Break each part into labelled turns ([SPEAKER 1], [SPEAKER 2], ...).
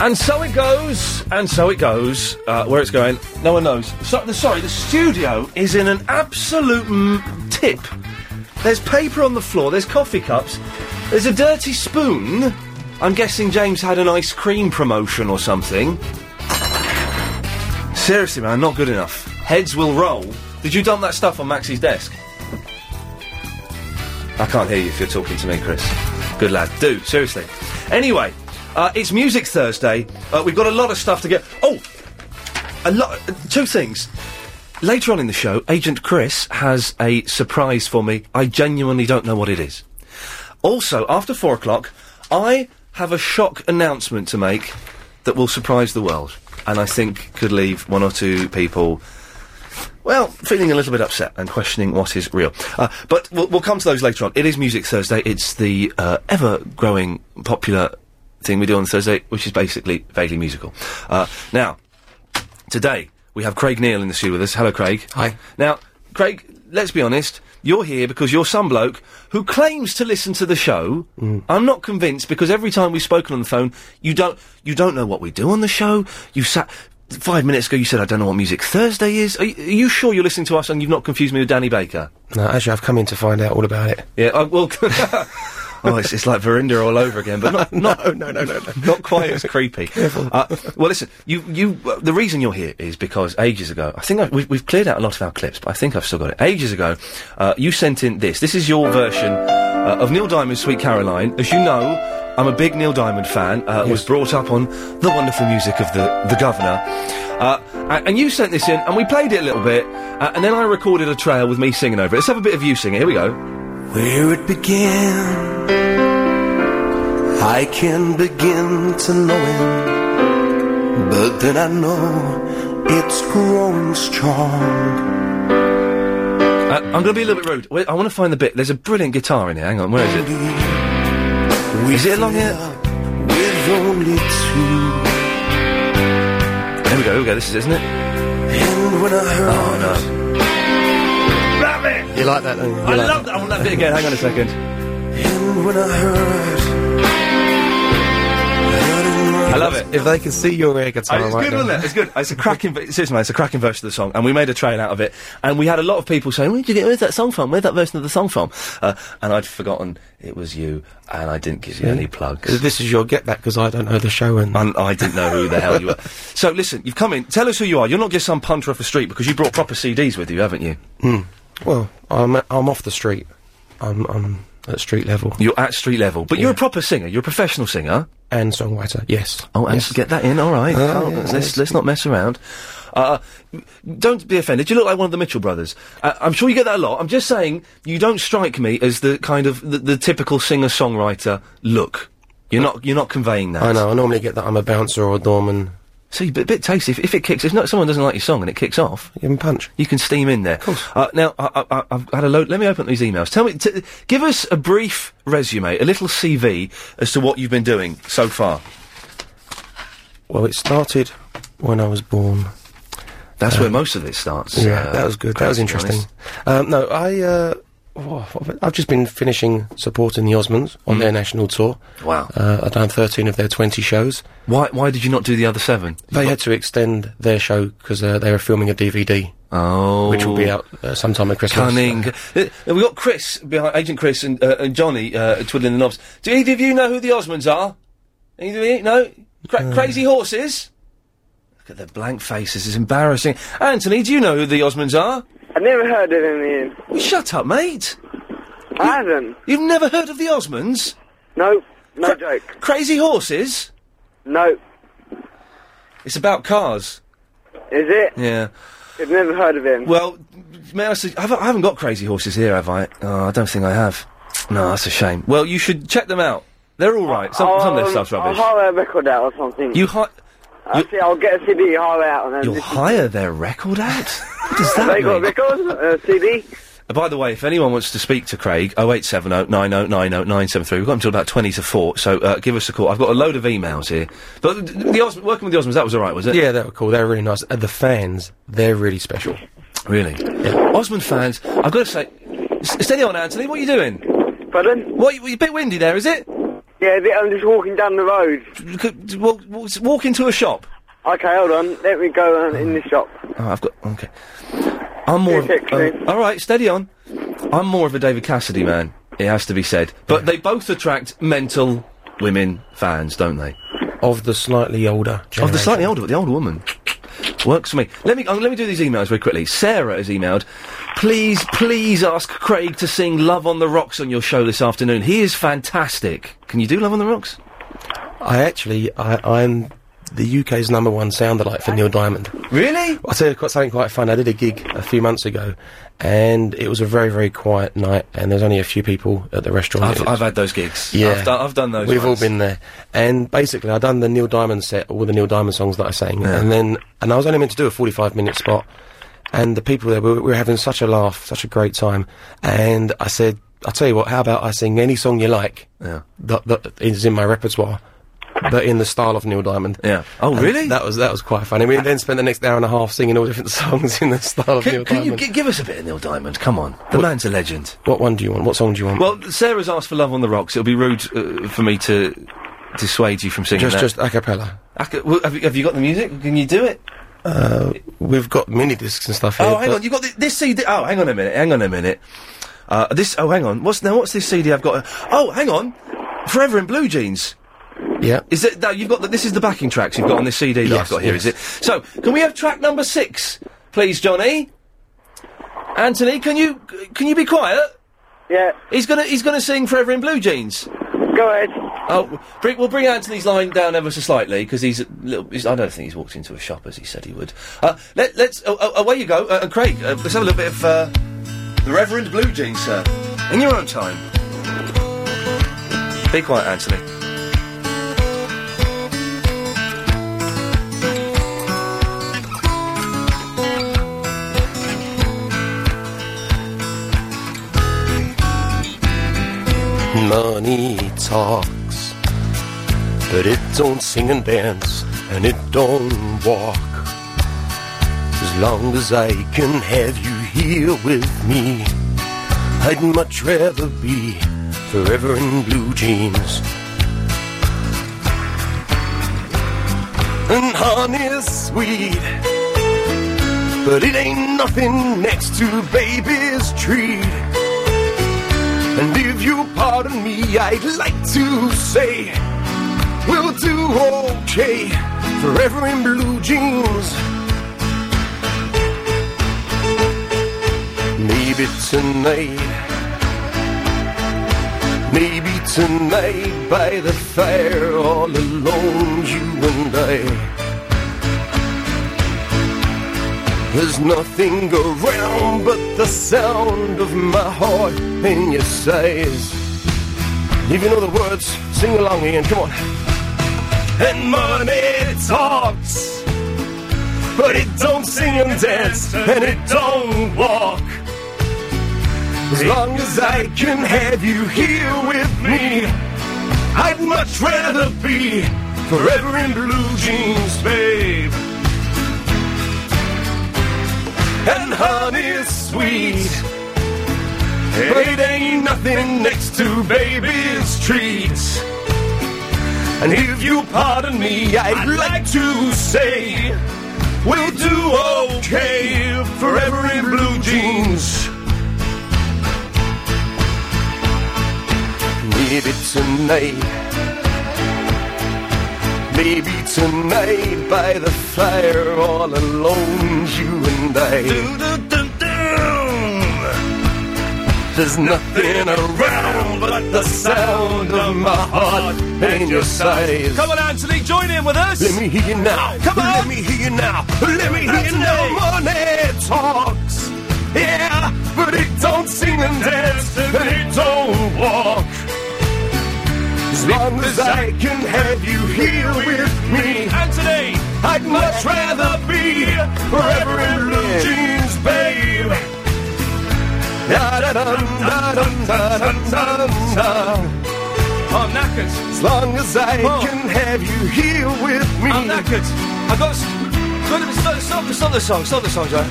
[SPEAKER 1] And so it goes, and so it goes. Uh, where it's going, no one knows. So, the, sorry, the studio is in an absolute m- tip. There's paper on the floor, there's coffee cups, there's a dirty spoon. I'm guessing James had an ice cream promotion or something. Seriously, man, not good enough. Heads will roll. Did you dump that stuff on Maxie's desk? I can't hear you if you're talking to me, Chris. Good lad. Do, seriously. Anyway, uh, it's Music Thursday. Uh, we've got a lot of stuff to get. Oh! A lot. Two things. Later on in the show, Agent Chris has a surprise for me. I genuinely don't know what it is. Also, after four o'clock, I have a shock announcement to make that will surprise the world. And I think could leave one or two people well, feeling a little bit upset and questioning what is real. Uh, but we'll, we'll come to those later on. It is Music Thursday. It's the uh, ever growing popular thing we do on Thursday, which is basically vaguely musical. Uh, now, today we have Craig Neal in the studio with us. Hello, Craig. Hi. Now, Craig, let's be honest. You're here because you're some bloke who claims to listen to the show. I'm not convinced because every time we've spoken on the phone, you don't you don't know what we do on the show. You sat five minutes ago. You said I don't know what Music Thursday is. Are you, are you sure you're listening to us and you've not confused me with Danny Baker?
[SPEAKER 2] No, actually, I've come in to find out all about it.
[SPEAKER 1] Yeah, I will. oh, it's, it's like Verinder all over again, but not, not no, no, no, no, not quite as creepy. Uh, well, listen, you, you, uh, the reason you're here is because ages ago, I think I, we've, we've cleared out a lot of our clips, but I think I've still got it. Ages ago, uh, you sent in this. This is your version uh, of Neil Diamond's Sweet Caroline. As you know, I'm a big Neil Diamond fan. Uh, Was brought up on the wonderful music of the the Governor. Uh, a- and you sent this in, and we played it a little bit, uh, and then I recorded a trail with me singing over it. Let's have a bit of you singing. Here we go.
[SPEAKER 3] Where it began, I can begin to know it. But then I know it's growing strong.
[SPEAKER 1] Uh, I'm going to be a little bit rude. Wait, I want to find the bit. There's a brilliant guitar in here. Hang on, where is it? Is it along here?
[SPEAKER 3] With only two.
[SPEAKER 1] Here we go. Here we go. This is, isn't it?
[SPEAKER 3] And when I heard.
[SPEAKER 1] Oh
[SPEAKER 2] You like that? Then? You
[SPEAKER 1] no! I love that. I want that bit again. Hang on a second.
[SPEAKER 3] And when I heard.
[SPEAKER 1] I love it.
[SPEAKER 2] If they can see your air guitar,
[SPEAKER 1] it's
[SPEAKER 2] right
[SPEAKER 1] good,
[SPEAKER 2] now.
[SPEAKER 1] wasn't it? It's good. It's a cracking. ver- Seriously, mate, it's a cracking version of the song, and we made a trail out of it. And we had a lot of people saying, "Where did you get? Where's that song from? Where's that version of the song from?" Uh, and I'd forgotten it was you, and I didn't give you any plugs.
[SPEAKER 2] This is your get back because I don't know the show and
[SPEAKER 1] And I didn't know who the hell you were. So listen, you've come in. Tell us who you are. You're not just some punter off the street because you brought proper CDs with you, haven't you?
[SPEAKER 2] Hmm. well, I'm I'm off the street. I'm I'm at street level
[SPEAKER 1] You're at street level, but you're a proper singer. You're a professional singer.
[SPEAKER 2] and songwriter. Yes.
[SPEAKER 1] Oh, and
[SPEAKER 2] yes.
[SPEAKER 1] get that in. All right.
[SPEAKER 2] Oh, yeah,
[SPEAKER 1] let's let's not mess around. Uh, don't be offended. You look like one of the Mitchell brothers. Uh, I'm sure you get that a lot. I'm just saying you don't strike me as the kind of the, the typical singer songwriter look. You're not you're not conveying that.
[SPEAKER 2] I know. I normally get that I'm a bouncer or a doorman.
[SPEAKER 1] So you're a bit tasty. If, if it kicks, if not, someone doesn't like your song and it kicks off,
[SPEAKER 2] Give him punch.
[SPEAKER 1] you can steam in there. Of course. Uh, now, I, I, I- I've had a load. Let me open these emails. Tell me, t- give us a brief resume, a little CV as to what you've been doing so far.
[SPEAKER 2] Well, it started when I was born. Um,
[SPEAKER 1] That's where most of it starts.
[SPEAKER 2] Yeah,
[SPEAKER 1] uh,
[SPEAKER 2] that was good. That was
[SPEAKER 1] to be
[SPEAKER 2] interesting.
[SPEAKER 1] honest.
[SPEAKER 2] Um, no, I. Uh, oh, what have I- I've just been finishing supporting the Osmonds on their national tour.
[SPEAKER 1] Mm. Wow.
[SPEAKER 2] Uh, I've done 13 of their 20 shows.
[SPEAKER 1] Why, why did you not do the other seven?
[SPEAKER 2] They had to extend their show because uh, they were filming a DVD,
[SPEAKER 1] Oh.
[SPEAKER 2] which will be out uh, sometime at Christmas.
[SPEAKER 1] Cunning. Uh, we've got Chris, behind, Agent Chris and, uh, and Johnny uh, twiddling the knobs. Do either of you know who the Osmonds are? Either of you? No? Cra- crazy horses? Look at their blank faces. It's embarrassing. Anthony, do you know who the Osmonds are?
[SPEAKER 4] I've never heard of him, Ian.
[SPEAKER 1] Well, shut up, mate.
[SPEAKER 4] I haven't.
[SPEAKER 1] You've never heard of the Osmonds?
[SPEAKER 4] No, no
[SPEAKER 1] Cra-
[SPEAKER 4] joke.
[SPEAKER 1] Crazy horses?
[SPEAKER 4] No. Is
[SPEAKER 1] It's about cars.
[SPEAKER 4] it?
[SPEAKER 1] Yeah.
[SPEAKER 4] I've never heard of him.
[SPEAKER 1] Well, may I sug- I've, I haven't got crazy horses here, have I? Oh, I don't think I have. No, that's a shame. Well, you should check them out. They're all right.
[SPEAKER 5] Oh.
[SPEAKER 1] Some, some of their
[SPEAKER 4] Um,
[SPEAKER 1] stuff's rubbish.
[SPEAKER 4] I'll hire a record out or something.
[SPEAKER 1] you hi-
[SPEAKER 4] I'll, see, I'll get a CD, hire out, and then...
[SPEAKER 1] you'll
[SPEAKER 4] listen.
[SPEAKER 1] hire their record out? What does that
[SPEAKER 4] They got a
[SPEAKER 1] mean?
[SPEAKER 4] record? A CD?
[SPEAKER 1] Uh, By the way, if anyone wants to speak to Craig, 0870 90 90 973. We've got until about 20 to 4, so uh, give us a call. I've got a load of emails here. But th- the Os- working with the Osmonds, that was all right, was it?
[SPEAKER 2] Yeah, they were cool. They were really nice. And the fans, they're really special.
[SPEAKER 1] Really? Osmond fans, I've got to say, s- steady on, Anthony, what are you doing?
[SPEAKER 4] Pardon?
[SPEAKER 1] What, you, you a bit windy there, is it?
[SPEAKER 5] Yeah, the- I'm just walking down the road.
[SPEAKER 1] Walk, walk, walk into a shop.
[SPEAKER 5] Okay, hold on. Let me go um, in the shop.
[SPEAKER 1] Oh, I've got okay. I'm more. Of, um, all right, steady on. I'm more of a David Cassidy man. It has to be said, but they both attract mental women fans, don't they?
[SPEAKER 3] Of the slightly older.
[SPEAKER 1] Of the slightly older, the older woman. Works for me. Let me um, let me do these emails very quickly. Sarah has emailed. Please, please ask Craig to sing "Love on the Rocks" on your show this afternoon. He is fantastic. Can you do "Love on the Rocks"?
[SPEAKER 3] I actually, I, I'm the UK's number one soundalite for Neil Diamond.
[SPEAKER 1] Really?
[SPEAKER 3] I'll tell you quite, something quite fun. I did a gig a few months ago, and it was a very, very quiet night, and there's only a few people at the restaurant.
[SPEAKER 1] I've,
[SPEAKER 3] It-
[SPEAKER 1] I've had those gigs.
[SPEAKER 3] yeah,
[SPEAKER 1] I've, do- I've done those.
[SPEAKER 3] We've
[SPEAKER 1] ones.
[SPEAKER 3] all been there. And basically, I done the Neil Diamond set, all the Neil Diamond songs that I sang,
[SPEAKER 1] Yeah.
[SPEAKER 3] and then and I was only meant to do a forty-five minute spot. And the people there, we were, we were having such a laugh, such a great time. And I said, "I'll tell you what. How about I sing any song you like
[SPEAKER 1] Yeah.
[SPEAKER 3] that, that is in my repertoire, but in the style of Neil Diamond."
[SPEAKER 1] Yeah. Oh,
[SPEAKER 3] And
[SPEAKER 1] really?
[SPEAKER 3] That was that was quite funny. We then spent the next hour and a half singing all different songs in the style of
[SPEAKER 1] Can,
[SPEAKER 3] Neil
[SPEAKER 1] can you
[SPEAKER 3] Diamond.
[SPEAKER 1] g- give us a bit of Neil Diamond? Come on, the man's a legend.
[SPEAKER 3] what one do you want? What song do you want?
[SPEAKER 1] Well, Sarah's asked for "Love on the Rocks." It'll be rude uh, for me to dissuade you from singing
[SPEAKER 3] just
[SPEAKER 1] that.
[SPEAKER 3] just uh, a cappella.
[SPEAKER 1] I c- well, have, you, have you got the music? Can you do it?
[SPEAKER 3] Uh, we've got mini discs and stuff. Here,
[SPEAKER 1] oh, hang
[SPEAKER 3] but-
[SPEAKER 1] on. You've got thi- this CD. Oh, hang on a minute. Hang on a minute. Uh, this. Oh, hang on. What's now? What's this CD I've got? Oh, hang on. Forever in Blue Jeans.
[SPEAKER 3] Yeah.
[SPEAKER 1] Is it? No, you've got. The, this is the backing tracks you've got on this CD that
[SPEAKER 3] Yes,
[SPEAKER 1] I've got here. Is
[SPEAKER 3] yes.
[SPEAKER 1] it? So, can we have track number six, please, Johnny? Anthony, can you can you be quiet?
[SPEAKER 5] Yeah.
[SPEAKER 1] He's gonna he's gonna sing Forever in Blue Jeans.
[SPEAKER 5] Go ahead.
[SPEAKER 1] Oh, bring, we'll bring Anthony's line down ever so slightly because he's a little. He's, I don't think he's walked into a shop as he said he would. Uh, let, let's oh, oh, away you go, uh, and Craig. Uh, let's have a little bit of uh, the Reverend Blue Jeans, sir, in your own time. Be quiet, Anthony.
[SPEAKER 3] Money talks, but it don't sing and dance, and it don't walk. As long as I can have you here with me, I'd much rather be forever in blue jeans. And honey's sweet, but it ain't nothing next to baby's treat. And if you pardon me, I'd like to say we'll do okay forever in blue jeans. Maybe tonight, maybe tonight by the fire, all alone, you and I. There's nothing around but the sound of my heart in your sighs. If you know the words, sing along, Ian. Come on. And money talks, but it don't sing and dance, and it don't walk. As long as I can have you here with me, I'd much rather be forever in blue jeans, babe. And honey's sweet. But it ain't nothing next to baby's treats. And if you pardon me, I'd like to say we'll do okay forever in blue jeans. Maybe tonight, maybe tonight by the fire, all alone, you and I. There's nothing around but the sound of my heart and your sighs.
[SPEAKER 1] Come on, Anthony, join in with us.
[SPEAKER 3] Let me hear you now.
[SPEAKER 1] Come on.
[SPEAKER 3] Let me hear you now. Let me hear you now. Money talks. Yeah, but it don't sing and dance, and it don't walk. As long as I can have you here with me,
[SPEAKER 1] Anthony.
[SPEAKER 3] I'd much rather be forever in blue jeans, babe. Da-da-dum-da-dum-da-dum-dum-dum.
[SPEAKER 1] I'm knackered.
[SPEAKER 3] As long as I
[SPEAKER 1] Oh.
[SPEAKER 3] can have you here with me.
[SPEAKER 1] I'm knackered. I've got. s- Good, stop, stop, stop the song. Stop the song, John.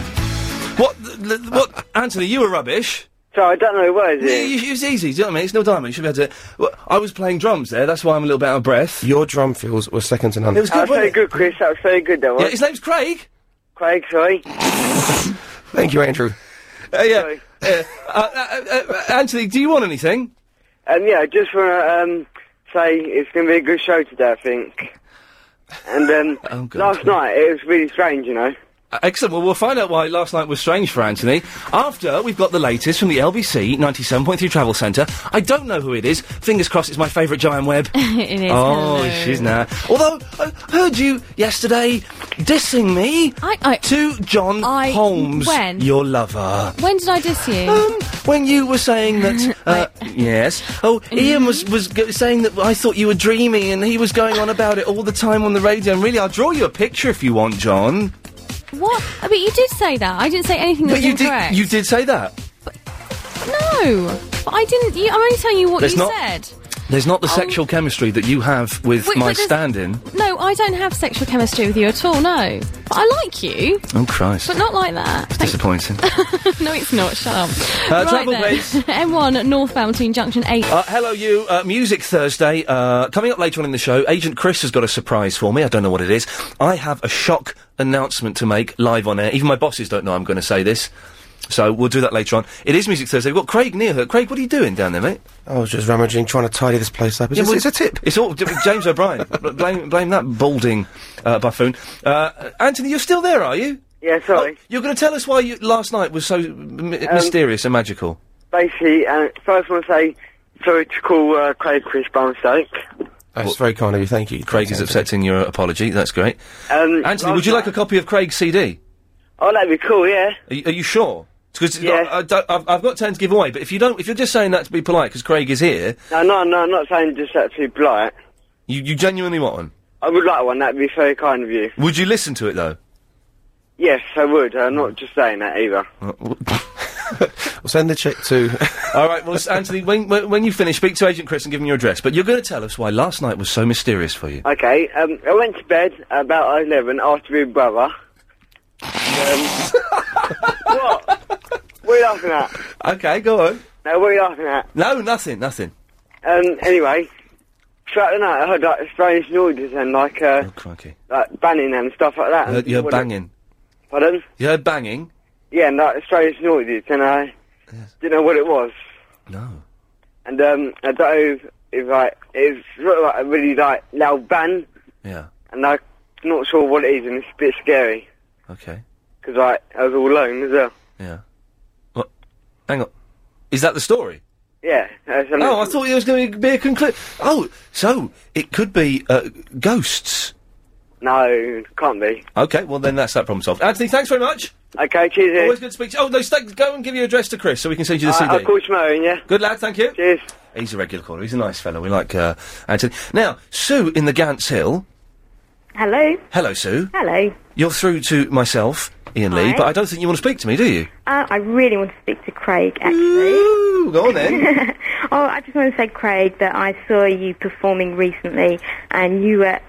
[SPEAKER 1] What? th- th- What? Anthony, you were rubbish.
[SPEAKER 5] So I don't know where is
[SPEAKER 1] Yeah,
[SPEAKER 5] it.
[SPEAKER 1] you- It was easy. Do you know what I mean? It's Neil Diamond. You should be able to. Well, I was playing drums there. That's why I'm a little bit out of breath.
[SPEAKER 2] Your drum fills were second to none.
[SPEAKER 1] It was
[SPEAKER 5] That
[SPEAKER 1] good.
[SPEAKER 5] was
[SPEAKER 1] wasn't
[SPEAKER 5] very
[SPEAKER 1] it?
[SPEAKER 5] good, Chris. That was very good, that was.
[SPEAKER 1] Yeah, his name's Craig.
[SPEAKER 5] Craig, sorry.
[SPEAKER 2] Thank you, Andrew.
[SPEAKER 1] Uh, yeah.
[SPEAKER 5] Sorry.
[SPEAKER 1] Uh, uh, uh, uh, Anthony, do you want anything?
[SPEAKER 5] Um, yeah, I just want to um, say it's going to be a good show today, I think. And um,
[SPEAKER 1] Oh, God.
[SPEAKER 5] last night, it was really strange, you know.
[SPEAKER 1] Uh, Excellent. Well, we'll find out why last night was strange for Anthony after we've got the latest from the LBC 97.3 Travel Centre. I don't know who it is. Fingers crossed it's my favourite giant web.
[SPEAKER 6] it is.
[SPEAKER 1] oh,
[SPEAKER 6] hello.
[SPEAKER 1] she's now. Although, I heard you yesterday dissing me
[SPEAKER 6] I- I-
[SPEAKER 1] to John
[SPEAKER 6] I-
[SPEAKER 1] Holmes,
[SPEAKER 6] when?
[SPEAKER 1] your lover.
[SPEAKER 6] When did I diss you?
[SPEAKER 1] Um, when you were saying that, uh, yes. Oh, Ian was was g- saying that I thought you were dreaming, and he was going on about it all the time on the radio. And really, I'll draw you a picture if you want, John.
[SPEAKER 6] what? Uh, But you did say that. I didn't say anything that
[SPEAKER 1] But
[SPEAKER 6] was
[SPEAKER 1] you
[SPEAKER 6] incorrect.
[SPEAKER 1] did you did say that.
[SPEAKER 6] No, but I didn't. You, I'm only telling you what
[SPEAKER 1] There's
[SPEAKER 6] you
[SPEAKER 1] not-
[SPEAKER 6] said.
[SPEAKER 1] There's not the sexual chemistry that you have with
[SPEAKER 6] Oh. Wait,
[SPEAKER 1] my
[SPEAKER 6] but there's-
[SPEAKER 1] stand-in.
[SPEAKER 6] No, I don't have sexual chemistry with you at all. No, but I like you,
[SPEAKER 1] Oh Christ!
[SPEAKER 6] but not like that. Thank-
[SPEAKER 1] Disappointing.
[SPEAKER 6] no, it's not. Shut up.
[SPEAKER 1] Uh,
[SPEAKER 6] right
[SPEAKER 1] travel,
[SPEAKER 6] then.
[SPEAKER 1] please.
[SPEAKER 6] M1 northbound between Junction 8.
[SPEAKER 1] uh, hello, you. Uh, Music Thursday. Uh, coming up later on in the show, Agent Chris has got a surprise for me. I don't know what it is. I have a shock announcement to make live on air. Even my bosses don't know I'm going to say this. So we'll do that later on. It is Music Thursday. We've got Craig near here. Craig, what are you doing down there, mate?
[SPEAKER 2] I was just rummaging, trying to tidy this place up. It's,
[SPEAKER 1] Yeah,
[SPEAKER 2] a,
[SPEAKER 1] well,
[SPEAKER 2] it's a tip.
[SPEAKER 1] It's all d- James O'Brien. B- blame, blame that balding uh, buffoon. Uh, Anthony, you're still there, are you? Oh,
[SPEAKER 5] Yeah, sorry. Um,
[SPEAKER 1] You're going to tell us why you, last night was so m- mysterious and magical.
[SPEAKER 5] Basically, uh, first I want to say sorry to call uh, Craig Chris by mistake.
[SPEAKER 2] That's very kind of you. Thank you.
[SPEAKER 1] Craig is accepting your apology. That's great.
[SPEAKER 5] Um,
[SPEAKER 1] Anthony, would you like a copy of Craig's CD?
[SPEAKER 5] Oh, that'd be cool, yeah.
[SPEAKER 1] Are you, are you sure? Because
[SPEAKER 5] Yeah.
[SPEAKER 1] I, don't- I've, I've got ten to give away. But if you don't, if you're just saying that to be polite, because Craig is here,
[SPEAKER 5] No, no, no, I'm not saying just that to be polite.
[SPEAKER 1] you, you genuinely want one.
[SPEAKER 5] I would like one, that'd be very kind of you.
[SPEAKER 1] Would you listen to it though?
[SPEAKER 5] Yes, I would, I'm not just saying that either.
[SPEAKER 2] We'll send the check to.
[SPEAKER 1] All right. Well, s- Anthony, when, when when you finish, speak to Agent Chris and give him your address. But you're going to tell us why last night was so mysterious for you.
[SPEAKER 5] Okay, um, I went to bed about 11 after my brother. Um, what? What are you laughing at?
[SPEAKER 1] Okay, go on.
[SPEAKER 5] No, what are you laughing at?
[SPEAKER 1] No, nothing, nothing.
[SPEAKER 5] Um, anyway, throughout the night I heard like strange noises and like, uh,
[SPEAKER 1] Oh, crikey.
[SPEAKER 5] like banging and stuff like that.
[SPEAKER 1] You
[SPEAKER 5] and
[SPEAKER 1] heard, you heard
[SPEAKER 5] people were-
[SPEAKER 1] banging.
[SPEAKER 5] Pardon?
[SPEAKER 1] You heard banging.
[SPEAKER 5] Yeah, and like strange noises and I didn't eh? know what it was.
[SPEAKER 1] No.
[SPEAKER 5] And um, I don't know if like it's sort of like a really like loud bang,
[SPEAKER 1] Yeah.
[SPEAKER 5] and I'm not sure what it is, and it's a bit scary
[SPEAKER 1] Okay.
[SPEAKER 5] because like I was all alone as well.
[SPEAKER 1] Yeah. What? Hang on. Is that the story?
[SPEAKER 5] Yeah. that's a
[SPEAKER 1] Oh, I
[SPEAKER 5] little-
[SPEAKER 1] thought it was going to be a conclusion. Oh, so it could be uh, ghosts.
[SPEAKER 5] No, can't be.
[SPEAKER 1] Okay, well then that's that problem solved. Anthony, thanks very much.
[SPEAKER 5] Okay,
[SPEAKER 1] Always
[SPEAKER 5] cheers.
[SPEAKER 1] good to speak to you. Oh, no, stay, go and give your address to Chris so we can send you the
[SPEAKER 5] I-
[SPEAKER 1] CD.
[SPEAKER 5] I'll call you tomorrow, yeah.
[SPEAKER 1] Good lad, thank you.
[SPEAKER 5] Cheers.
[SPEAKER 1] He's a regular caller. He's a nice fellow. We like uh, Anthony. Now, Sue in the Gants Hill.
[SPEAKER 7] Hello.
[SPEAKER 1] Hello, Sue.
[SPEAKER 7] Hello.
[SPEAKER 1] You're through to myself, Ian Lee,
[SPEAKER 7] Hi.
[SPEAKER 1] but I don't think you want to speak to me, do you?
[SPEAKER 7] Uh, I really want to speak to Craig, actually.
[SPEAKER 1] Ooh, go on then.
[SPEAKER 7] oh, I just want to say, Craig, that I saw you performing recently, and you were,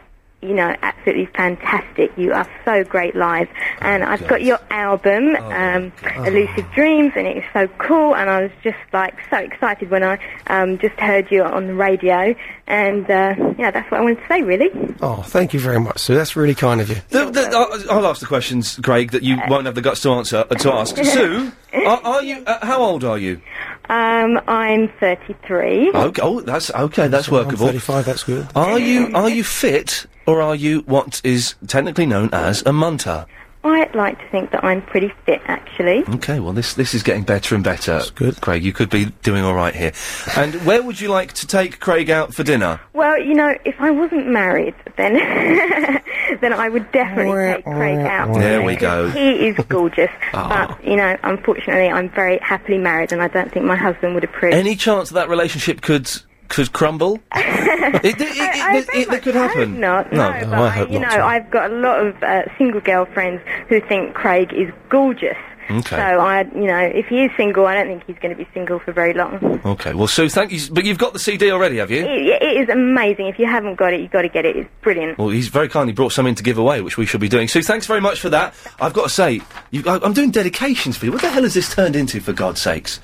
[SPEAKER 7] you know, absolutely fantastic. You are so great live, and I've
[SPEAKER 1] God.
[SPEAKER 7] got your album,
[SPEAKER 1] Oh,
[SPEAKER 7] um, Elusive Dreams, and it is so cool. And I was just like so excited when I um, just heard you on the radio, and uh, yeah, that's what I wanted to say, really.
[SPEAKER 2] Oh, thank you very much, Sue. That's really kind of you.
[SPEAKER 1] The- the- I'll- I'll ask the questions, Craig, that you won't have the guts to answer uh, to ask. Sue, are, are you? Uh, how old are you?
[SPEAKER 7] Um, I'm 33.
[SPEAKER 1] Okay, oh, that's okay. That's workable.
[SPEAKER 2] I'm 35, that's good.
[SPEAKER 1] Are you are you fit or are you what is technically known as a munter?
[SPEAKER 7] I like to think that I'm pretty fit, actually.
[SPEAKER 1] Okay, well this this is getting better and better.
[SPEAKER 2] good.
[SPEAKER 1] Craig. You could be doing all right here. And where would you like to take Craig out for dinner?
[SPEAKER 7] Well, you know, if I wasn't married, then then I would definitely take Craig out.
[SPEAKER 1] There we go. Oh. Ah.
[SPEAKER 7] He is gorgeous, but you know, unfortunately, I'm very happily married, and I don't think my husband would approve.
[SPEAKER 1] Any chance that that relationship could could crumble? it, it, it,
[SPEAKER 7] I
[SPEAKER 1] it,
[SPEAKER 7] very
[SPEAKER 1] it- it
[SPEAKER 7] much
[SPEAKER 1] could
[SPEAKER 7] hope
[SPEAKER 1] happen.
[SPEAKER 7] Not, no, but
[SPEAKER 1] I
[SPEAKER 7] I
[SPEAKER 1] hope
[SPEAKER 7] you
[SPEAKER 1] not.
[SPEAKER 7] know, I've got a lot of uh, single girlfriends who think Craig is gorgeous,
[SPEAKER 1] Okay.
[SPEAKER 7] So I, you know, if he is single, I don't think he's going to be single for very long.
[SPEAKER 1] Okay. Well, Sue, thank you. s- But you've got the CD already, have you?
[SPEAKER 7] It, it is amazing. If you haven't got it, you've got to get it. It's brilliant.
[SPEAKER 1] Well, he's very kindly brought something to give away, which we should be doing. Sue, thanks very much for that. I've got to say, you, I, I'm doing dedications for you. What the hell has this turned into, for God's sakes?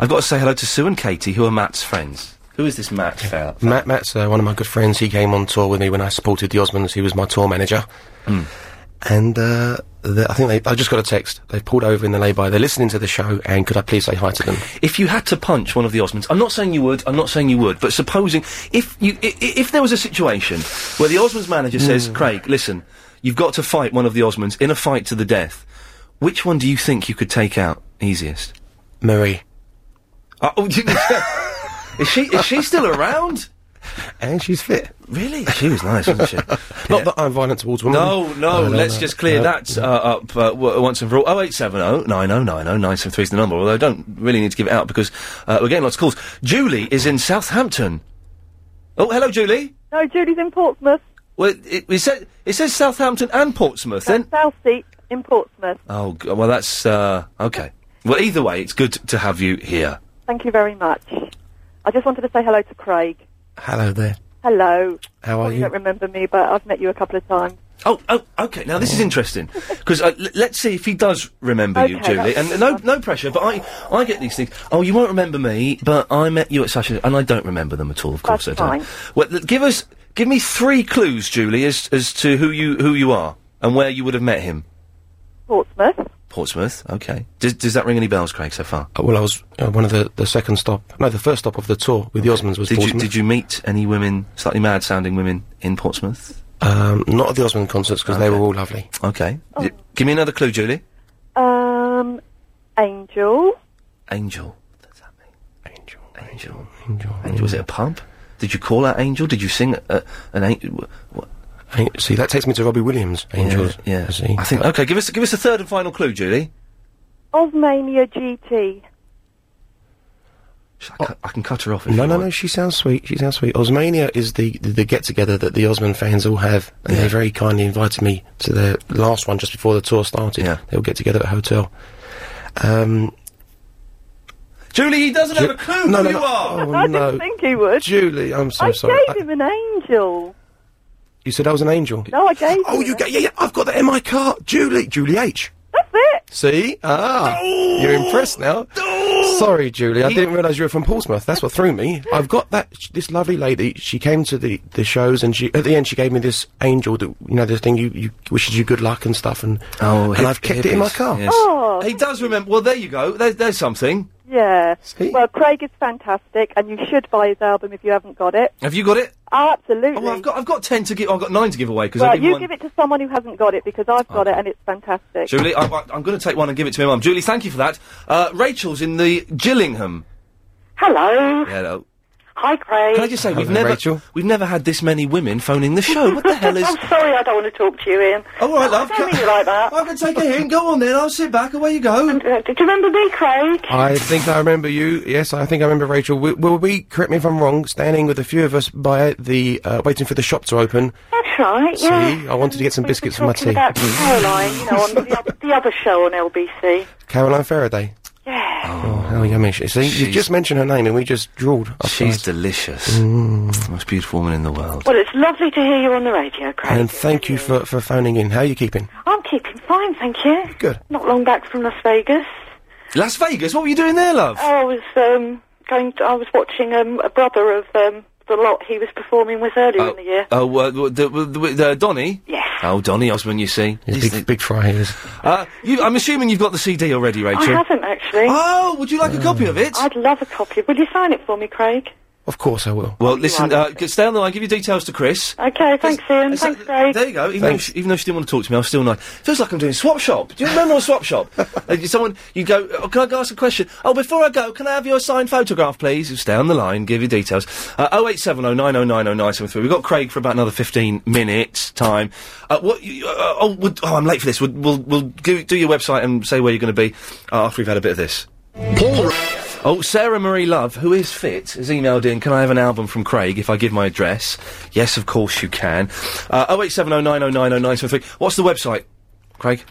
[SPEAKER 1] I've got to say hello to Sue and Katie, who are Matt's friends. Who is this Matt fella?
[SPEAKER 2] Matt Matt's uh, one of my good friends. He came on tour with me when I supported the Osmonds. He was my tour manager. And uh, the, I think they, I just got a text. They pulled over in the lay-by. They're listening to the show, and could I please say hi to them?
[SPEAKER 1] If you had to punch one of the Osmonds, I'm not saying you would. I'm not saying you would. But supposing if you i- i- if there was a situation where the Osmonds manager says, "Craig, listen, you've got to fight one of the Osmonds in a fight to the death," which one do you think you could take out easiest?
[SPEAKER 2] Marie.
[SPEAKER 1] Uh, oh, is she is she still around?
[SPEAKER 2] And she's fit.
[SPEAKER 1] Really? She was nice, wasn't she?
[SPEAKER 2] Not that I'm violent towards women.
[SPEAKER 1] No, no, let's just clear
[SPEAKER 2] no.
[SPEAKER 1] that uh, up uh, w- once and for all. 0870 9090 973 is the number, although I don't really need to give it out because uh, we're getting lots of calls. Julie is in Southampton. Oh, hello, Julie.
[SPEAKER 8] No, Julie's in Portsmouth.
[SPEAKER 1] Well, it, it, says, it says Southampton and Portsmouth, then.
[SPEAKER 8] South Seat in Portsmouth.
[SPEAKER 1] Oh, g- well, that's. Uh, okay. Well, either way, it's good to have you here.
[SPEAKER 8] Thank you very much. I just wanted to say hello to Craig.
[SPEAKER 2] Hello there.
[SPEAKER 8] Hello.
[SPEAKER 2] How are
[SPEAKER 8] You don't
[SPEAKER 2] you?
[SPEAKER 8] remember me, but I've met you a couple of times.
[SPEAKER 1] Oh, oh, okay. Now this is interesting because uh, l- let's see if he does remember you,
[SPEAKER 8] Okay,
[SPEAKER 1] Julie.
[SPEAKER 8] that's-
[SPEAKER 1] And no, no pressure. But I, I get these things. Oh, you won't remember me, but I met you at such and I don't remember them at all. Of course,
[SPEAKER 8] That's
[SPEAKER 1] I don't.
[SPEAKER 8] fine.
[SPEAKER 1] Well, th- give us, give me three clues, Julie, as as to who you who you are and where you would have met him.
[SPEAKER 8] Portsmouth.
[SPEAKER 1] Portsmouth. Okay. Does does that ring any bells, Craig? So far,
[SPEAKER 2] Uh, well, I was uh, one of the, the second stop. No, the first stop of the tour with the Osmonds was
[SPEAKER 1] did you
[SPEAKER 2] Portsmouth.
[SPEAKER 1] did you meet any women, slightly mad sounding women in Portsmouth?
[SPEAKER 2] Um, not at the Osmond concerts because they were all lovely.
[SPEAKER 1] Okay.
[SPEAKER 8] Oh.
[SPEAKER 1] Y- Give me another clue, Julie.
[SPEAKER 8] Um, Angel.
[SPEAKER 1] Angel. Does that mean?
[SPEAKER 2] Angel,
[SPEAKER 1] Angel.
[SPEAKER 2] angel,
[SPEAKER 1] Angel, was it a pub? Did you call out Angel? Did you sing uh, an angel? What?
[SPEAKER 2] An- See, that takes me to Robbie Williams. Angels.
[SPEAKER 1] Yeah, yeah.
[SPEAKER 2] See?
[SPEAKER 1] I think. Okay, give us give us a third and final clue, Julie.
[SPEAKER 8] Osmania GT.
[SPEAKER 1] Shall I, cut- I can cut her off. If
[SPEAKER 2] No,
[SPEAKER 1] you
[SPEAKER 2] no,
[SPEAKER 1] want.
[SPEAKER 2] no. She sounds sweet. She sounds sweet. Osmania is the the, the get together that the Osmond fans all have, and they very kindly invited me to their last one just before the tour started.
[SPEAKER 1] Yeah.
[SPEAKER 2] They all get together at a hotel. Um,
[SPEAKER 1] Julie, he doesn't have a clue who
[SPEAKER 2] no, no,
[SPEAKER 1] you
[SPEAKER 2] no.
[SPEAKER 1] are.
[SPEAKER 2] Oh,
[SPEAKER 8] I
[SPEAKER 2] no.
[SPEAKER 8] didn't think he would.
[SPEAKER 2] Julie, I'm so
[SPEAKER 8] I
[SPEAKER 2] sorry.
[SPEAKER 8] gave
[SPEAKER 2] I-
[SPEAKER 8] him an angel.
[SPEAKER 2] you said I was an angel.
[SPEAKER 8] No, I gave
[SPEAKER 2] Oh,
[SPEAKER 8] him
[SPEAKER 2] you
[SPEAKER 8] an-
[SPEAKER 2] get yeah, yeah. I've got the MI car. Julie, Julie H.
[SPEAKER 8] That's it.
[SPEAKER 2] See, ah, you're impressed now. Sorry, Julie, I didn't realise you were from Portsmouth. That's what threw me. I've got that. sh- This lovely lady. She came to the, the shows, and she at the end she gave me this angel that you know the thing you, you wishes you good luck and stuff, and
[SPEAKER 1] Oh,
[SPEAKER 2] and
[SPEAKER 1] hip-
[SPEAKER 2] I've kept it in my
[SPEAKER 1] hippies.
[SPEAKER 2] car.
[SPEAKER 1] Yes.
[SPEAKER 8] Oh.
[SPEAKER 1] He does remember. Well, there you go. There, there's something.
[SPEAKER 8] Yeah.
[SPEAKER 2] See?
[SPEAKER 8] Well, Craig is fantastic, and you should buy his album if you haven't got it.
[SPEAKER 1] Have you got it?
[SPEAKER 8] Absolutely.
[SPEAKER 1] Oh, well, I've got I've got ten to give. I've got nine to give away because I
[SPEAKER 8] Right,
[SPEAKER 1] didn't
[SPEAKER 8] you
[SPEAKER 1] want.
[SPEAKER 8] give it to someone who hasn't got it because I've got it and it's fantastic.
[SPEAKER 1] Julie, I, I, I'm going to take one and give it to my mum. Julie, thank you for that. Uh, Rachel's in the Gillingham.
[SPEAKER 9] Hello.
[SPEAKER 1] Hello.
[SPEAKER 9] Hi, Craig.
[SPEAKER 1] Can I just say we've
[SPEAKER 2] Hello,
[SPEAKER 1] never
[SPEAKER 2] Rachel.
[SPEAKER 1] we've never had this many women phoning the show. What the hell is? Oh,
[SPEAKER 9] I'm sorry, I don't want to talk to you, Ian.
[SPEAKER 1] All right, love.
[SPEAKER 9] I don't mean you like that.
[SPEAKER 1] I can take a hint. Go on then. I'll sit back. Away you go.
[SPEAKER 9] Uh, Did you remember me, Craig?
[SPEAKER 2] I think I remember you. Yes, I think I remember Rachel. W- Will we? Correct me if I'm wrong. Standing with a few of us by the uh, waiting for the shop to open.
[SPEAKER 9] That's right,
[SPEAKER 2] See,
[SPEAKER 9] yeah.
[SPEAKER 10] Mm.
[SPEAKER 2] I wanted to get some
[SPEAKER 9] We
[SPEAKER 2] biscuits for
[SPEAKER 9] were
[SPEAKER 2] my
[SPEAKER 9] talking
[SPEAKER 2] tea.
[SPEAKER 9] about
[SPEAKER 1] Mm.
[SPEAKER 9] Caroline, you know, on the, oth- the other show on LBC.
[SPEAKER 2] Caroline Faraday.
[SPEAKER 9] Yeah.
[SPEAKER 2] Oh, how yummy! she- See, you
[SPEAKER 1] she's-
[SPEAKER 2] just mentioned her name, and we just drooled.
[SPEAKER 1] She's delicious.
[SPEAKER 2] Mm.
[SPEAKER 1] Most beautiful woman in the world.
[SPEAKER 9] Well, it's lovely to hear you on the radio, Craig.
[SPEAKER 2] And thank you for, for phoning in. How are you keeping?
[SPEAKER 9] I'm keeping fine, thank you.
[SPEAKER 2] Good.
[SPEAKER 9] Not long back from Las Vegas.
[SPEAKER 1] Las Vegas. What were you doing there, love?
[SPEAKER 9] I was um, going. To, I was watching um, a brother of um, the lot he was performing with earlier in the year.
[SPEAKER 1] Oh, uh, the, the, the, the Donny.
[SPEAKER 9] Yes.
[SPEAKER 1] Oh, Donny Osmond. You see.
[SPEAKER 2] He's
[SPEAKER 1] These
[SPEAKER 2] big, big fry he is.
[SPEAKER 1] thi- Uh, you, I'm assuming you've got the CD already,
[SPEAKER 9] I
[SPEAKER 1] Rachel.
[SPEAKER 9] haven't actually.
[SPEAKER 1] Oh, would you like a copy of it?
[SPEAKER 9] I'd love a copy. Will you sign it for me, Craig?
[SPEAKER 2] Of course I will.
[SPEAKER 1] Well, listen.
[SPEAKER 9] are
[SPEAKER 1] Uh, g- stay on the line. Give your details to Chris.
[SPEAKER 9] Okay, thanks, Ian.
[SPEAKER 1] It's like-
[SPEAKER 9] Thanks, Craig.
[SPEAKER 1] There you go. Even though,
[SPEAKER 2] Thanks.
[SPEAKER 1] she, even though she didn't want to talk to me, I was still like, feels like I'm doing swap shop. Do you remember on swap shop? Uh, someone, you go, oh, can I ask a question? Oh, before I go, can I have your signed photograph, please? You stay on the line, give your details. Uh, 0870 9090973. We've got Craig for about another 15 minutes time. Uh, what, you- uh, oh, would, oh, I'm late for this. We'll, we'll, we'll do, do your website and say where you're going to be uh, after we've had a bit of this. Oh, Sarah Marie Love, who is fit, has emailed in, can I have an album from Craig if I give my oh address? Yes, of course you can. Uh, 0870 9090973. What's the website? Craig?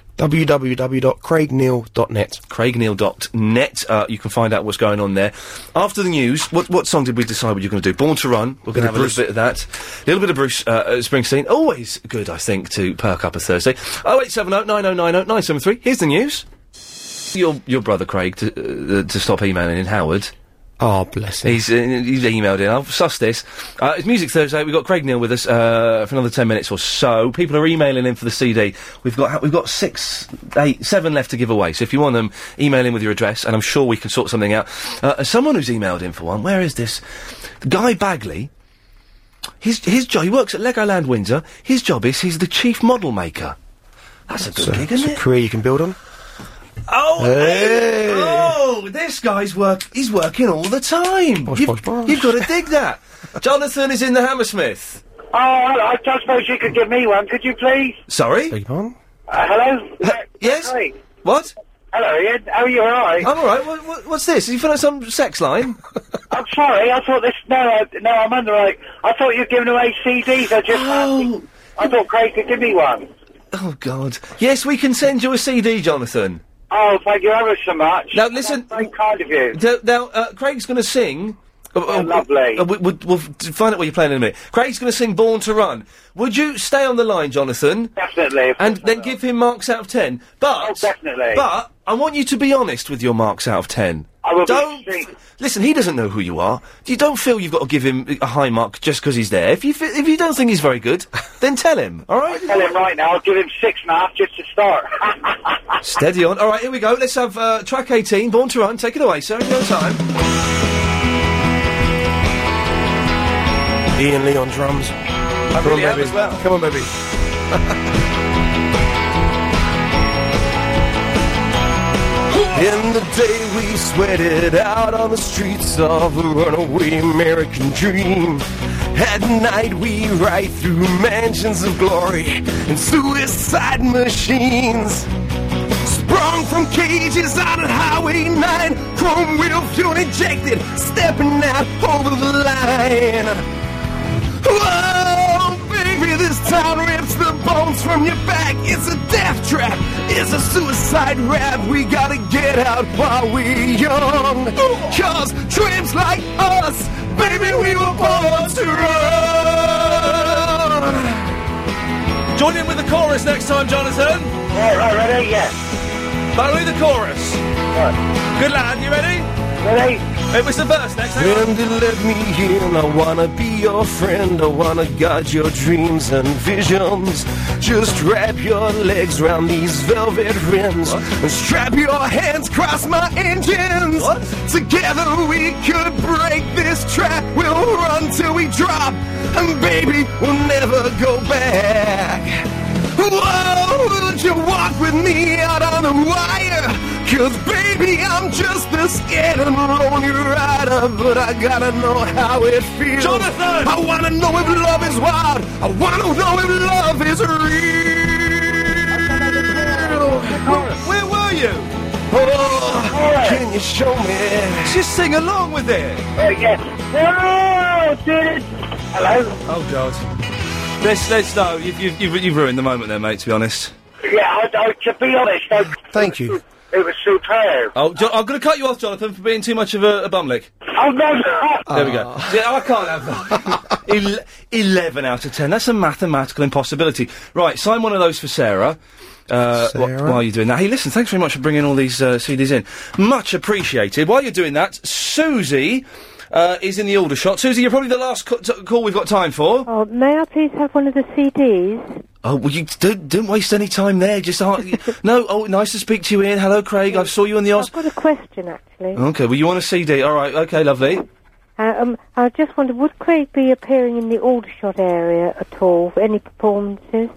[SPEAKER 2] www.craigneil.net.
[SPEAKER 1] CraigNeil.net. Uh, you can find out what's going on there. After the news, what what song did we decide we were going to do? Born to Run. We're going
[SPEAKER 2] Bit
[SPEAKER 1] to have
[SPEAKER 2] of Bruce.
[SPEAKER 1] a little bit of that. A little bit of Bruce uh, uh, Springsteen. Always good, I think, to perk up a Thursday. 0870 9090 973. Here's the news. Your your brother Craig to uh, to stop emailing in Howard.
[SPEAKER 2] Oh, bless him.
[SPEAKER 1] He's, uh, he's emailed in. I've sussed this. Uh, it's Music Thursday. We've got Craig Neil with us uh, for another ten minutes or so. People are emailing in for the CD. We've got we've got six, eight, seven left to give away. So if you want them, email in with your address, and I'm sure we can sort something out. Uh, as someone who's emailed in for one, where is this guy Bagley? His his job. He works at Legoland Windsor. His job is he's the chief model maker. That's a good
[SPEAKER 2] So-
[SPEAKER 1] gig,
[SPEAKER 2] it's
[SPEAKER 1] isn't
[SPEAKER 2] a
[SPEAKER 1] it?
[SPEAKER 2] career you can build on.
[SPEAKER 1] Oh,
[SPEAKER 2] Hey.
[SPEAKER 1] hey. oh, this guy's work. He's working all the time. you've,
[SPEAKER 2] bosh, bosh.
[SPEAKER 1] you've got to dig that. Jonathan is in the Hammersmith.
[SPEAKER 11] Oh, I, I just suppose you could give me one, could you please?
[SPEAKER 1] Sorry.
[SPEAKER 2] Beg your pardon?
[SPEAKER 11] Uh, hello? Is that-
[SPEAKER 1] Yes.
[SPEAKER 11] Craig?
[SPEAKER 1] What?
[SPEAKER 11] Hello, Ian. How are you? All right?
[SPEAKER 1] I'm all right. What, what, what's this? Have you found out some sex line?
[SPEAKER 11] I'm sorry. I thought this. No, I, no, I'm under. Like, I thought you were giving away CDs. I just.
[SPEAKER 1] Oh.
[SPEAKER 11] I thought Craig could give me one.
[SPEAKER 1] oh God. Yes, we can send you a CD, Jonathan.
[SPEAKER 11] Oh, thank you ever so much.
[SPEAKER 1] Now, listen-
[SPEAKER 11] That's very kind of you.
[SPEAKER 1] Now, now uh, Craig's going to sing. Oh,
[SPEAKER 11] lovely.
[SPEAKER 1] Uh, we, we, we'll f- find out what you're playing in a minute. Craig's going to sing "Born to Run." Would you stay on the line, Jonathan?
[SPEAKER 11] Definitely.
[SPEAKER 1] and then give him marks out of ten. But
[SPEAKER 11] Oh, definitely.
[SPEAKER 1] But I want you to be honest with your marks out of ten.
[SPEAKER 11] I will be
[SPEAKER 1] don't
[SPEAKER 11] straight.
[SPEAKER 1] listen. He doesn't know who you are. You don't feel you've got to give him a high mark just because he's there. If you fe- if you don't think he's very good, then tell him. All right.
[SPEAKER 11] Tell him right now. I'll give him six and a half just to start.
[SPEAKER 1] Steady on. All right. Here we go. Let's have uh, track eighteen. Born to Run. Take it away, sir. In your time.
[SPEAKER 2] Ian Lee on drums.
[SPEAKER 1] I
[SPEAKER 2] Come on,
[SPEAKER 1] really am
[SPEAKER 2] baby.
[SPEAKER 1] as well.
[SPEAKER 2] Come on, baby.
[SPEAKER 3] In the day we sweated out on the streets of a runaway American dream. At night we ride through mansions of glory and suicide machines. Sprung from cages out on Highway 9, chrome wheel fuel injected, stepping out over the line. Whoa, baby, this town rips the bones from your back. It's a death trap. It's a suicide rap. We gotta get out while we're young. Cause tramps like us, baby, we were born to run.
[SPEAKER 1] Join in with the chorus next time, Jonathan.
[SPEAKER 11] all right, ready? Yeah.
[SPEAKER 1] Follow the chorus.
[SPEAKER 11] Right.
[SPEAKER 1] Good lad. You ready?
[SPEAKER 11] Ready?
[SPEAKER 1] It was the verse next. Hang on.
[SPEAKER 3] Randy, let me in. I wanna be your friend. I wanna guide your dreams and visions. Just wrap your legs round these velvet rims and strap your hands cross my engines.
[SPEAKER 1] What?
[SPEAKER 3] Together we could break this trap. We'll run till we drop, and baby, we'll never go back. Whoa, would you walk with me out on the wire? Cause baby, I'm just a scared and lonely rider, but I gotta know how it feels.
[SPEAKER 1] Jonathan!
[SPEAKER 3] I wanna know if love is wild. I wanna know if love is real.
[SPEAKER 1] Where were you?
[SPEAKER 3] Oh, can you show me?
[SPEAKER 1] Just sing along with it.
[SPEAKER 11] Right, Oh, yes. Whoa, dude. Hello.
[SPEAKER 1] Oh God. Let's let's no. You've you've, you've, you've ruined the moment there, mate. To be honest.
[SPEAKER 11] Yeah, I, I, to be honest, I,
[SPEAKER 2] Thank you.
[SPEAKER 11] it was superb.
[SPEAKER 1] Oh, jo- I'm going to cut you off, Jonathan, for being too much of a, a bumlick.
[SPEAKER 11] Oh, no, no.
[SPEAKER 1] There we go. Yeah, I can't have that. Ele- Eleven out of ten. That's a mathematical impossibility. Right, sign one of those for Sarah. Uh, wh-
[SPEAKER 2] Sarah?
[SPEAKER 1] while you're doing that, hey, listen, thanks very much for bringing all these uh, CDs in. Much appreciated. While you're doing that, Susie uh, is in the order shot. Susie, you're probably the last c- t- call we've got time for.
[SPEAKER 8] Oh, may I please have one of the CDs?
[SPEAKER 1] Oh, well, you d- didn't waste any time there. Just are no. Oh, nice to speak to you, Ian. Hello, Craig. I saw you in the Oz.
[SPEAKER 8] I've got a question, actually.
[SPEAKER 1] Okay, well, you want a CD? All right. Okay, lovely.
[SPEAKER 8] Uh, um, I just wondered, would Craig be appearing in the Aldershot area at all for any performances?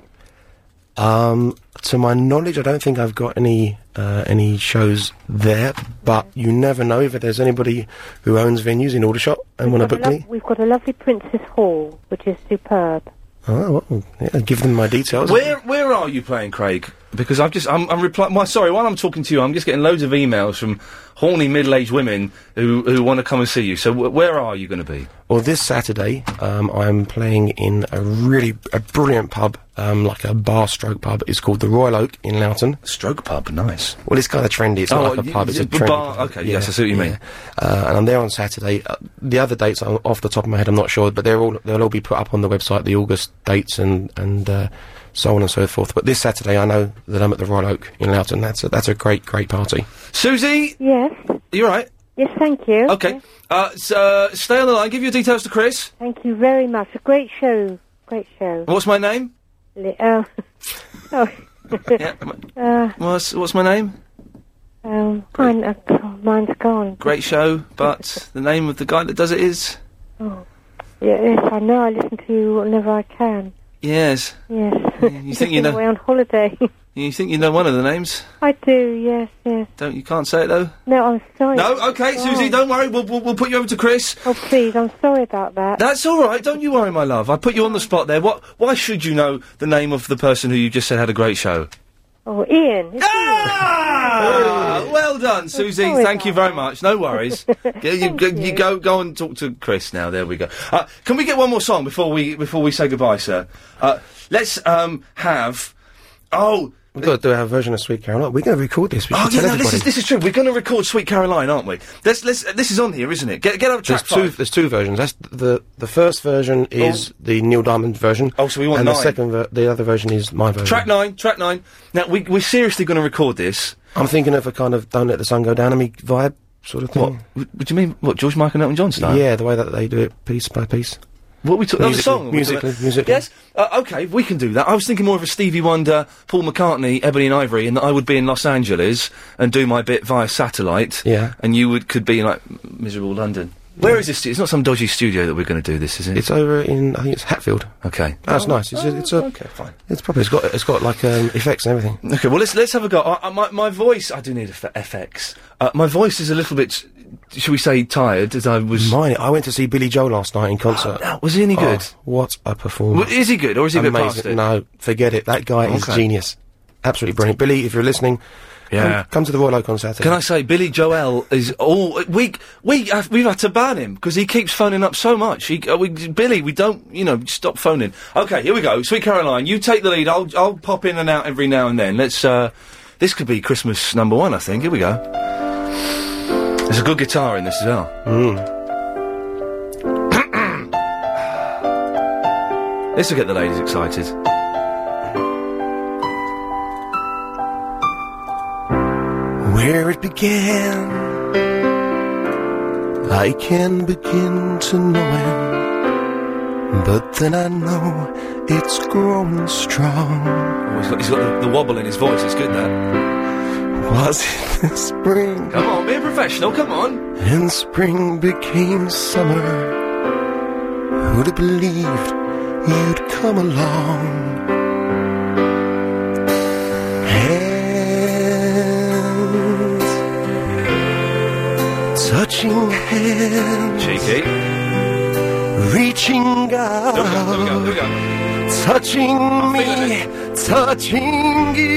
[SPEAKER 2] Um, to my knowledge, I don't think I've got any uh, any shows there, but you never know if there's anybody who owns venues in Aldershot and want to
[SPEAKER 8] We've
[SPEAKER 2] book
[SPEAKER 8] got a
[SPEAKER 2] me.
[SPEAKER 8] lo- we've got a lovely Princess Hall, which is superb.
[SPEAKER 2] Oh, well, yeah, give them my details.
[SPEAKER 1] Where Where are you playing, Craig? because I've just I'm, I'm replying. Well, sorry, while I'm talking to you, I'm just getting loads of emails from horny middle-aged women who who want to come and see you. So wh- where are you going to be?
[SPEAKER 3] Well, this Saturday, um, I'm playing in a really a brilliant pub, um, like a bar stroke pub. It's called the Royal Oak in Loughton.
[SPEAKER 1] Stroke pub, nice.
[SPEAKER 3] Well, it's kind of trendy. It's
[SPEAKER 1] Oh,
[SPEAKER 3] not like a
[SPEAKER 1] y-
[SPEAKER 3] pub. It's
[SPEAKER 1] y-
[SPEAKER 3] a
[SPEAKER 1] b-
[SPEAKER 3] trendy
[SPEAKER 1] bar-
[SPEAKER 3] pub.
[SPEAKER 1] okay, yes, I see what you mean.
[SPEAKER 3] Uh, and I'm there on Saturday. Uh, the other dates, I'm off the top of my head, I'm not sure, but they're all they'll all be put up on the website. The August dates and and uh, so on and so forth. But this Saturday, I know that I'm at the Royal Oak in Loughton. That's a, that's a great great party.
[SPEAKER 1] Susie,
[SPEAKER 12] Yes.
[SPEAKER 1] you all right?
[SPEAKER 12] Yes, thank you.
[SPEAKER 1] Okay. Uh, so, uh, stay on the line. Give your details to Chris.
[SPEAKER 12] Thank you very much. A great show. Great show.
[SPEAKER 1] What's my name?
[SPEAKER 12] Li-
[SPEAKER 8] uh,
[SPEAKER 12] oh. oh.
[SPEAKER 1] yeah.
[SPEAKER 12] Uh,
[SPEAKER 1] What's what's my name?
[SPEAKER 12] um, mine, uh, oh, mine's gone.
[SPEAKER 1] Great show, but the name of the guy that does it is
[SPEAKER 12] Oh. Yeah, yes, I know. I listen to you whenever I can.
[SPEAKER 1] yes.
[SPEAKER 12] Yes.
[SPEAKER 1] You
[SPEAKER 12] Just
[SPEAKER 1] think you
[SPEAKER 12] been
[SPEAKER 1] know?
[SPEAKER 12] away on holiday.
[SPEAKER 1] You think you know one of the names?
[SPEAKER 12] I do. Yes. Yes.
[SPEAKER 1] Don't you? Can't say it though.
[SPEAKER 12] No, I'm sorry.
[SPEAKER 1] No. Okay,
[SPEAKER 12] Oh.
[SPEAKER 1] Susie. Don't worry. We'll, we'll we'll put you over to Chris.
[SPEAKER 12] Oh, please. I'm sorry about that.
[SPEAKER 1] That's all right. Don't you worry, my love. I put you on the spot there. What? Why should you know the name of the person who you just said had a great show?
[SPEAKER 12] Oh, Ian. It's
[SPEAKER 1] Ah! Well done, Susie.
[SPEAKER 12] sorry
[SPEAKER 1] Thank you very much. No worries. you, you,
[SPEAKER 12] Thank
[SPEAKER 1] you. go go and talk to Chris now. There we go. Uh, can we get one more song before we before we say goodbye, sir? Uh, let's um, have. Oh.
[SPEAKER 3] We've got to do our version of Sweet Caroline. We're going to record this. We
[SPEAKER 1] Oh
[SPEAKER 3] should
[SPEAKER 1] yeah,
[SPEAKER 3] tell
[SPEAKER 1] no, this
[SPEAKER 3] everybody.
[SPEAKER 1] is this is true. We're going to record "Sweet Caroline," aren't we? Let's, let's, uh, this is on here, isn't it? Get get up
[SPEAKER 3] There's
[SPEAKER 1] track
[SPEAKER 3] two.
[SPEAKER 1] five.
[SPEAKER 3] There's two versions. That's the the first version is
[SPEAKER 1] Oh.
[SPEAKER 3] the Neil Diamond version.
[SPEAKER 1] Oh, so we want
[SPEAKER 3] and the
[SPEAKER 1] nine.
[SPEAKER 3] second ver- the other version is my version.
[SPEAKER 1] Track nine, track nine. Now we we're seriously going to record this.
[SPEAKER 3] I'm thinking of a kind of "Don't Let the Sun Go Down on Me" vibe sort of thing.
[SPEAKER 1] What, what do you mean? What George Michael and Elton John style?
[SPEAKER 3] Yeah, the way that they do it piece by piece.
[SPEAKER 1] What we talking? Oh, the
[SPEAKER 3] Musically,
[SPEAKER 1] song. we talking about-
[SPEAKER 3] musically, musically.
[SPEAKER 1] Yes. Uh, okay, we can do that. I was thinking more of a Stevie Wonder, Paul McCartney, Ebony and Ivory, and that I would be in Los Angeles and do my bit via satellite.
[SPEAKER 3] Yeah.
[SPEAKER 1] And you would could be in, like m- miserable London. Where is this? stu- It's not some dodgy studio that we're going to do this, is it?
[SPEAKER 3] It's over in I think it's Hatfield.
[SPEAKER 1] okay.
[SPEAKER 3] That's nice. It's, it's a,
[SPEAKER 1] Oh, Okay, fine.
[SPEAKER 3] It's probably it's got it's got like um, effects and everything.
[SPEAKER 1] Okay, well let's let's have a go. I, I, my my voice, I do need a f- FX. Uh, my voice is a little bit, should we say, tired as I was.
[SPEAKER 3] Mine. I went to see Billy Joel last night in concert.
[SPEAKER 1] Oh, was he any good?
[SPEAKER 3] Oh, what a performance!
[SPEAKER 1] Well, is he good, or is he a bit past it?
[SPEAKER 3] Amazing. No, forget it. That guy is
[SPEAKER 1] Okay.
[SPEAKER 3] genius. Absolutely brilliant. Billy, if you're listening,
[SPEAKER 1] Yeah.
[SPEAKER 3] come, come to the Royal Oak on Saturday.
[SPEAKER 1] Can I say Billy Joel is all we we have, we've had to ban him because he keeps phoning up so much. He, uh, we, Billy, we don't you know stop phoning. Okay, here we go. Sweet Caroline, you take the lead. I'll I'll pop in and out every now and then. Let's uh, this could be Christmas number one. I think. Here we go. There's a good guitar in this as well. this will get the ladies excited.
[SPEAKER 3] where it began. I can begin to know it, but then I know it's growing strong.
[SPEAKER 1] Oh, he's got, he's got the, the wobble in his voice. It's good. That
[SPEAKER 3] Was it the spring?
[SPEAKER 1] come on, be a professional. Come on.
[SPEAKER 3] And spring became summer. Who'd have believed you'd come along? Hands, touching hands,
[SPEAKER 1] Cheeky.
[SPEAKER 3] reaching
[SPEAKER 1] Here we go.
[SPEAKER 3] out,
[SPEAKER 1] Here we go.
[SPEAKER 3] touching me, touching you.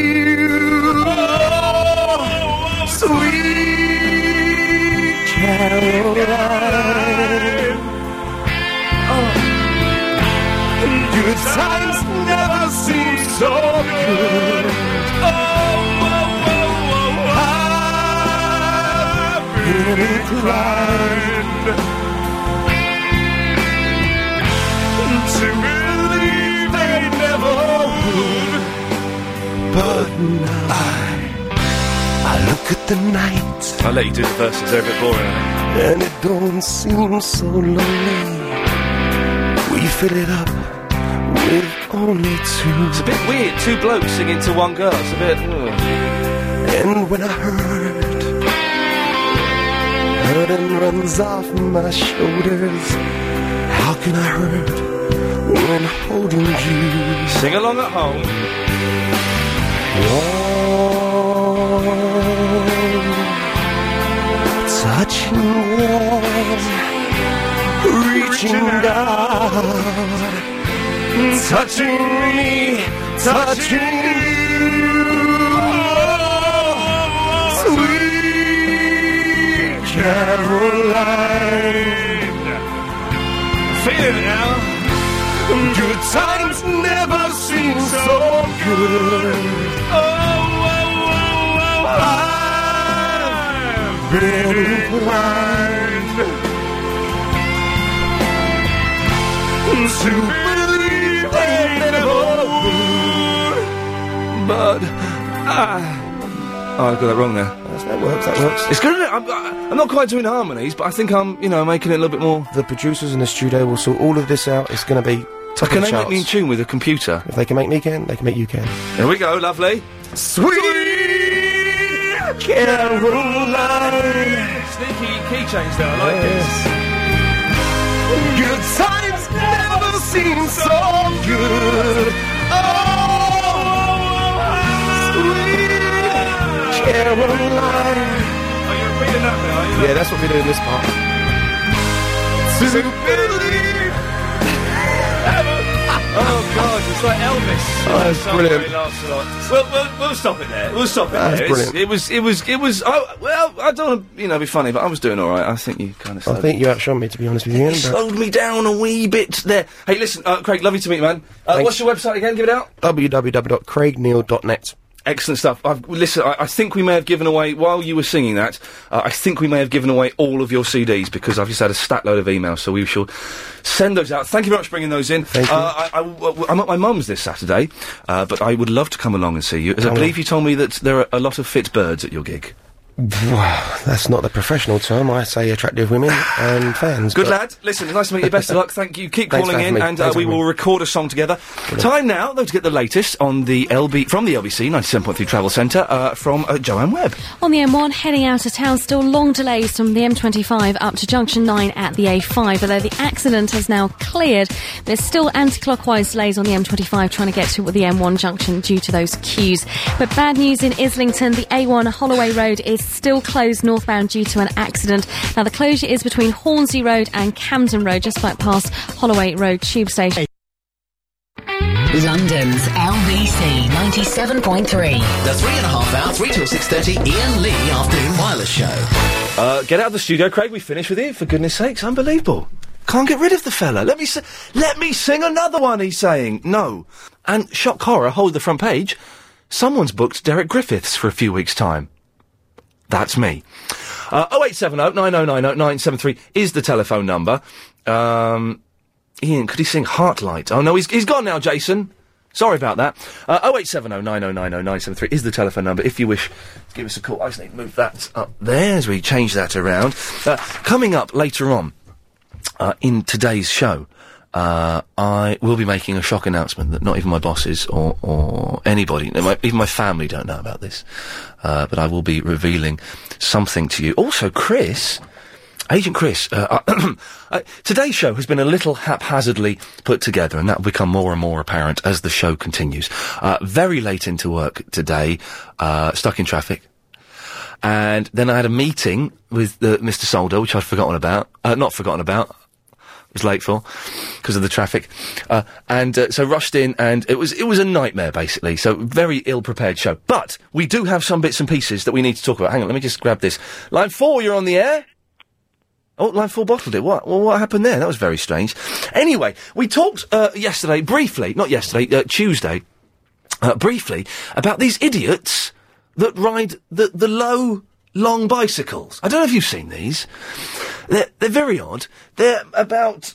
[SPEAKER 3] Sweet Caroline. Oh. Good times never seem so good. Oh, oh, oh, oh, oh. I've been inclined to believe they never would. But now I, I look at the night.
[SPEAKER 1] I'll let you do the verses, they're a bit boring. I
[SPEAKER 3] And it don't seem so lonely. We fill it up with only two.
[SPEAKER 1] think. It's a bit weird, two blokes singing to one girl. It's a bit. hmm. ugh.
[SPEAKER 3] And when I hurt, burden runs off my shoulders. How can I hurt when holding you?
[SPEAKER 1] Sing along at home.
[SPEAKER 3] Warm, touching walls, reaching out, touching me, touching you. Caroline. Feel it now. Good times never seem so good. Oh, oh, oh, oh, I've been inclined to believe they never would.
[SPEAKER 1] But I. Oh, I got that wrong there.
[SPEAKER 2] that works, that works.
[SPEAKER 1] It's good. isn't it? I'm, I- I'm not quite doing harmonies, but I think I'm, you know, making it a little bit more.
[SPEAKER 2] The producers in the studio will sort all of this out. It's going to be top
[SPEAKER 1] Can
[SPEAKER 2] of
[SPEAKER 1] they
[SPEAKER 2] the
[SPEAKER 1] make
[SPEAKER 2] charts.
[SPEAKER 1] me in tune with a computer?
[SPEAKER 2] if they can make me can, they can make you can.
[SPEAKER 1] Here we go, lovely.
[SPEAKER 3] Sweet Caroline.
[SPEAKER 1] Sneaky key change there. I like this.
[SPEAKER 3] Good times never seem so good. Oh, sweet Caroline.
[SPEAKER 1] Are you repeating that now? Are you
[SPEAKER 2] Yeah, that's what we do in this part.
[SPEAKER 3] To believe.
[SPEAKER 1] Oh God, it's like Elvis.
[SPEAKER 2] Oh, that's
[SPEAKER 1] Somewhere
[SPEAKER 2] brilliant.
[SPEAKER 1] Lancelot. We'll, we'll, we'll stop it there. Uh, We'll stop it
[SPEAKER 2] That's
[SPEAKER 1] there. It's-
[SPEAKER 2] brilliant.
[SPEAKER 1] It was, it was, it was. Oh, well, I don't want to, you know, be funny, but I was doing all right. I think you kind of.
[SPEAKER 2] I think you outshone me, to be honest with you.
[SPEAKER 1] You
[SPEAKER 2] But
[SPEAKER 1] slowed me down a wee bit there. Hey, listen, uh, Craig, lovely to meet you, man. Uh,
[SPEAKER 2] Thanks.
[SPEAKER 1] what's your website again? Give it out.
[SPEAKER 2] www.craigneil.net.
[SPEAKER 1] Excellent stuff. I've, listen, I, I think we may have given away, while you were singing that, uh, I think we may have given away all of your CDs because I've just had a stat load of emails, so we shall send those out. Thank you very much for bringing those in.
[SPEAKER 2] Thank you.
[SPEAKER 1] Uh, I, am at my mum's this Saturday, uh, but I would love to come along and see you, as I
[SPEAKER 2] Come
[SPEAKER 1] believe you told me that there are a lot of fit birds at your gig.
[SPEAKER 2] Wow, that's not the professional term. I say attractive women and fans.
[SPEAKER 1] Good
[SPEAKER 2] but
[SPEAKER 1] lad. Listen, it's nice to meet you. Best of luck. Thank you. Keep
[SPEAKER 2] Thanks
[SPEAKER 1] calling
[SPEAKER 2] for
[SPEAKER 1] in,
[SPEAKER 2] having me.
[SPEAKER 1] and uh,
[SPEAKER 2] Thanks for
[SPEAKER 1] we
[SPEAKER 2] having
[SPEAKER 1] will
[SPEAKER 2] me.
[SPEAKER 1] record a song together. Time now, though, to get the latest on the LB from the LBC 97.3 Travel Centre uh, from uh, Joanne Webb.
[SPEAKER 13] On the M1, heading out of town, still long delays from the M25 up to junction 9 at the A5, although the accident has now cleared. There's still anti clockwise delays on the M25 trying to get to the M1 junction due to those queues. But bad news in Islington, the A1 Holloway Road is still closed northbound due to an accident. Now, the closure is between Hornsey Road and Camden Road, just back past Holloway Road Tube Station.
[SPEAKER 14] London's LBC 97.3.
[SPEAKER 15] The three and a half hour, three till six thirty, Ian Lee afternoon wireless show.
[SPEAKER 1] Uh, get out of the studio, Craig. We finished with you. For goodness sakes, unbelievable. Can't get rid of the fella. Let me si- let me sing another one. He's saying no, and shock horror. Hold the front page. Someone's booked Derek Griffiths for a few weeks' time. That's me. Uh, 0870 9090 973 is the telephone number. Um, Ian, could he sing Heartlight? Oh no, he's he's gone now, Jason. Sorry about that. Uh, 0870 9090 973 is the telephone number if you wish to give us a call. I just need to move that up there as we change that around. Uh, coming up later on uh, in today's show, uh, I will be making a shock announcement that not even my bosses or, or anybody, no, my, even my family don't know about this. Uh, but I will be revealing something to you. Also, Chris, Agent Chris, uh, uh, today's show has been a little haphazardly put together, and that will become more and more apparent as the show continues. Uh, very late into work today, uh, stuck in traffic. And then I had a meeting with uh, Mr. Solder, which I'd forgotten about. Uh, not forgotten about. It was late for because of the traffic, uh, and uh, so rushed in, and it was it was a nightmare basically. So very ill prepared show, but we do have some bits and pieces that we need to talk about. Hang on, let me just grab this line four. You're on the air. Oh, line four bottled it. What? Well, what happened there? That was very strange. Anyway, we talked uh, yesterday briefly, not yesterday, uh, Tuesday, uh, briefly about these idiots that ride the, the low, long bicycles. I don't know if you've seen these. They're, they're very odd. They're about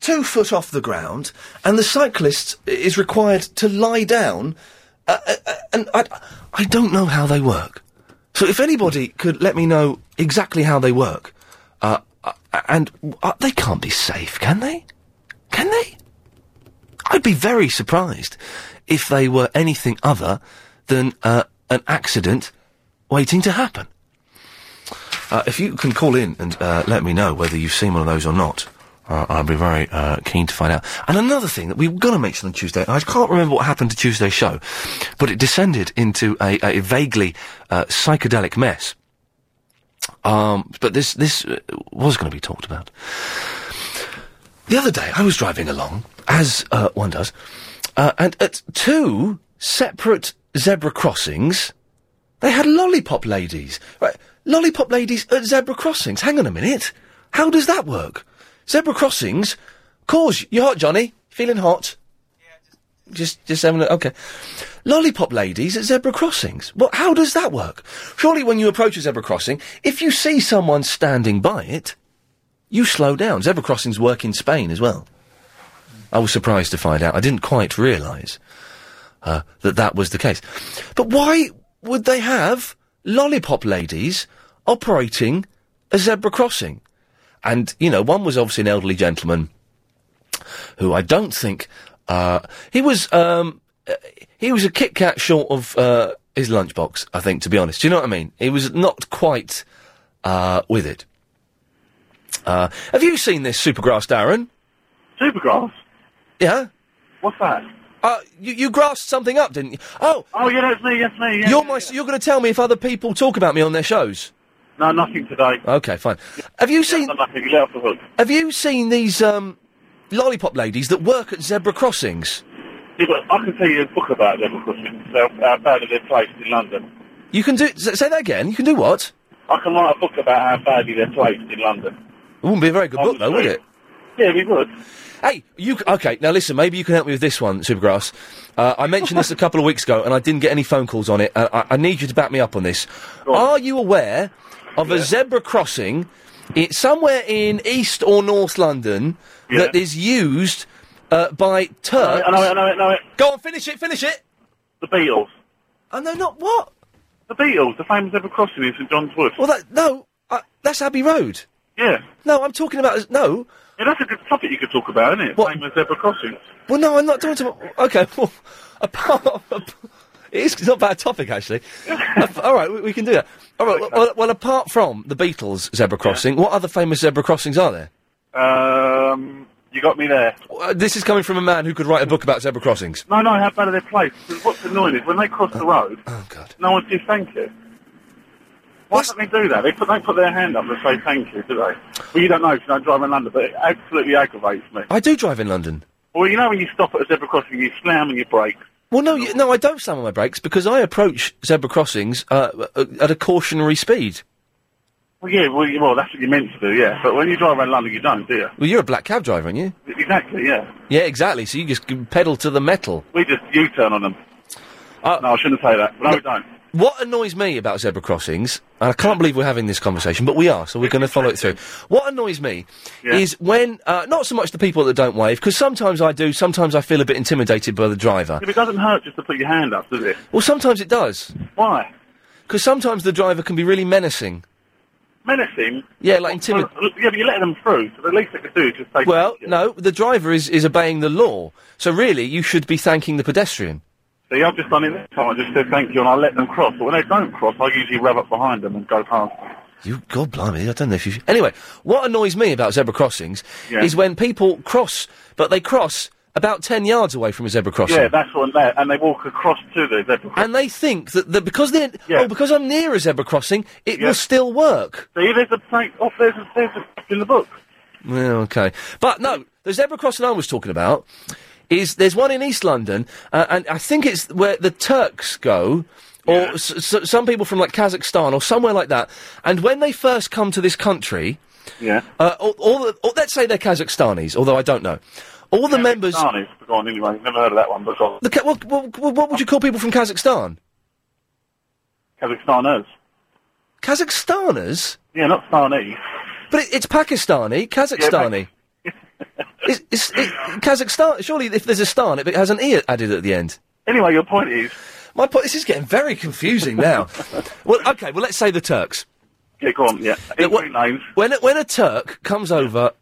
[SPEAKER 1] two foot off the ground, and the cyclist i- is required to lie down. Uh, uh, uh, and I, I don't know how they work. So if anybody could let me know exactly how they work, uh, uh, and uh, they can't be safe, can they? Can they? I'd be very surprised if they were anything other than uh, an accident waiting to happen. Uh, if you can call in and uh, let me know whether you've seen one of those or not, uh, I'd be very uh, keen to find out. And another thing that we were going to mention on Tuesday, I can't remember what happened to Tuesday's show, but it descended into a, a vaguely uh, psychedelic mess. Um, but this this uh, was going to be talked about. The other day, I was driving along, as uh, one does, uh, and at two separate zebra crossings, They had lollipop ladies. Right, lollipop ladies at zebra crossings. Hang on a minute. How does that work? Zebra crossings cause you hot, Johnny? Feeling hot? Yeah. Just, just having a okay. Lollipop ladies at zebra crossings. What? How does that work? Surely, when you approach a zebra crossing, if you see someone standing by it, you slow down. Zebra crossings work in Spain as well. I was surprised to find out. I didn't quite realise uh, that that was the case. But why would they have lollipop ladies operating a zebra crossing? And, you know, one was obviously an elderly gentleman who I don't think. Uh, he was. Um, uh, he was a Kit Kat short of uh, his lunchbox, I think, to be honest. Do you know what I mean? He was not quite uh, with it. Uh, have you seen this Supergrass, Darren? Supergrass? Yeah? What's that? Uh, you, you grasped something up, didn't you? Oh!
[SPEAKER 11] Oh, yeah, that's me, that's me. Yeah.
[SPEAKER 1] you're my, you're going to tell me if other people talk about me on their shows?
[SPEAKER 11] No, nothing today.
[SPEAKER 1] Okay, fine. Have you seen?
[SPEAKER 11] Nothing. Get off the hook.
[SPEAKER 1] Have you seen these um, lollipop ladies that work at zebra crossings?
[SPEAKER 11] Yeah, but I can tell you a book about them, of course, itself, how badly they're placed in London.
[SPEAKER 1] You can do. s- Say that again. You can do what?
[SPEAKER 11] I can write a book about how badly they're placed in London.
[SPEAKER 1] It wouldn't be a very good book, though, would it?
[SPEAKER 11] Yeah, we would.
[SPEAKER 1] Hey, you c- okay? Now listen, maybe you can help me with this one, Supergrass. Uh, I mentioned this a couple of weeks ago, and I didn't get any phone calls on it. And I, I need you to back me up on this. Are you aware of a zebra crossing? It's somewhere in East or North London that is used uh, by Turks.
[SPEAKER 11] I know it, I know it, I know it.
[SPEAKER 1] Go on, finish it, finish it.
[SPEAKER 11] The Beatles.
[SPEAKER 1] Oh, no, not what?
[SPEAKER 11] The Beatles, the famous ever crossing in St John's Wood.
[SPEAKER 1] Well, that, no, uh, that's Abbey Road.
[SPEAKER 11] Yeah.
[SPEAKER 1] No, I'm talking about no.
[SPEAKER 11] Yeah, that's a good topic you could talk about, isn't it? What? Famous zebra crossing.
[SPEAKER 1] Well, no, I'm not doing to. Okay, well, apart. It's not a bad topic, actually. Ap- All right, we, we can do that. All right, well, well, well, apart from the Beatles zebra crossing, what other famous zebra crossings are there?
[SPEAKER 11] Um, you got me there.
[SPEAKER 1] Uh, this is coming from a man who could write a book about zebra crossings.
[SPEAKER 11] No, no, how bad are they placed? 'Cause what's annoying is when they cross the road, oh,
[SPEAKER 1] God.
[SPEAKER 11] no one says thank you. Why don't they do that? They put, they put their hand up and say thank you, do they? Well, you don't know if you don't drive in London, but it absolutely aggravates me.
[SPEAKER 1] I do drive in London.
[SPEAKER 11] Well, you know when you stop at a zebra crossing, you slam and you brake.
[SPEAKER 1] Well, no, you, no, I don't slam on my brakes because I approach zebra crossings uh, uh, at a cautionary speed.
[SPEAKER 11] Well, yeah, well, you- well, that's what you're meant to do, yeah. But when you drive around London, you don't, do you?
[SPEAKER 1] Well, you're a black cab driver, aren't you?
[SPEAKER 11] Exactly, yeah.
[SPEAKER 1] Yeah, exactly. So you just g- pedal to the metal.
[SPEAKER 11] We just U-turn on them.
[SPEAKER 1] Uh,
[SPEAKER 11] no, I shouldn't say that. No, we don't.
[SPEAKER 1] What annoys me about zebra crossings, and I can't believe we're having this conversation, but we are, so we're going to follow it through. What annoys me is when, uh, not so much the people that don't wave, because sometimes I do, sometimes I feel a bit intimidated by the driver.
[SPEAKER 11] If it doesn't hurt just to put your hand up, does it?
[SPEAKER 1] Well, sometimes it does.
[SPEAKER 11] Why?
[SPEAKER 1] Because sometimes the driver can be really menacing.
[SPEAKER 11] Menacing?
[SPEAKER 1] Yeah, like intimid-
[SPEAKER 11] Well, Yeah, but you let them through, so the least they could do is just say...
[SPEAKER 1] Well, no, the driver is, is obeying the law, so really you should be thanking the pedestrian.
[SPEAKER 11] See, I've just done it this time. I just said thank you and I let them cross. But when they don't cross, I usually rev up behind them and go past.
[SPEAKER 1] You, God blimey, I don't know if you. Anyway, what annoys me about zebra crossings
[SPEAKER 11] Yeah.
[SPEAKER 1] is when people cross, but they cross about 10 yards away from a zebra crossing.
[SPEAKER 11] Yeah, that's what they And they walk across to the zebra crossing.
[SPEAKER 1] and they think that, that because they're oh because I'm near a zebra crossing, it will still work.
[SPEAKER 11] See, there's a plank off. There's a, there's a in the book.
[SPEAKER 1] Yeah, okay, but no, the zebra crossing I was talking about is there's one in East London, uh, and I think it's where the Turks go. Or s- s- some people from like Kazakhstan or somewhere like that, and when they first come to this country,
[SPEAKER 11] Yeah.
[SPEAKER 1] uh, all, all the, or let's say they're Kazakhstanis, alther I don't know, all the members.
[SPEAKER 11] Darnies, but go on anyway. Never heard of that one, but go on.
[SPEAKER 1] The, Ka- what, what, what would you call people from Kazakhstan?
[SPEAKER 11] Kazakhstaners.
[SPEAKER 1] Kazakhstaners?
[SPEAKER 11] Yeah, not Starnese.
[SPEAKER 1] But it, it's Pakistani, Kazakhstani. it's, it's, it, Kazakhstan. Surely, if there's a star, it has an e added at the end.
[SPEAKER 11] Anyway, your point is.
[SPEAKER 1] My point. This is getting very confusing now. well, okay. Well, let's say the Turks.
[SPEAKER 11] Yeah, go on. Yeah.
[SPEAKER 1] That wh- When a- when a Turk comes over,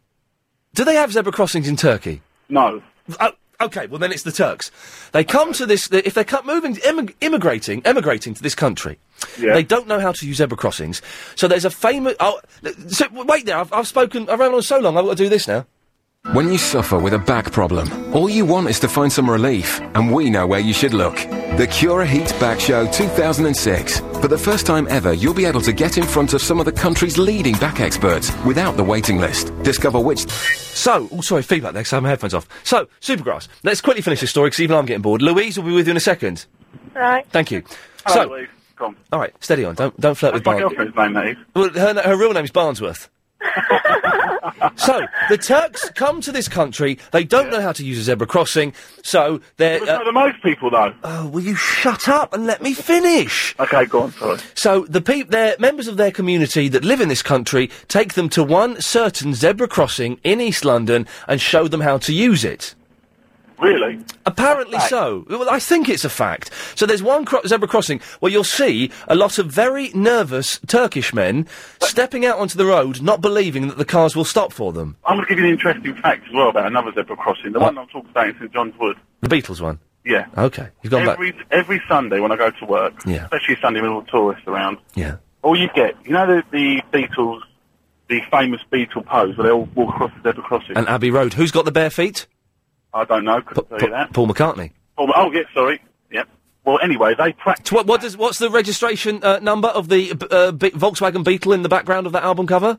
[SPEAKER 1] do they have zebra crossings in Turkey?
[SPEAKER 11] No.
[SPEAKER 1] Oh, okay. Well, then it's the Turks. They come to this. If they come moving, emig- immigrating, emigrating to this country,
[SPEAKER 11] Yeah.
[SPEAKER 1] they don't know how to use zebra crossings. So there's a famous. Oh, so wait there. I've, I've spoken. I've run on so long. I've got to do this now.
[SPEAKER 16] When you suffer with a back problem, all you want is to find some relief, and we know where you should look. The Cura Heat Back Show 2006. For the first time ever, you'll be able to get in front of some of the country's leading back experts without the waiting list. Discover which.
[SPEAKER 1] So, oh, sorry, feedback there, 'cause I have my headphones off. So, Supergrass, let's quickly finish this story, because even I'm getting bored. Louise will be with you in a second.
[SPEAKER 8] Right.
[SPEAKER 1] Thank you.
[SPEAKER 8] Hello,
[SPEAKER 1] so,
[SPEAKER 8] Louise.
[SPEAKER 11] com.
[SPEAKER 1] All right, steady on. Don't don't flirt with
[SPEAKER 11] That's my
[SPEAKER 1] Barnes.
[SPEAKER 11] girlfriend's name, that is.
[SPEAKER 1] Well, her her real name's Barnsworth. so the Turks come to this country. They don't know how to use a zebra crossing, so they're. uh,
[SPEAKER 11] But so do most people, though.
[SPEAKER 1] Oh, will you shut up and let me finish?
[SPEAKER 11] Okay, go on. Sorry.
[SPEAKER 1] So the peop- their members of their community that live in this country take them to one certain zebra crossing in East London and show them how to use it.
[SPEAKER 11] Really?
[SPEAKER 1] Apparently so. Well, I think it's a fact. So there's one cro- zebra crossing where you'll see a lot of very nervous Turkish men stepping out onto the road, not believing that the cars will stop for them.
[SPEAKER 11] I'm going to give you an interesting fact as well about another zebra crossing. The one I'm talking about in St John's Wood.
[SPEAKER 1] The Beatles one.
[SPEAKER 11] Yeah.
[SPEAKER 1] Okay, you've gone back.
[SPEAKER 11] every, every Sunday when I go to work,
[SPEAKER 1] Yeah.
[SPEAKER 11] especially Sunday with all the tourists around,
[SPEAKER 1] Yeah.
[SPEAKER 11] all you get, you know the, the Beatles, the famous Beatle pose where they all walk across the zebra crossing?
[SPEAKER 1] And Abbey Road. Who's got the bare feet?
[SPEAKER 11] I don't know, couldn't tell you that.
[SPEAKER 1] Paul McCartney.
[SPEAKER 11] Oh, oh, yeah, sorry. Yep. Well, anyway, they practice.
[SPEAKER 1] What, what does what's the registration uh, number of the b- uh, Be- Volkswagen Beetle in the background of that album cover?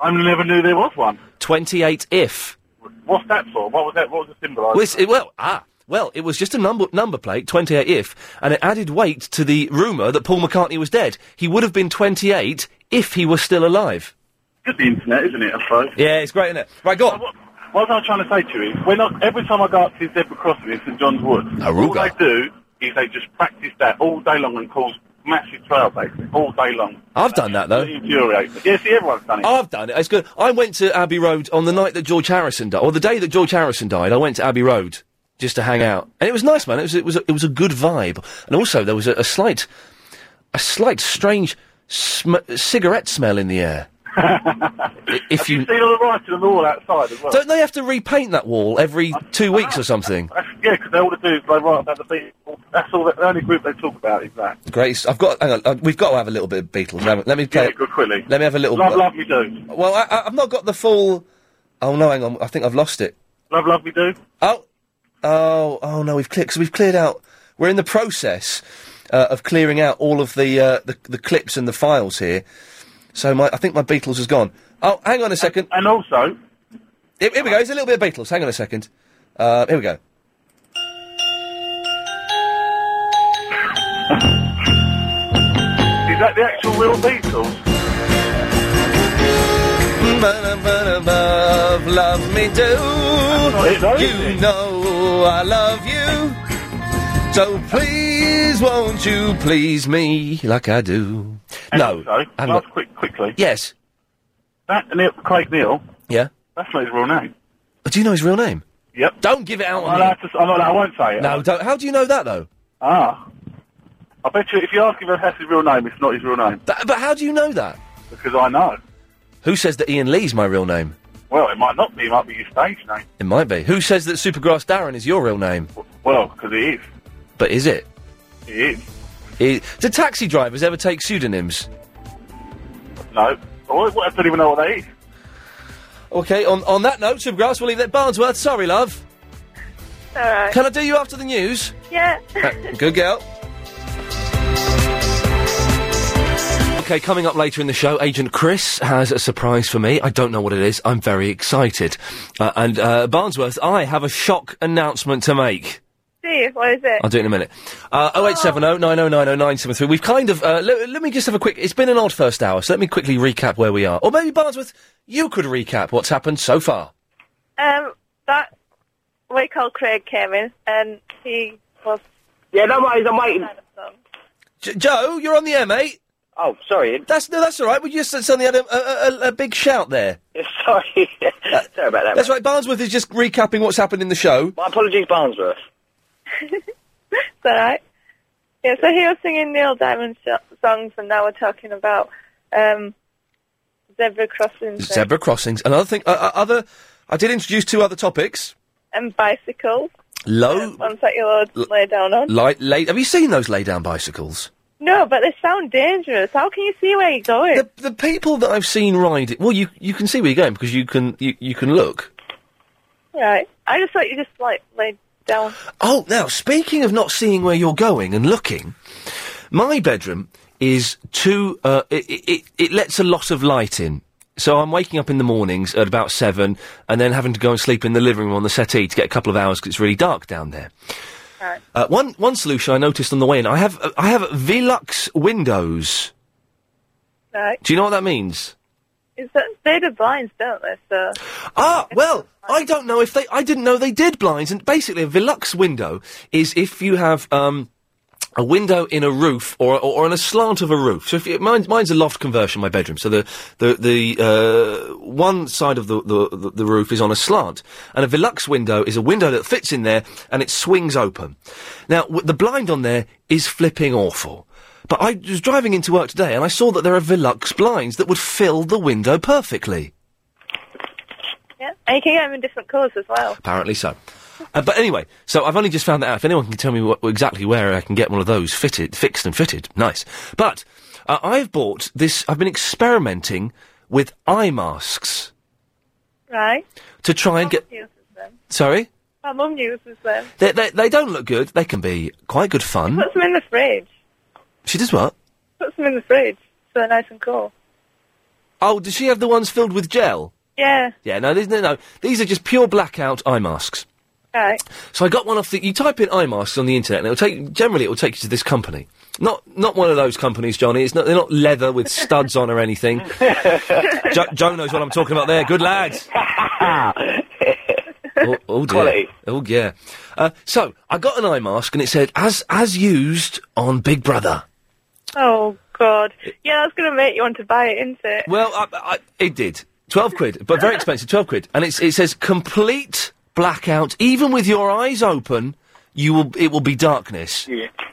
[SPEAKER 11] I never knew there was one.
[SPEAKER 1] Twenty-eight if.
[SPEAKER 11] What's that for? What was that? What was the symbol?
[SPEAKER 1] Well, it's- it- well, ah, well, it was just a number number plate, twenty-eight if, and it added weight to the rumor that Paul McCartney was dead. He would have been twenty-eight if he was still alive.
[SPEAKER 11] Good the internet, isn't it? I suppose.
[SPEAKER 1] Yeah, it's great, isn't it? Right, go on.
[SPEAKER 11] What, what I was trying to say to you is, when I, every time I go up to zebra crossing in St John's Wood, all they do is they just practice that all day long and cause massive trailblazing all day long.
[SPEAKER 1] I've done that though.
[SPEAKER 11] Infuriates me. Yeah, see, everyone's done it.
[SPEAKER 1] I've done it. It's good. I went to Abbey Road on the night that George Harrison died, or the day that George Harrison died. I went to Abbey Road just to hang out, and it was nice, man. It was it was a, it was a good vibe, and also there was a, a slight, a slight strange sm- cigarette smell in the air. I- if you
[SPEAKER 11] See all the writing on the wall outside as well.
[SPEAKER 1] don't, they have to repaint that wall every two weeks or something.
[SPEAKER 11] That's, yeah, because all they do is they write about the people. That's all. the only group they talk about is that.
[SPEAKER 1] Grace, I've got. Hang on, uh, we've got to have a little bit of Beatles. haven't we? Let me play.
[SPEAKER 11] Yeah, good quickly.
[SPEAKER 1] Let me have a little.
[SPEAKER 11] Love, love me do.
[SPEAKER 1] Well, I, I, I've not got the full. Oh no, hang on. I think I've lost it.
[SPEAKER 11] Love, love me do.
[SPEAKER 1] Oh, oh, oh no! We've clicked. So we've cleared out. We're in the process uh, of clearing out all of the, uh, the the clips and the files here. So my, I think my Beatles has gone. Oh, hang on a second.
[SPEAKER 11] And, also,
[SPEAKER 1] here, here we go. Here's a little bit of Beatles. Hang on a second. Uh, here we go.
[SPEAKER 11] Is that the actual real Beatles?
[SPEAKER 1] Above, love me do. You know I love you. So please, won't you please me like I do? no. hang on.
[SPEAKER 11] quick, quickly.
[SPEAKER 1] Yes.
[SPEAKER 11] That Neil, Craig Neil.
[SPEAKER 1] Yeah.
[SPEAKER 11] That's not his real name.
[SPEAKER 1] Do you know his real name?
[SPEAKER 11] Yep.
[SPEAKER 1] Don't give it out
[SPEAKER 11] I'm
[SPEAKER 1] on
[SPEAKER 11] allowed to, I'm not, I won't say it.
[SPEAKER 1] No, don't. How do you know that though?
[SPEAKER 11] Ah. I bet you if you ask him if that's his real name, it's not his real name.
[SPEAKER 1] But, but how do you know that?
[SPEAKER 11] Because I know.
[SPEAKER 1] Who says that Ian Lee's my real name?
[SPEAKER 11] Well, it might not be. It might be his stage name.
[SPEAKER 1] It might be. Who says that Supergrass Darren is your real name?
[SPEAKER 11] Well, because he is.
[SPEAKER 1] But is it?
[SPEAKER 11] He is.
[SPEAKER 1] I- do taxi drivers ever take pseudonyms?
[SPEAKER 11] No. Oh, I don't even know what that is.
[SPEAKER 1] Okay, on, on that note, Supergrass, we'll leave that. Barnsworth, sorry, love.
[SPEAKER 10] All right.
[SPEAKER 1] Can I do you after the news?
[SPEAKER 10] Yeah.
[SPEAKER 1] Uh, Good girl. Okay, coming up later in the show, Agent Chris has a surprise for me. I don't know what it is. I'm very excited. Uh, and uh, Barnsworth, I have a shock announcement to make.
[SPEAKER 10] Steve, what is it?
[SPEAKER 1] I'll do it in a minute. Uh, 0870 9090 973. We've kind of. Uh, le- let me just have a quick. It's been an odd first hour, so let me quickly recap where we are. Or maybe, Barnsworth, you could recap what's happened so far. uh,
[SPEAKER 10] Um, that we call Craig came in, and he was.
[SPEAKER 17] Yeah, no worries, I'm waiting.
[SPEAKER 1] J- Joe, you're on the air, mate.
[SPEAKER 17] Oh, sorry.
[SPEAKER 1] That's no, that's all right. We just suddenly had a, a, a, a big shout there.
[SPEAKER 17] Sorry. Sorry about that.
[SPEAKER 1] That's
[SPEAKER 17] mate.
[SPEAKER 1] right. Barnsworth is just recapping what's happened in the show.
[SPEAKER 17] My apologies, Barnsworth.
[SPEAKER 10] It's all right. Yeah, so he was singing Neil Diamond sh- songs, and now we're talking about um, zebra crossings and-
[SPEAKER 1] Zebra crossings. Another thing. Uh, uh, other. I did introduce two other topics.
[SPEAKER 10] and bicycles.
[SPEAKER 1] Low,
[SPEAKER 10] Ones that you'll
[SPEAKER 1] L-
[SPEAKER 10] lay down on.
[SPEAKER 1] light, lay. Have you seen those lay down bicycles?
[SPEAKER 10] no, but they sound dangerous. How can you see where you're going?
[SPEAKER 1] The, the people that I've seen ride it. Well, you you can see where you're going because you can you, you can look.
[SPEAKER 10] Right. I just thought you just like laid down.
[SPEAKER 1] Oh, now speaking of not seeing where you're going and looking, my bedroom is too. Uh, it, it it lets a lot of light in. So I'm waking up in the mornings at about seven, and then having to go and sleep in the living room on the settee to get a couple of hours because it's really dark down there.
[SPEAKER 10] Right.
[SPEAKER 1] Uh, one one solution I noticed on the way in, I have uh, I have Velux windows.
[SPEAKER 10] Right.
[SPEAKER 1] Do you know what that means?
[SPEAKER 10] Is that they do blinds, don't they? So
[SPEAKER 1] Ah, well, I don't know if they. I didn't know they did blinds. And basically, a Velux window is if you have um, a window in a roof or, or, or on a slant of a roof. So if you, mine, mine's a loft conversion, my bedroom. So the the the uh, one side of the, the the- the roof is on a slant, and a Velux window is a window that fits in there and it swings open. Now w- the blind on there is flipping awful. But I was driving into work today and I saw that there are Velux blinds that would fill the window perfectly.
[SPEAKER 10] yeah, and you can get them in different colours as well.
[SPEAKER 1] Apparently so. Uh, but anyway, so I've only just found that out. If anyone can tell me what, exactly where I can get one of those fitted, fixed and fitted, nice. But uh, I've bought this. I've been experimenting with eye masks
[SPEAKER 10] Right.
[SPEAKER 1] to try and get.
[SPEAKER 10] Uses them.
[SPEAKER 1] Sorry,
[SPEAKER 10] My mum uses them.
[SPEAKER 1] they, they they don't look good. They can be quite good fun.
[SPEAKER 10] Puts them in the fridge.
[SPEAKER 1] She does what?
[SPEAKER 10] Puts them in the fridge so they're nice and cool.
[SPEAKER 1] Oh, does she have the ones filled with gel?
[SPEAKER 10] Yeah.
[SPEAKER 1] Yeah, no, these, no, no. These are just pure blackout eye masks.
[SPEAKER 10] Right.
[SPEAKER 1] So I got one off the. You type in eye masks on the internet, and it'll take. Generally, it will take you to this company. Not not one of those companies, Johnny. It's not. They're not leather with studs on or anything. jo- Joe knows what I'm talking about. There, good lads. oh, oh dear.
[SPEAKER 17] Quality.
[SPEAKER 1] Oh yeah. Uh, so I got an eye mask, and it said as as used on Big Brother.
[SPEAKER 10] Oh God. Yeah, that's gonna make you want to buy it, isn't it?
[SPEAKER 1] Well, I, I, it did. Twelve quid, but very expensive. Twelve quid, and it's, it says complete blackout. Even with your eyes open, you will. It will be darkness.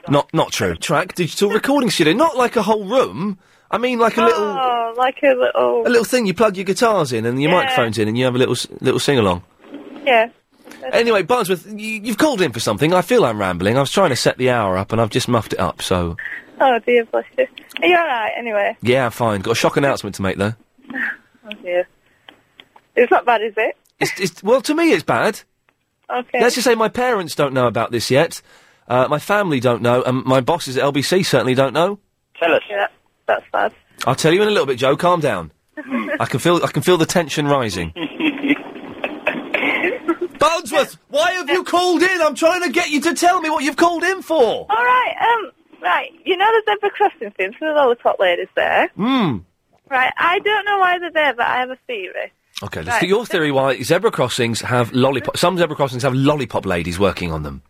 [SPEAKER 1] Not not true. Track digital recording studio. Not like a whole room. I mean, like a little
[SPEAKER 10] Oh, like a little.
[SPEAKER 1] a little thing. You plug your guitars in and your
[SPEAKER 10] Yeah.
[SPEAKER 1] microphones in, and you have a little s- little sing along.
[SPEAKER 10] Yeah.
[SPEAKER 1] Anyway, Barnsworth, you, you've called in for something. I feel I'm rambling. I was trying to set the hour up, and I've just muffed it up. So
[SPEAKER 10] Oh dear, bless you. Are you all right? Anyway.
[SPEAKER 1] yeah, fine. Got a shock announcement to make though.
[SPEAKER 10] Oh dear. It's not bad, is it?
[SPEAKER 1] It's, it's well to me, it's bad.
[SPEAKER 10] Okay.
[SPEAKER 1] Let's just say my parents don't know about this yet. Uh, my family don't know, and my bosses at LBC certainly don't know.
[SPEAKER 17] Tell us.
[SPEAKER 10] Yeah, that's bad.
[SPEAKER 1] I'll tell you in a little bit, Joe. Calm down. I can feel I can feel the tension rising. Bonesworth, why have you called in? I'm trying to get you to tell me what you've called in for.
[SPEAKER 10] All right. Um. Right. You know the zebra crossing thing. So the lollipop lady's there.
[SPEAKER 1] Hmm.
[SPEAKER 10] Right. I don't know why they're there, but I have a theory.
[SPEAKER 1] Okay, let's
[SPEAKER 10] Right.
[SPEAKER 1] get your theory why zebra crossings have lollipop. Some zebra crossings have lollipop ladies working on them.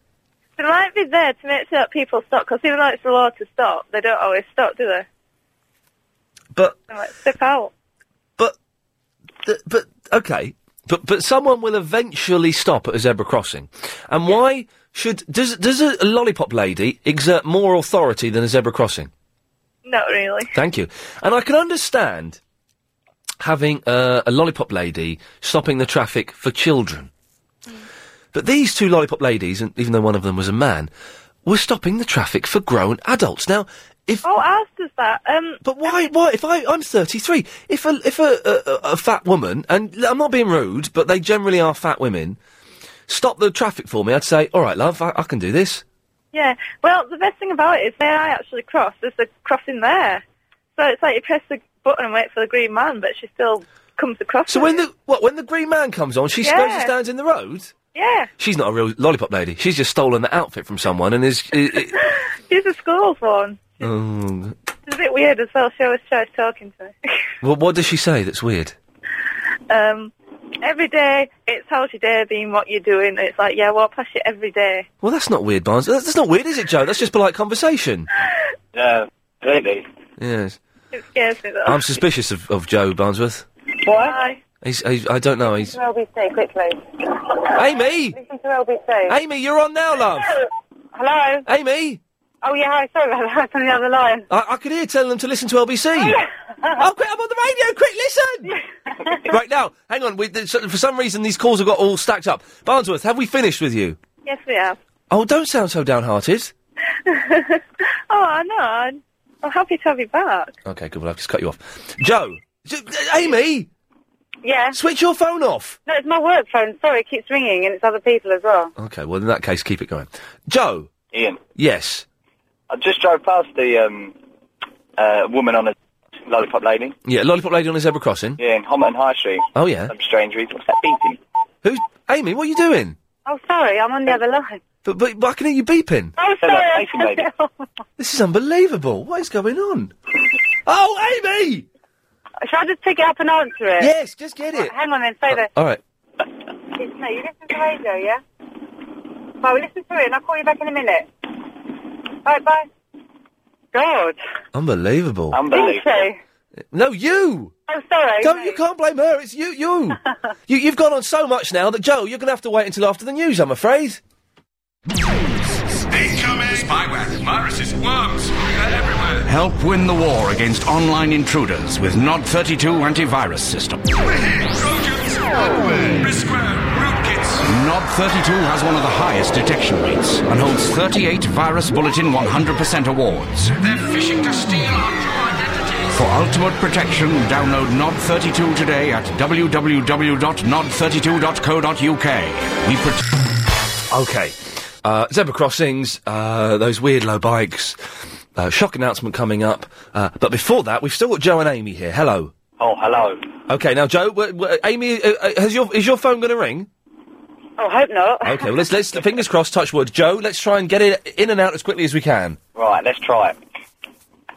[SPEAKER 10] They might be there to make sure that people stop, because even though it's the law to stop, they don't always stop, do they?
[SPEAKER 1] But
[SPEAKER 10] They might step out.
[SPEAKER 1] Th- but okay, but but someone will eventually stop at a zebra crossing, and why should does does a lollipop lady exert more authority than a zebra crossing?
[SPEAKER 10] Not really.
[SPEAKER 1] Thank you, and I can understand having uh, a lollipop lady stopping the traffic for children, but these two lollipop ladies, and even though one of them was a man, were stopping the traffic for grown adults. Now, if
[SPEAKER 10] Oh, ours does that. Um,
[SPEAKER 1] but why? Why? If I I'm 33, if a if a, a, a- a fat woman, and l- I'm not being rude, but they generally are fat women, stop the traffic for me. I'd say, all right, love, I, I can do this.
[SPEAKER 10] Yeah. Well, the best thing about it is where I actually cross, there's a crossing there. So it's like you press the button and wait for the green man, but she still comes across.
[SPEAKER 1] So
[SPEAKER 10] with
[SPEAKER 1] when
[SPEAKER 10] it.
[SPEAKER 1] the what when the green man comes on, she
[SPEAKER 10] Yeah.
[SPEAKER 1] goes and stands in the road.
[SPEAKER 10] Yeah.
[SPEAKER 1] She's not a real lollipop lady. She's just stolen the outfit from someone and is. i i
[SPEAKER 10] She's a school one.
[SPEAKER 1] oh.
[SPEAKER 10] It's a bit weird as well. She always tries talking to me.
[SPEAKER 1] Well, what does she say? That's weird.
[SPEAKER 10] um, every day, it's how's your day been, what you're doing. It's like, yeah, I walk past you every day.
[SPEAKER 1] Well, that's not weird, Barnes. That's that's not weird, is it, Joe? That's just polite conversation.
[SPEAKER 17] Yeah, really.
[SPEAKER 1] Yes,
[SPEAKER 10] It scares me, though.
[SPEAKER 1] I'm suspicious of, of Joe Barnesworth.
[SPEAKER 10] Why?
[SPEAKER 1] He's, he's, I don't know. He's
[SPEAKER 18] Listen to LBC quickly.
[SPEAKER 1] Amy!
[SPEAKER 18] Listen to LBC.
[SPEAKER 1] Amy, you're on now, love.
[SPEAKER 18] Hello.
[SPEAKER 1] Amy.
[SPEAKER 18] Oh yeah, hi. Sorry about that. I was on the other line.
[SPEAKER 1] I, I could hear telling them to listen to LBC. oh, quick, I'm on the radio. Quick, listen. right now, hang on. We, th- so- for some reason, these calls have got all stacked up. Barnesworth, have we finished with you?
[SPEAKER 10] Yes, we have.
[SPEAKER 1] Oh, don't sound so downhearted.
[SPEAKER 10] oh, I know. I'm, I'm happy to have you back.
[SPEAKER 1] Okay, good. Well, I've just cut you off. Joe, J- uh, Amy,
[SPEAKER 18] Yeah.
[SPEAKER 1] switch your phone off.
[SPEAKER 18] No, it's my work phone. Sorry, it keeps ringing, and it's other people as well.
[SPEAKER 1] Okay, well in that case, keep it going. Joe,
[SPEAKER 17] Ian,
[SPEAKER 1] yes,
[SPEAKER 17] I just drove past the um, uh, woman on a lollipop lady.
[SPEAKER 1] yeah, lollipop lady on a zebra crossing.
[SPEAKER 17] Yeah, in Homerton High Street.
[SPEAKER 1] Oh yeah,
[SPEAKER 17] Some strange reason. What's that beeping?
[SPEAKER 1] who's Amy? What are you doing?
[SPEAKER 18] Oh, sorry, I'm on the other line.
[SPEAKER 1] But, but, but I can hear you beeping.
[SPEAKER 18] Oh, sorry.
[SPEAKER 1] This is unbelievable. What is going on? oh, Amy!
[SPEAKER 18] Should I just pick it up and answer it?
[SPEAKER 1] Yes, just get it.
[SPEAKER 18] hang on then, say that.
[SPEAKER 1] All right.
[SPEAKER 18] It's me. You listen to the radio, yeah? Right, well, listen to it and I'll call you back in a minute. Right, bye. God.
[SPEAKER 1] Unbelievable.
[SPEAKER 18] Unbelievable.
[SPEAKER 1] No, you!
[SPEAKER 18] Oh, sorry.
[SPEAKER 1] Don't, you can't blame her. It's you, you. you. You've gone on so much now that, Joe, you're going to have to wait until after the news, I'm afraid.
[SPEAKER 19] Incoming! Spyware, viruses, worms, they're everywhere.
[SPEAKER 20] Help win the war against online intruders with Nod 32 antivirus system.
[SPEAKER 19] Trojans, hardware, riskware, rootkits.
[SPEAKER 20] Nod 32 has one of the highest detection rates and holds 38 Virus Bulletin 100% awards.
[SPEAKER 19] They're fishing to steal our true identities.
[SPEAKER 20] For ultimate protection, download Nod 32 today at www.nod32.co.uk. We protect.
[SPEAKER 1] Okay. Uh, zebra crossings, uh, those weird low bikes. Uh, shock announcement coming up. Uh, but before that, we've still got Joe and Amy here. Hello.
[SPEAKER 17] Oh, hello.
[SPEAKER 1] Okay, now Joe, w- w- Amy, uh, uh, has your is your phone going to ring?
[SPEAKER 18] Oh, hope not.
[SPEAKER 1] Okay, well let's let's fingers crossed, touch wood. Joe, let's try and get it in and out as quickly as we can.
[SPEAKER 17] Right, let's try it.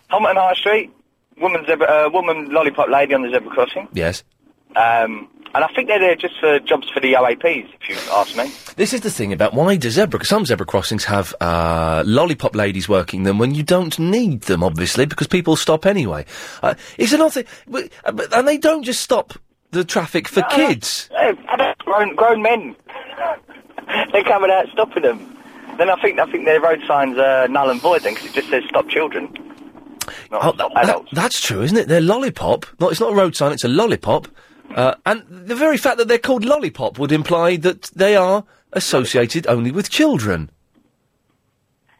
[SPEAKER 17] Helmet and High Street, woman zebra, uh, woman lollipop lady on the zebra crossing.
[SPEAKER 1] Yes.
[SPEAKER 17] Um, and I think they're there just for jobs for the OAPs, if you ask me.
[SPEAKER 1] This is the thing about why do zebra? Some zebra crossings have uh, lollipop ladies working them when you don't need them, obviously, because people stop anyway. Uh, it's another thing, but, uh, but- and they don't just stop the traffic for kids.
[SPEAKER 17] Hey, how about grown, grown men. they're coming out stopping them. Then I think I think their road signs are null and void then, because it just says stop children. Not stop
[SPEAKER 1] Oh, That-
[SPEAKER 17] adults.
[SPEAKER 1] that's true, isn't it? They're lollipop. Not, it's not a road sign. It's a lollipop. Uh, and the very fact that they're called lollipop would imply that they are associated only with children.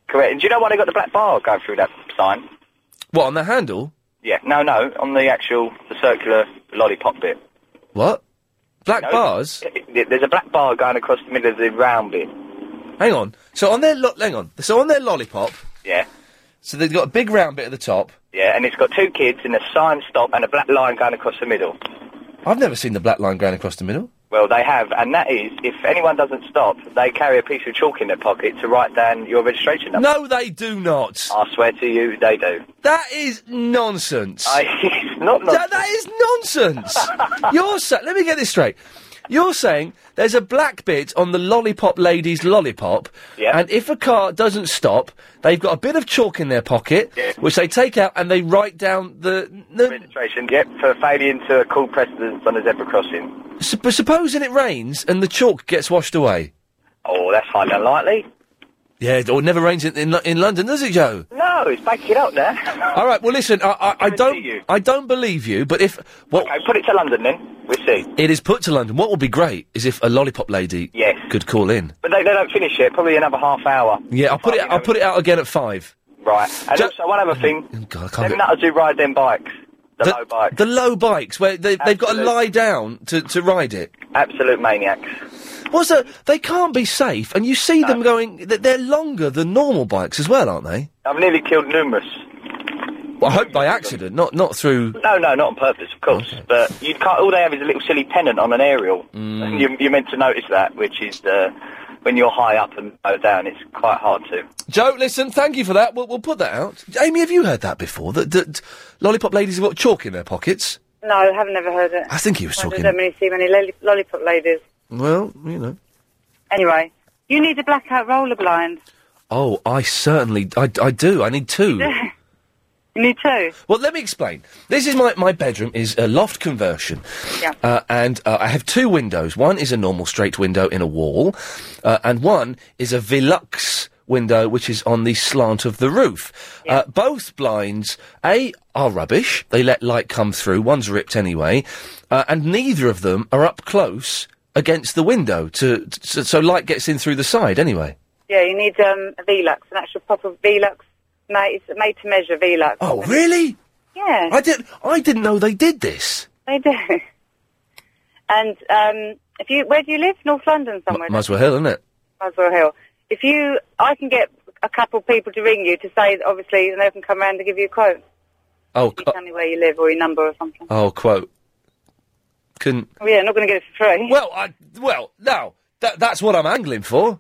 [SPEAKER 17] Correct. And do you know why they got the black bar going through that sign?
[SPEAKER 1] What on the handle?
[SPEAKER 17] Yeah. No, no, on the actual the circular lollipop bit.
[SPEAKER 1] What? Black
[SPEAKER 17] No,
[SPEAKER 1] bars.
[SPEAKER 17] There's a black bar going across the middle of the round bit.
[SPEAKER 1] Hang on. So on their lo- hang on. So on their lollipop.
[SPEAKER 17] Yeah.
[SPEAKER 1] So they've got a big round bit at the top.
[SPEAKER 17] Yeah, and it's got two kids and a sign stop and a black line going across the middle.
[SPEAKER 1] I've never seen the black line going across the middle.
[SPEAKER 17] Well, they have, and that is if anyone doesn't stop, they carry a piece of chalk in their pocket to write down your registration number.
[SPEAKER 1] No, they do not.
[SPEAKER 17] I swear to you, they do.
[SPEAKER 1] That is nonsense.
[SPEAKER 17] I, it's not nonsense.
[SPEAKER 1] That- that is nonsense. You're sa- let me get this straight. You're saying there's a black bit on the lollipop lady's lollipop, and if a car doesn't stop, they've got a bit of chalk in their pocket, which they take out and they write down the. the
[SPEAKER 17] Registration, yep, for failing to call precedence on a zebra crossing.
[SPEAKER 1] sup- supposing it rains and the chalk gets washed away.
[SPEAKER 17] Oh, that's highly unlikely.
[SPEAKER 1] Yeah, or it never rains in, in, Lo- in London, does it, Joe?
[SPEAKER 17] No, it's baking up now.
[SPEAKER 1] All right. Well, listen. I, I, I don't. I don't believe you. But if well, okay,
[SPEAKER 17] put it to London then. We'll see.
[SPEAKER 1] It is put to London. What would be great is if a lollipop lady
[SPEAKER 17] Yes.
[SPEAKER 1] could call in.
[SPEAKER 17] But they, they don't finish it, probably another half hour.
[SPEAKER 1] Yeah, I'll put it. I'll put it out again at five.
[SPEAKER 17] Right. And also, one other thing.
[SPEAKER 1] God, I can't.
[SPEAKER 17] Them
[SPEAKER 1] Get,
[SPEAKER 17] nutters who ride them bikes. The, low bikes.
[SPEAKER 1] the low bikes where they, they've got to
[SPEAKER 17] Absolute.
[SPEAKER 1] lie down to, to ride it.
[SPEAKER 17] Absolute maniacs.
[SPEAKER 1] What's that? They can't be safe, and you see them going. th- They're longer than normal bikes as well, aren't they?
[SPEAKER 17] I've nearly killed numerous.
[SPEAKER 1] Well, I hope by accident, not not through.
[SPEAKER 17] No, no, not on purpose, of course. But you can't, all they have is a little silly pennant on an aerial.
[SPEAKER 1] Mm.
[SPEAKER 17] You, you're meant to notice that, which is uh, when you're high up and low down, it's quite hard to.
[SPEAKER 1] Joe, listen, thank you for that. We'll, we'll put that out. Amy, have you heard that before? That, that lollipop ladies have got chalk in their pockets?
[SPEAKER 18] No, I haven't ever heard it.
[SPEAKER 1] I think he was talking-
[SPEAKER 18] I don't really see many lolli- lollipop ladies.
[SPEAKER 1] Well, you know.
[SPEAKER 18] Anyway, you need a blackout roller blind.
[SPEAKER 1] Oh, I certainly, I, I do. I need two.
[SPEAKER 18] you need two.
[SPEAKER 1] Well, let me explain. This is my, my bedroom is a loft conversion.
[SPEAKER 18] Yeah.
[SPEAKER 1] Uh, and uh, I have two windows. One is a normal straight window in a wall, uh, and one is a Velux window, which is on the slant of the roof. Uh, both blinds, A, are rubbish. They let light come through. One's ripped anyway. Uh, and neither of them are up close against the window, to, t- so, so light gets in through the side anyway.
[SPEAKER 18] Yeah, you need um, a Velux, an actual proper Velux made, it's made to measure Velux.
[SPEAKER 1] Oh, really?
[SPEAKER 18] Yeah,
[SPEAKER 1] I didn't, I didn't know they did this.
[SPEAKER 18] they do. And um, if you, where do you live? North London somewhere.
[SPEAKER 1] Muswell Hill, isn't it?
[SPEAKER 18] Muswell Hill. If you, I can get a couple of people to ring you to say, obviously, and they can come round to give you a quote.
[SPEAKER 1] Oh,
[SPEAKER 18] You tell me where you live or your number or something.
[SPEAKER 1] Oh, quote. Couldn't.
[SPEAKER 18] Oh, yeah, not going to get it for free.
[SPEAKER 1] Well, I, well, now that, that's what I'm angling for.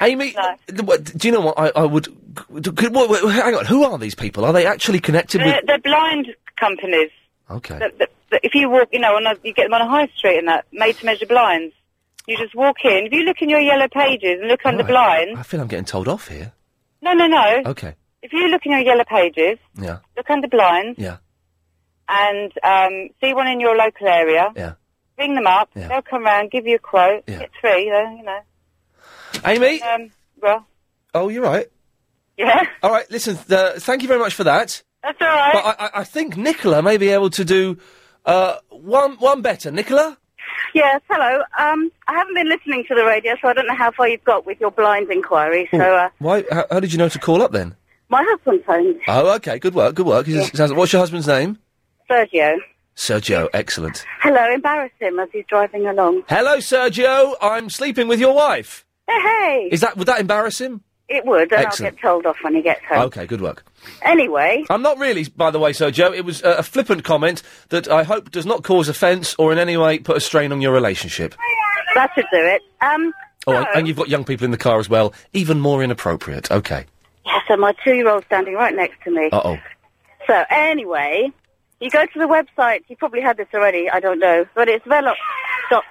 [SPEAKER 1] Amy, th- what- do you know what I, I would? c- Could, what, what- hang on, who are these people? Are they actually connected
[SPEAKER 18] They're,
[SPEAKER 1] with?
[SPEAKER 18] they're blind companies.
[SPEAKER 1] Okay.
[SPEAKER 18] That, that, that if you walk, you know, on a, you get them on a high street and that made to measure blinds. You just walk in. If you look in your yellow pages and look under blinds,
[SPEAKER 1] I feel I'm getting told off here.
[SPEAKER 18] no, no, no.
[SPEAKER 1] Okay.
[SPEAKER 18] If you look in your yellow pages,
[SPEAKER 1] Yeah.
[SPEAKER 18] look under blinds
[SPEAKER 1] Yeah.
[SPEAKER 18] and um, see one in your local area.
[SPEAKER 1] Yeah.
[SPEAKER 18] Ring them up.
[SPEAKER 1] Yeah.
[SPEAKER 18] They'll come round, give you a quote.
[SPEAKER 1] Yeah.
[SPEAKER 18] Get three, uh, you know.
[SPEAKER 1] Amy.
[SPEAKER 18] Um, well,
[SPEAKER 1] Oh, you're right.
[SPEAKER 18] yeah,
[SPEAKER 1] All right. Listen. Uh, thank you very much for that.
[SPEAKER 18] that's all right.
[SPEAKER 1] But I, I, I think Nicola may be able to do uh, one one better. Nicola.
[SPEAKER 21] Yes, hello. Um, I haven't been listening to the radio, so I don't know how far you've got with your blind inquiry. So
[SPEAKER 1] Ooh,
[SPEAKER 21] uh,
[SPEAKER 1] why? How, how did you know to call up then?
[SPEAKER 21] my husband phoned
[SPEAKER 1] Oh, okay. Good work. Good work. He's-
[SPEAKER 21] Yeah.
[SPEAKER 1] sounds- What's your husband's name?
[SPEAKER 21] Sergio.
[SPEAKER 1] Sergio. Excellent.
[SPEAKER 21] Hello, embarrass him as he's driving along.
[SPEAKER 1] Hello, Sergio. I'm sleeping with your wife.
[SPEAKER 21] Hey, hey.
[SPEAKER 1] Is that would that embarrass him?
[SPEAKER 21] It would, and
[SPEAKER 1] Excellent.
[SPEAKER 21] I'll get told off when he gets home.
[SPEAKER 1] Okay, good work.
[SPEAKER 21] Anyway,
[SPEAKER 1] I'm not really, by the way, Sergio. It was uh, a flippant comment that I hope does not cause offence or in any way put a strain on your relationship.
[SPEAKER 21] that should do it. Um,
[SPEAKER 1] Oh, and- and you've got young people in the car as well. Even more inappropriate. Okay.
[SPEAKER 21] yeah, so my two-year-old's standing right next to me.
[SPEAKER 1] Uh oh.
[SPEAKER 21] So anyway, you go to the website. You probably had this already. I don't know, but it's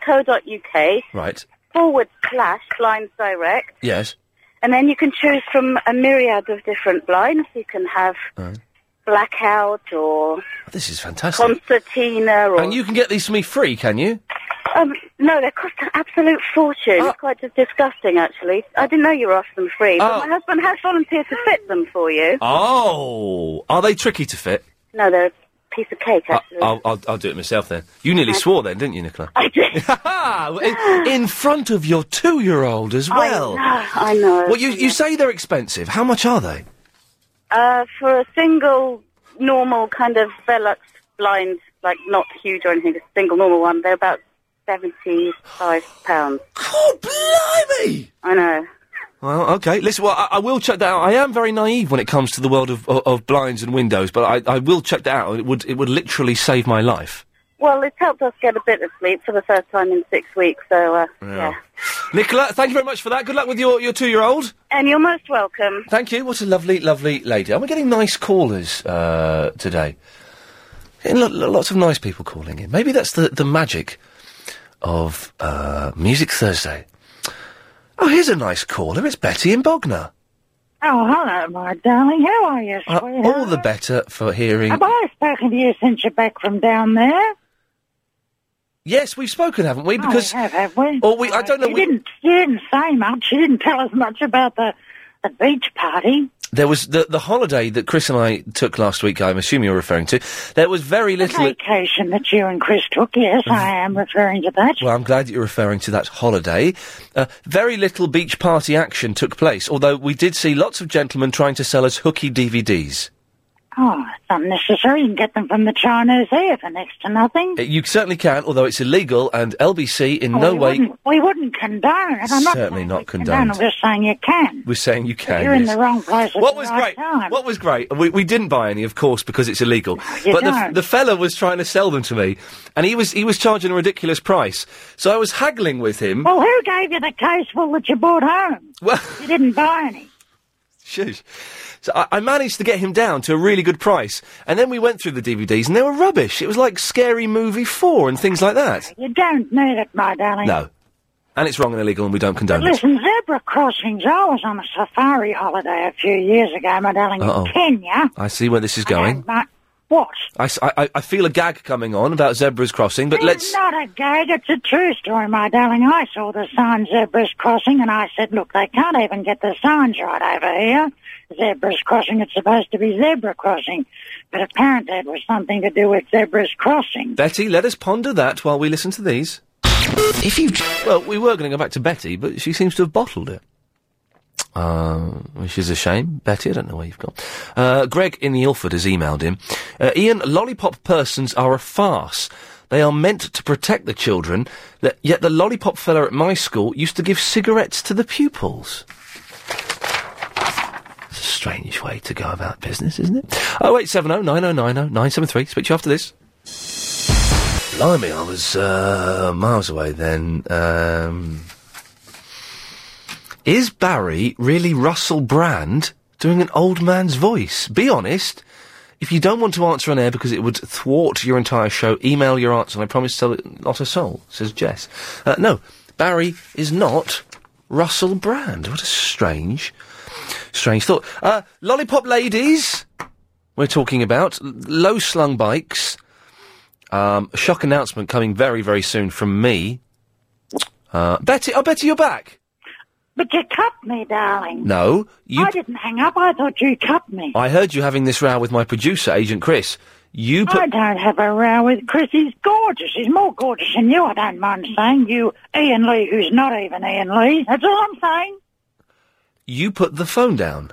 [SPEAKER 21] velox.co.uk
[SPEAKER 1] Right.
[SPEAKER 21] forward slash blinds direct.
[SPEAKER 1] Yes.
[SPEAKER 21] And then you can choose from a myriad of different blinds. You can have
[SPEAKER 1] Right.
[SPEAKER 21] blackout or
[SPEAKER 1] This is fantastic.
[SPEAKER 21] concertina or.
[SPEAKER 1] and you can get these for me free, can you?
[SPEAKER 21] um, no, they cost an absolute fortune.
[SPEAKER 1] Ah.
[SPEAKER 21] It's quite just disgusting, actually. I didn't know you were offering them free,
[SPEAKER 1] Ah.
[SPEAKER 21] but my husband has volunteered to fit them for you.
[SPEAKER 1] Oh, are they tricky to fit?
[SPEAKER 21] No, they're a piece of cake, actually.
[SPEAKER 1] I'll, I'll, I'll do it myself then. You nearly swore then, didn't you, Nicola?
[SPEAKER 21] I did.
[SPEAKER 1] Oh, in, in front of your two-year-old as well.
[SPEAKER 21] I know. I know.
[SPEAKER 1] Well, you, you say they're expensive. How much are they?
[SPEAKER 21] Uh, for a single, normal kind of Velux blind, like not huge or anything, a single normal one, they're about seventy-five pounds.
[SPEAKER 1] God blimey!
[SPEAKER 21] I know.
[SPEAKER 1] Well, okay. Listen, well, I, I will check that out. I am very naive when it comes to the world of, of, of blinds and windows, but I, I will check that out. It would it would literally save my life.
[SPEAKER 21] Well, it's helped us get a bit of sleep for the first time in six weeks. So, uh,
[SPEAKER 1] Yeah. Nicola, thank you very much for that. Good luck with your, your two year old.
[SPEAKER 21] and you're most welcome.
[SPEAKER 1] Thank you. What a lovely, lovely lady. And we're getting nice callers uh, today. Getting lo- lo- lots of nice people calling in. Maybe that's the, the magic of uh, Music Thursday. Oh, here's a nice caller. It's Betty in Bognor.
[SPEAKER 22] Oh, hello, my darling. How are you,
[SPEAKER 1] Uh,
[SPEAKER 22] sweetheart?
[SPEAKER 1] all the better for hearing.
[SPEAKER 22] Have I spoken to you since you're back from down there?
[SPEAKER 1] Yes, we've spoken, haven't we?
[SPEAKER 22] Oh,
[SPEAKER 1] Because
[SPEAKER 22] we have, have we?
[SPEAKER 1] Or we, I don't know.
[SPEAKER 22] You
[SPEAKER 1] We,
[SPEAKER 22] didn't. You didn't say much. You didn't tell us much about the the beach party.
[SPEAKER 1] there was the the holiday that Chris and I took last week. I'm assuming you're referring to. There was very
[SPEAKER 22] The
[SPEAKER 1] little. that-
[SPEAKER 22] vacation that you and Chris took. Yes,
[SPEAKER 1] Mm.
[SPEAKER 22] I am referring to that.
[SPEAKER 1] Well, I'm glad that you're referring to that holiday. Uh, very little beach party action took place, although we did see lots of gentlemen trying to sell us hooky DVDs.
[SPEAKER 22] Oh, it's unnecessary. You can get them from the Chinese there for next to nothing.
[SPEAKER 1] Uh, You certainly can, although it's illegal, and LBC in
[SPEAKER 22] Oh,
[SPEAKER 1] no
[SPEAKER 22] we
[SPEAKER 1] way
[SPEAKER 22] Wouldn't, we wouldn't condone it. I'm not
[SPEAKER 1] certainly not
[SPEAKER 22] condoning.
[SPEAKER 1] condoned.
[SPEAKER 22] I'm just saying you can.
[SPEAKER 1] We're saying you can.
[SPEAKER 22] You're in
[SPEAKER 1] yes.
[SPEAKER 22] the wrong place at
[SPEAKER 1] What
[SPEAKER 22] the
[SPEAKER 1] was
[SPEAKER 22] right
[SPEAKER 1] great? What was great? We, we didn't buy any, of course, because it's illegal.
[SPEAKER 22] you
[SPEAKER 1] but the,
[SPEAKER 22] don't.
[SPEAKER 1] the fella was trying to sell them to me, and he was he was charging a ridiculous price. So I was haggling with him.
[SPEAKER 22] Well, who gave you the case full that you brought home?
[SPEAKER 1] Hmm? Well,
[SPEAKER 22] you didn't buy any.
[SPEAKER 1] Shoot. So I, I managed to get him down to a really good price, and then we went through the DVDs, and they were rubbish. It was like Scary Movie Four and things like that.
[SPEAKER 22] You don't need it, my darling.
[SPEAKER 1] No, and it's wrong and illegal, and we don't condone it.
[SPEAKER 22] Listen, zebra crossings. I was on a safari holiday a few years ago, my darling,
[SPEAKER 1] Uh-oh.
[SPEAKER 22] in Kenya.
[SPEAKER 1] I see where this is going.
[SPEAKER 22] My, what?
[SPEAKER 1] I, s- I- I- I feel a gag coming on about zebras crossing, but let's.
[SPEAKER 22] Not a gag. It's a true story, my darling. I saw the sign zebras crossing, and I said, "Look, they can't even get the signs right over here. Zebras crossing. It's supposed to be zebra crossing, but apparently it was something to do with zebras crossing."
[SPEAKER 1] Betty, let us ponder that while we listen to these. If you. Well, we were going to go back to Betty, but she seems to have bottled it. Um, which is a shame. Betty, I don't know where you've gone. Uh, Greg in the Ilford has emailed him. Uh, Ian, lollipop persons are a farce. They are meant to protect the children, that, yet the lollipop fella at my school used to give cigarettes to the pupils. It's a strange way to go about business, isn't it? 0870 9090 973. Speak to you after this. Blimey, I was uh, miles away then. Um, Is Barry really Russell Brand doing an old man's voice? Be honest. If you don't want to answer on air because it would thwart your entire show, email your answer and I promise to tell it not a soul, says Jess. Uh, no, Barry is not Russell Brand. What a strange, strange thought. Uh, Lollipop Ladies, we're talking about low slung bikes. Um, a shock announcement coming very, very soon from me. Uh, Betty, oh, Betty, you're back.
[SPEAKER 22] But you cut me, darling.
[SPEAKER 1] No, you.
[SPEAKER 22] I didn't hang up. I thought you cut me.
[SPEAKER 1] I heard you having this row with my producer, Agent Chris. You put.
[SPEAKER 22] I don't have a row with Chris. He's gorgeous. He's more gorgeous than you, I don't mind saying. You, Ian Lee, who's not even Ian Lee. That's all I'm saying.
[SPEAKER 1] You put the phone down.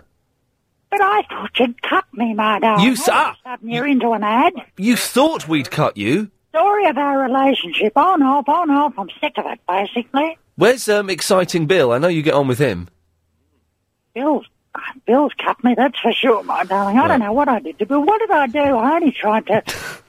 [SPEAKER 22] But I thought you'd cut me, my darling.
[SPEAKER 1] You s-
[SPEAKER 22] All of a
[SPEAKER 1] ah!
[SPEAKER 22] sudden You're into an ad.
[SPEAKER 1] You thought we'd cut you.
[SPEAKER 22] Story of our relationship. On, off, on, off. I'm sick of it, basically.
[SPEAKER 1] Where's um, exciting Bill? I know you get on with him.
[SPEAKER 22] Bill's, Bill's cut me, that's for sure, my darling. I don't know what I did to Bill. What did I do? I only tried to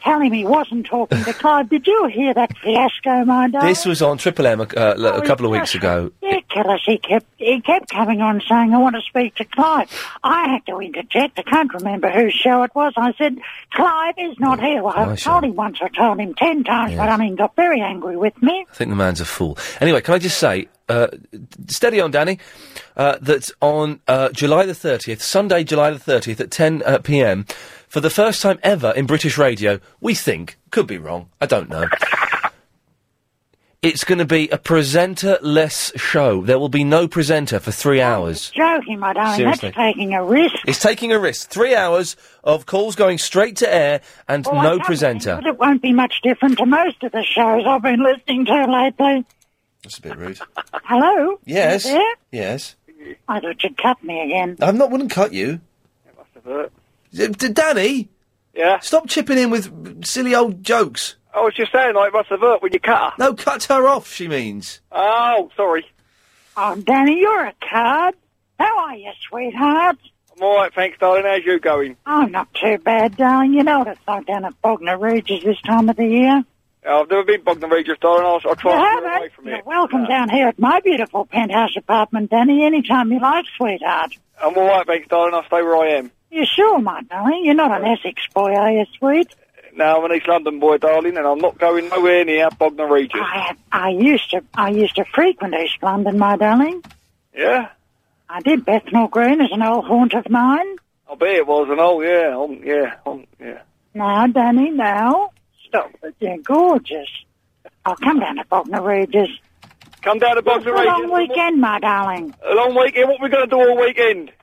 [SPEAKER 22] tell him he wasn't talking to Clive. Did you hear that fiasco, my darling?
[SPEAKER 1] This was on Triple M a, uh, l- a couple of weeks ago.
[SPEAKER 22] ridiculous. He kept he kept coming on saying, "I want to speak to Clive." I had to interject. I can't remember whose show it was. I said, "Clive is not here." Well, I told him once. I told him ten times. But I mean, got very angry with me.
[SPEAKER 1] I think the man's a fool. Anyway, can I just say, uh, d- steady on, Danny, uh, that on uh, July the 30th, Sunday, July the 30th at 10 uh, pm, for the first time ever in British radio, we think, could be wrong, I don't know. It's going to be a presenter less show. There will be no presenter for three hours.
[SPEAKER 22] Joking, my darling.
[SPEAKER 1] Seriously.
[SPEAKER 22] That's taking a risk.
[SPEAKER 1] It's taking a risk. Three hours of calls going straight to air and
[SPEAKER 22] Well, Oh, I
[SPEAKER 1] no
[SPEAKER 22] can't
[SPEAKER 1] presenter.
[SPEAKER 22] But it won't be much different to most of the shows I've been listening to lately.
[SPEAKER 1] That's a bit rude.
[SPEAKER 22] Hello?
[SPEAKER 1] Yes.
[SPEAKER 22] You there?
[SPEAKER 1] Yes.
[SPEAKER 22] I thought you'd cut me again.
[SPEAKER 1] I'm not. Wouldn't cut you. D- d- Danny.
[SPEAKER 23] Yeah.
[SPEAKER 1] Stop chipping in with silly old jokes.
[SPEAKER 23] I was just saying, like, Russell Vert when you cut her.
[SPEAKER 1] No, cut her off. She means.
[SPEAKER 23] Oh, sorry.
[SPEAKER 22] Oh, Danny, you're a card. How are you, sweetheart?
[SPEAKER 23] I'm all right, thanks, darling. How's you going?
[SPEAKER 22] I'm not too bad, darling. You know what it's like down at Bognor Regis this time of the year.
[SPEAKER 23] Uh, I've never been Bognor Regis, darling. I'll, I'll try
[SPEAKER 22] You
[SPEAKER 23] and steer
[SPEAKER 22] haven't?
[SPEAKER 23] away from it. Uh,
[SPEAKER 22] Welcome down here at my beautiful penthouse apartment, Danny, anytime you like, sweetheart.
[SPEAKER 23] I'm all right, thanks, darling. I'll stay where I am.
[SPEAKER 22] You sure, my darling? You're not an Essex boy, are you, sweet?
[SPEAKER 23] Now, I'm an East London boy, darling, and I'm not going nowhere near Bognor Regis.
[SPEAKER 22] I used to, I used to frequent East London, my darling.
[SPEAKER 23] Yeah?
[SPEAKER 22] I did. Bethnal Green is an old haunt of mine.
[SPEAKER 23] I bet it was, and oh, yeah, um, yeah, um, yeah.
[SPEAKER 22] Now, Danny, now. Stop it. You're gorgeous. I'll come down to Bognor Regis.
[SPEAKER 23] Come down to Bognor
[SPEAKER 22] It's a long
[SPEAKER 23] Regis.
[SPEAKER 22] weekend, my darling.
[SPEAKER 23] A long weekend. What we going to do all weekend?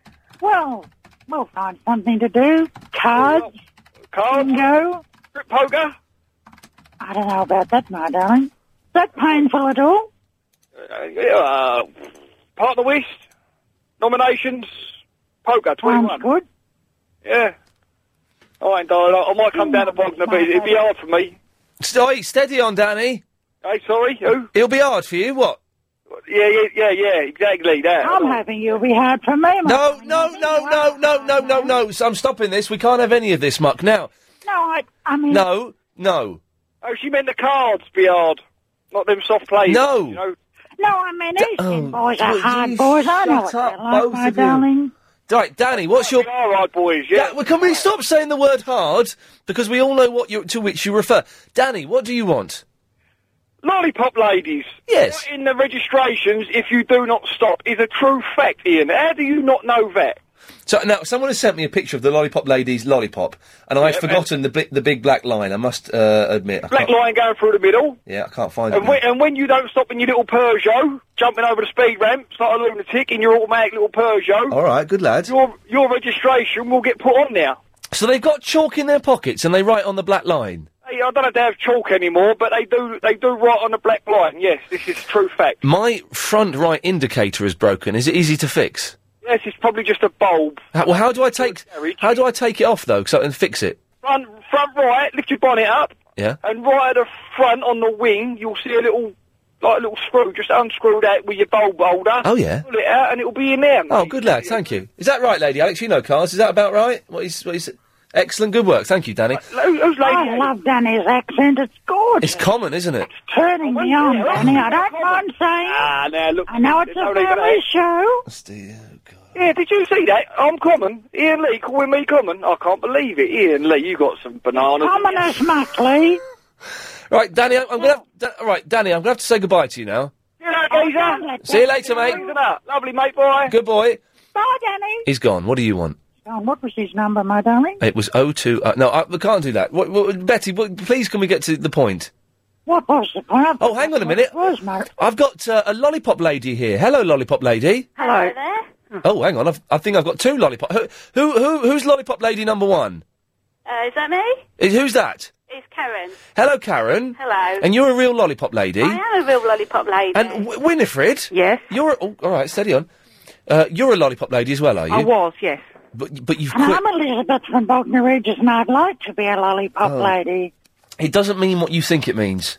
[SPEAKER 22] Well, we'll find something to do. Cards.
[SPEAKER 23] Cards?
[SPEAKER 22] Bingo.
[SPEAKER 23] Strip poker?
[SPEAKER 22] I don't know about that, my darling. Is that painful at all?
[SPEAKER 23] Uh, yeah, uh, Partner West, nominations, poker, 21.
[SPEAKER 22] Sounds good.
[SPEAKER 23] Yeah. All right, darling, I, I might come down to Bognor, but it'd be hard for me.
[SPEAKER 1] Sorry, steady on, Danny.
[SPEAKER 23] Hey, sorry, who?
[SPEAKER 1] It'll be hard for you. What?
[SPEAKER 23] Yeah, yeah, yeah, yeah, exactly, that.
[SPEAKER 22] I'm hoping you'll be hard for me, my
[SPEAKER 1] No, no, no, no, no, no, no, no. So I'm stopping this. We can't have any of this muck now.
[SPEAKER 22] No, I, I mean...
[SPEAKER 1] No, no.
[SPEAKER 23] Oh, she meant the cards be hard, not them soft plays.
[SPEAKER 1] No.
[SPEAKER 23] You know?
[SPEAKER 22] No, I mean, East End boys
[SPEAKER 1] will
[SPEAKER 22] are
[SPEAKER 1] you
[SPEAKER 22] hard boys. I know what
[SPEAKER 1] Oh, shut up,
[SPEAKER 22] they're like,
[SPEAKER 1] both
[SPEAKER 22] my
[SPEAKER 1] of you?
[SPEAKER 22] darling.
[SPEAKER 1] Right, Danny, what's your.
[SPEAKER 23] All right, boys,
[SPEAKER 1] yeah. well, can we stop saying the word hard? Because we all know what you to which you refer. Danny, what do you want?
[SPEAKER 23] Lollipop ladies.
[SPEAKER 1] Yes.
[SPEAKER 23] Not in the registrations, if you do not stop, is a true fact, Ian. How do you not know that?
[SPEAKER 1] So now someone has sent me a picture of the lollipop lady's lollipop, and I'd
[SPEAKER 23] Yeah,
[SPEAKER 1] forgotten the bli- the big black line. I must uh, admit. I
[SPEAKER 23] Black
[SPEAKER 1] can't-
[SPEAKER 23] line going through the middle.
[SPEAKER 1] Yeah, I can't find it.
[SPEAKER 23] And when, and when you don't stop in your little Peugeot, jumping over the speed ramp, start a lunatic in your automatic little Peugeot,
[SPEAKER 1] All right, good lad.
[SPEAKER 23] your your registration will get put on now.
[SPEAKER 1] So they've got chalk in their pockets and they write on the black line.
[SPEAKER 23] Hey, I don't know if they have chalk anymore, but they do they do write on the black line. Yes, this is true fact.
[SPEAKER 1] My front right indicator is broken. Is it easy to fix?
[SPEAKER 23] Yes, it's probably just a bulb.
[SPEAKER 1] How, well, how do I take how do I take it off though? So and fix it.
[SPEAKER 23] Front front right, lift your bonnet up,
[SPEAKER 1] Yeah.
[SPEAKER 23] and right at the front on the wing, you'll see a little like a little screw just unscrew that with your bulb holder.
[SPEAKER 1] Oh, yeah.
[SPEAKER 23] pull it out, and it'll be in there.
[SPEAKER 1] Oh, good lad. Thank you. Is that right, Lady Alex? You know cars. Is that about right? What is what is? Excellent, good work. Thank you, Danny.
[SPEAKER 22] I love Danny's accent. It's gorgeous.
[SPEAKER 1] It's common, isn't it?
[SPEAKER 22] Turning
[SPEAKER 23] Oh,
[SPEAKER 22] me on, Danny. I don't mind saying.
[SPEAKER 23] Ah, now look.
[SPEAKER 22] I know it's a family show.
[SPEAKER 1] oh,
[SPEAKER 23] Yeah, did you see that? I'm common. Ian Lee calling me common. I can't believe it. Ian Lee, you got some bananas.
[SPEAKER 22] Common as Muckley.
[SPEAKER 1] Right, Danny, I'm, I'm gonna have, da- all right, Danny, I'm gonna have to say goodbye to you now.
[SPEAKER 22] Oh,
[SPEAKER 1] See you later, mate.
[SPEAKER 23] Lovely, mate, boy.
[SPEAKER 1] Good boy.
[SPEAKER 22] Bye, Danny.
[SPEAKER 1] He's gone. What do you want?
[SPEAKER 22] Oh, what was his number, my darling?
[SPEAKER 1] It was 02. Uh, no, I, we can't do that. What, what, Betty, what, please can we get to the point?
[SPEAKER 22] What was the problem?
[SPEAKER 1] Oh, hang on a minute.
[SPEAKER 22] What was, mate?
[SPEAKER 1] I've got uh, a lollipop lady here. Hello, lollipop lady.
[SPEAKER 22] Hello there.
[SPEAKER 1] Oh, hang on. I've, I think I've got two lollipop. Who, who, who, who's lollipop lady number one?
[SPEAKER 24] Uh, is that me?
[SPEAKER 1] Is, who's that?
[SPEAKER 24] It's Karen.
[SPEAKER 1] Hello, Karen.
[SPEAKER 24] Hello.
[SPEAKER 1] And you're a real lollipop lady.
[SPEAKER 24] I am a real lollipop lady.
[SPEAKER 1] And w- Winifred. Yes. You're a, oh, all right. Steady on. Uh, you're a lollipop lady as well, are you?
[SPEAKER 22] I was, yes.
[SPEAKER 1] But but you've
[SPEAKER 22] And
[SPEAKER 1] quit.
[SPEAKER 22] I'm Elizabeth from Bognor Regis, and I'd like to be a lollipop
[SPEAKER 1] Oh.
[SPEAKER 22] lady.
[SPEAKER 1] It doesn't mean what you think it means.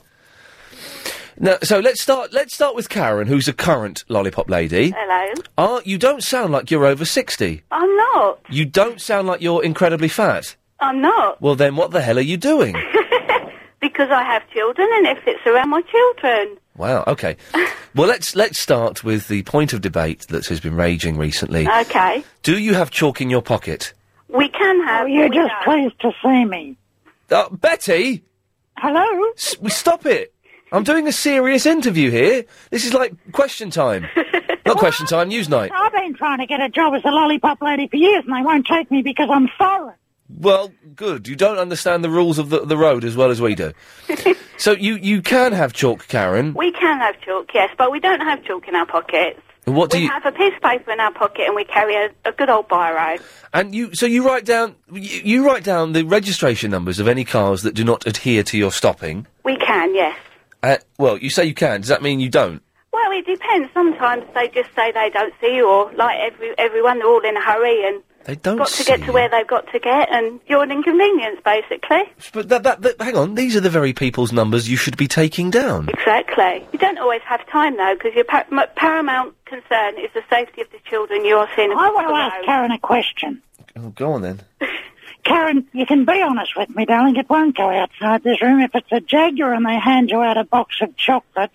[SPEAKER 1] Now, so let's start. Let's start with Karen, who's a current lollipop lady.
[SPEAKER 24] Hello.
[SPEAKER 1] Are you don't sound like you're over sixty.
[SPEAKER 24] I'm not.
[SPEAKER 1] You don't sound like you're incredibly fat.
[SPEAKER 24] I'm not.
[SPEAKER 1] Well, then what the hell are you doing?
[SPEAKER 24] Because I have children and it fits around my children.
[SPEAKER 1] wow. Okay. well, let's let's start with the point of debate that has been raging recently.
[SPEAKER 22] Uh,
[SPEAKER 24] Okay.
[SPEAKER 1] Do you have chalk in your pocket?
[SPEAKER 24] We can have.
[SPEAKER 22] Oh, you're
[SPEAKER 24] we
[SPEAKER 22] just
[SPEAKER 24] don't.
[SPEAKER 22] pleased to see me.
[SPEAKER 1] Uh, Betty.
[SPEAKER 22] Hello.
[SPEAKER 1] S- stop it! I'm doing a serious interview here. This is like question time. Not question time. News night.
[SPEAKER 22] I've been trying to get a job as a lollipop lady for years, and they won't take me because I'm foreign.
[SPEAKER 1] Well, good. You don't understand the rules of the, the road as well as we do. so you, you can have chalk, Karen.
[SPEAKER 24] We can have chalk, yes, but we don't have chalk in our pockets.
[SPEAKER 1] What do
[SPEAKER 24] we
[SPEAKER 1] you-
[SPEAKER 24] have a piece of paper in our pocket and we carry a, a good old biro.
[SPEAKER 1] And you so you write down you, you write down the registration numbers of any cars that do not adhere to your stopping.
[SPEAKER 24] We can, yes.
[SPEAKER 1] Uh, well, you say you can. Does that mean you don't?
[SPEAKER 24] Well, it depends. Sometimes they just say they don't see you, or like every everyone, they're all in a hurry and
[SPEAKER 1] They don't.
[SPEAKER 24] got to get
[SPEAKER 1] see
[SPEAKER 24] to where they've got to get, and you're an inconvenience, basically.
[SPEAKER 1] it. But that, that, that, hang on, these are the very people's numbers you should be taking down.
[SPEAKER 24] Exactly. You don't always have time though, because your par- m- paramount concern is the safety of the children you are seeing.
[SPEAKER 22] I want to ask Karen a question.
[SPEAKER 1] Oh, go on then.
[SPEAKER 22] Karen, you can be honest with me, darling. It won't go outside this room. If it's a Jaguar and they hand you out a box of chocolates,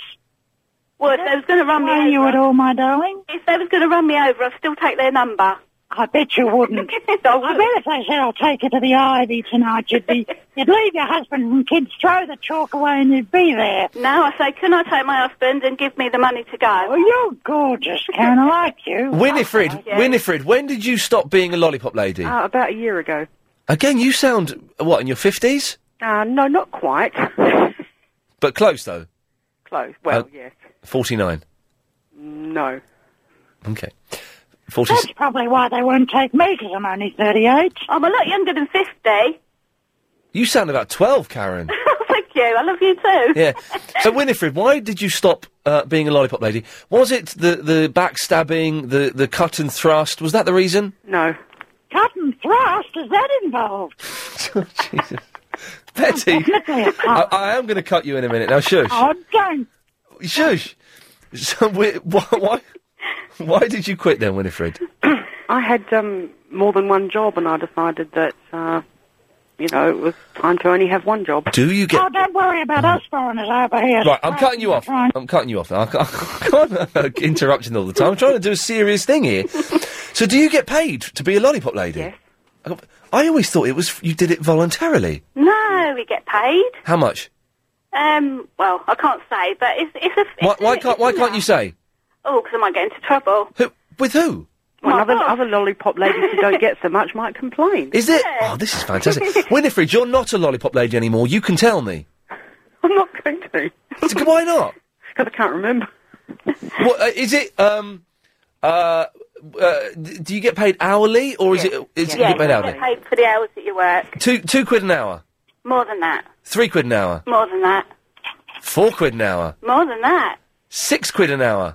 [SPEAKER 24] Well, if they was going to run me
[SPEAKER 22] are
[SPEAKER 24] over,
[SPEAKER 22] you at all, my darling?
[SPEAKER 24] if they was going to run me over, I'd still take their number.
[SPEAKER 22] I bet you wouldn't.
[SPEAKER 24] I
[SPEAKER 22] I bet if they said, I'll take you to the Ivy tonight, you'd be, you'd leave your husband and kids, throw the chalk away and you'd be there.
[SPEAKER 24] Now I say, can I take my husband and give me the money to go? Well,
[SPEAKER 22] Oh, you're gorgeous, Karen. I like you.
[SPEAKER 1] Winifred, Winifred, when did you stop being a lollipop lady?
[SPEAKER 25] Uh, about a year ago.
[SPEAKER 1] Again, you sound what in your fifties,
[SPEAKER 25] Uh, no, not quite.
[SPEAKER 1] but close though.
[SPEAKER 25] Close.
[SPEAKER 1] Uh,
[SPEAKER 25] Well, yes.
[SPEAKER 1] Forty-nine.
[SPEAKER 25] No.
[SPEAKER 1] Okay. Forty.
[SPEAKER 22] That's probably why they won't take me, because I'm only 38.
[SPEAKER 24] I'm a lot younger than 50.
[SPEAKER 1] You sound about twelve, Karen.
[SPEAKER 24] Thank you. I love you too.
[SPEAKER 1] yeah. So Winifred, why did you stop uh, being a lollipop lady? Was it the the backstabbing, the the cut and thrust? Was that the reason?
[SPEAKER 25] No.
[SPEAKER 22] Cut and thrust, is that involved?
[SPEAKER 1] Jesus. Oh, Betty,
[SPEAKER 22] definitely a
[SPEAKER 1] I,
[SPEAKER 22] cut.
[SPEAKER 1] I am going to cut you in a minute. Now, shush,
[SPEAKER 22] Oh, don't.
[SPEAKER 1] shush. So, Wi- why, why, why did you quit then, Winifred?
[SPEAKER 25] I had um, more than one job, and I decided that uh, you know it was time to only have one job.
[SPEAKER 1] Do you get?
[SPEAKER 22] Oh, don't worry about us foreigners over here.
[SPEAKER 1] Right, I'm cutting you off. I'm cutting you off now. I can't, I can't interrupting all the time. I'm trying to do a serious thing here. So, do you get paid to be a lollipop lady? Yes. I always thought it was you did it voluntarily.
[SPEAKER 24] No, we get paid.
[SPEAKER 1] How much?
[SPEAKER 24] Um, well, I can't say, but it's it's a
[SPEAKER 1] Why, why can't Why can't you say?
[SPEAKER 24] oh, because I might get into trouble.
[SPEAKER 1] Who, with who?
[SPEAKER 25] When other, other lollipop ladies who don't get so much might complain.
[SPEAKER 1] Is it? Oh, this is fantastic. Winifred, you're not a lollipop lady anymore. You can tell me.
[SPEAKER 25] I'm not going to.
[SPEAKER 1] Why not?
[SPEAKER 25] Because I can't remember.
[SPEAKER 1] What uh, is it? Um, uh, uh, d- do you get paid hourly or is it? Is
[SPEAKER 24] yeah,
[SPEAKER 1] you get paid
[SPEAKER 24] you
[SPEAKER 1] hourly?
[SPEAKER 24] get paid for the hours that you work.
[SPEAKER 1] Two two quid an hour,
[SPEAKER 24] More than that.
[SPEAKER 1] three quid an hour,
[SPEAKER 24] More than that.
[SPEAKER 1] four quid an hour,
[SPEAKER 24] More than that.
[SPEAKER 1] six quid an hour,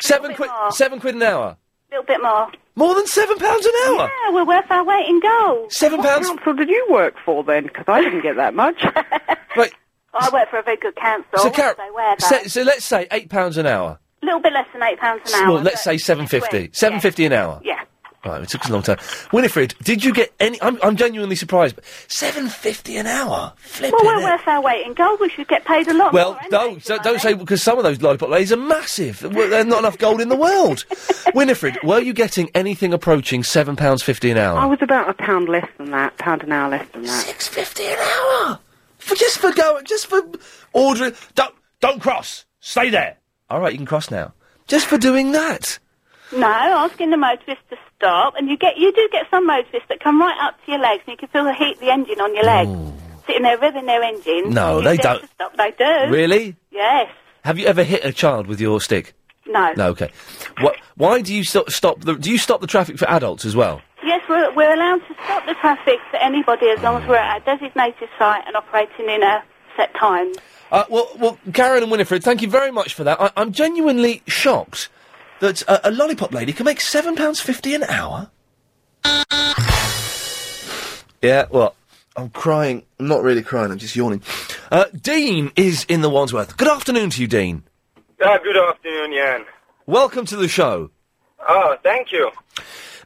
[SPEAKER 1] seven quid seven quid an hour.
[SPEAKER 24] A little bit more.
[SPEAKER 1] More than seven pounds an hour.
[SPEAKER 24] Yeah, we're worth our weight in gold.
[SPEAKER 1] Seven
[SPEAKER 24] What
[SPEAKER 1] pounds.
[SPEAKER 25] council did you work for then? Because I didn't get that much.
[SPEAKER 24] I work for a very good council.
[SPEAKER 1] So,
[SPEAKER 24] I wouldn't
[SPEAKER 1] Karen,
[SPEAKER 24] say where, though.
[SPEAKER 1] so, so let's say eight pounds an hour.
[SPEAKER 24] a little bit less than eight pounds an hour.
[SPEAKER 1] well, let's say seven fifty. Seven fifty an hour.
[SPEAKER 24] Yeah.
[SPEAKER 1] Right, it took us a long time. Winifred, did you get any? I'm, I'm genuinely surprised. Seven fifty an hour. Flipping
[SPEAKER 24] well, we're worth our weight in gold. We should get paid a lot.
[SPEAKER 1] Well,
[SPEAKER 24] more, and
[SPEAKER 1] don't so- don't say because some of those lollipop ladies are massive. Well, There's not enough gold in the world. Winifred, were you getting anything approaching seven pounds fifty an hour?
[SPEAKER 25] I was about a pound less than that, pound an hour less than that.
[SPEAKER 1] Six fifty an hour for just for going, just for ordering. Don't don't cross. Stay there. All right, you can cross now. Just for doing that.
[SPEAKER 24] No, asking the motorist to stop, and you get you do get some motorists that come right up to your legs, and you can feel the heat of the engine on your legs, sitting there revving their engine.
[SPEAKER 1] No,
[SPEAKER 24] You
[SPEAKER 1] they
[SPEAKER 24] say
[SPEAKER 1] don't.
[SPEAKER 24] to Stop, they do.
[SPEAKER 1] Really?
[SPEAKER 24] Yes.
[SPEAKER 1] Have you ever hit a child with your stick?
[SPEAKER 24] No.
[SPEAKER 1] No. Okay. What? Why do you stop, stop the? Do you stop the traffic for adults as well?
[SPEAKER 24] Yes, we're, we're allowed to stop the traffic for anybody as
[SPEAKER 1] Mm.
[SPEAKER 24] long as we're at a designated site and operating in a set time.
[SPEAKER 1] Uh, well, well, Karen and Winifred, thank you very much for that. I, I'm genuinely shocked that a, a lollipop lady can make seven pounds fifty an hour. Yeah, what? I'm crying. I'm not really crying. I'm just yawning. Uh, Dean is in the Wandsworth. Good afternoon to you, Dean.
[SPEAKER 4] Ah, good afternoon, Jan.
[SPEAKER 1] Welcome to the show.
[SPEAKER 4] Oh, thank you.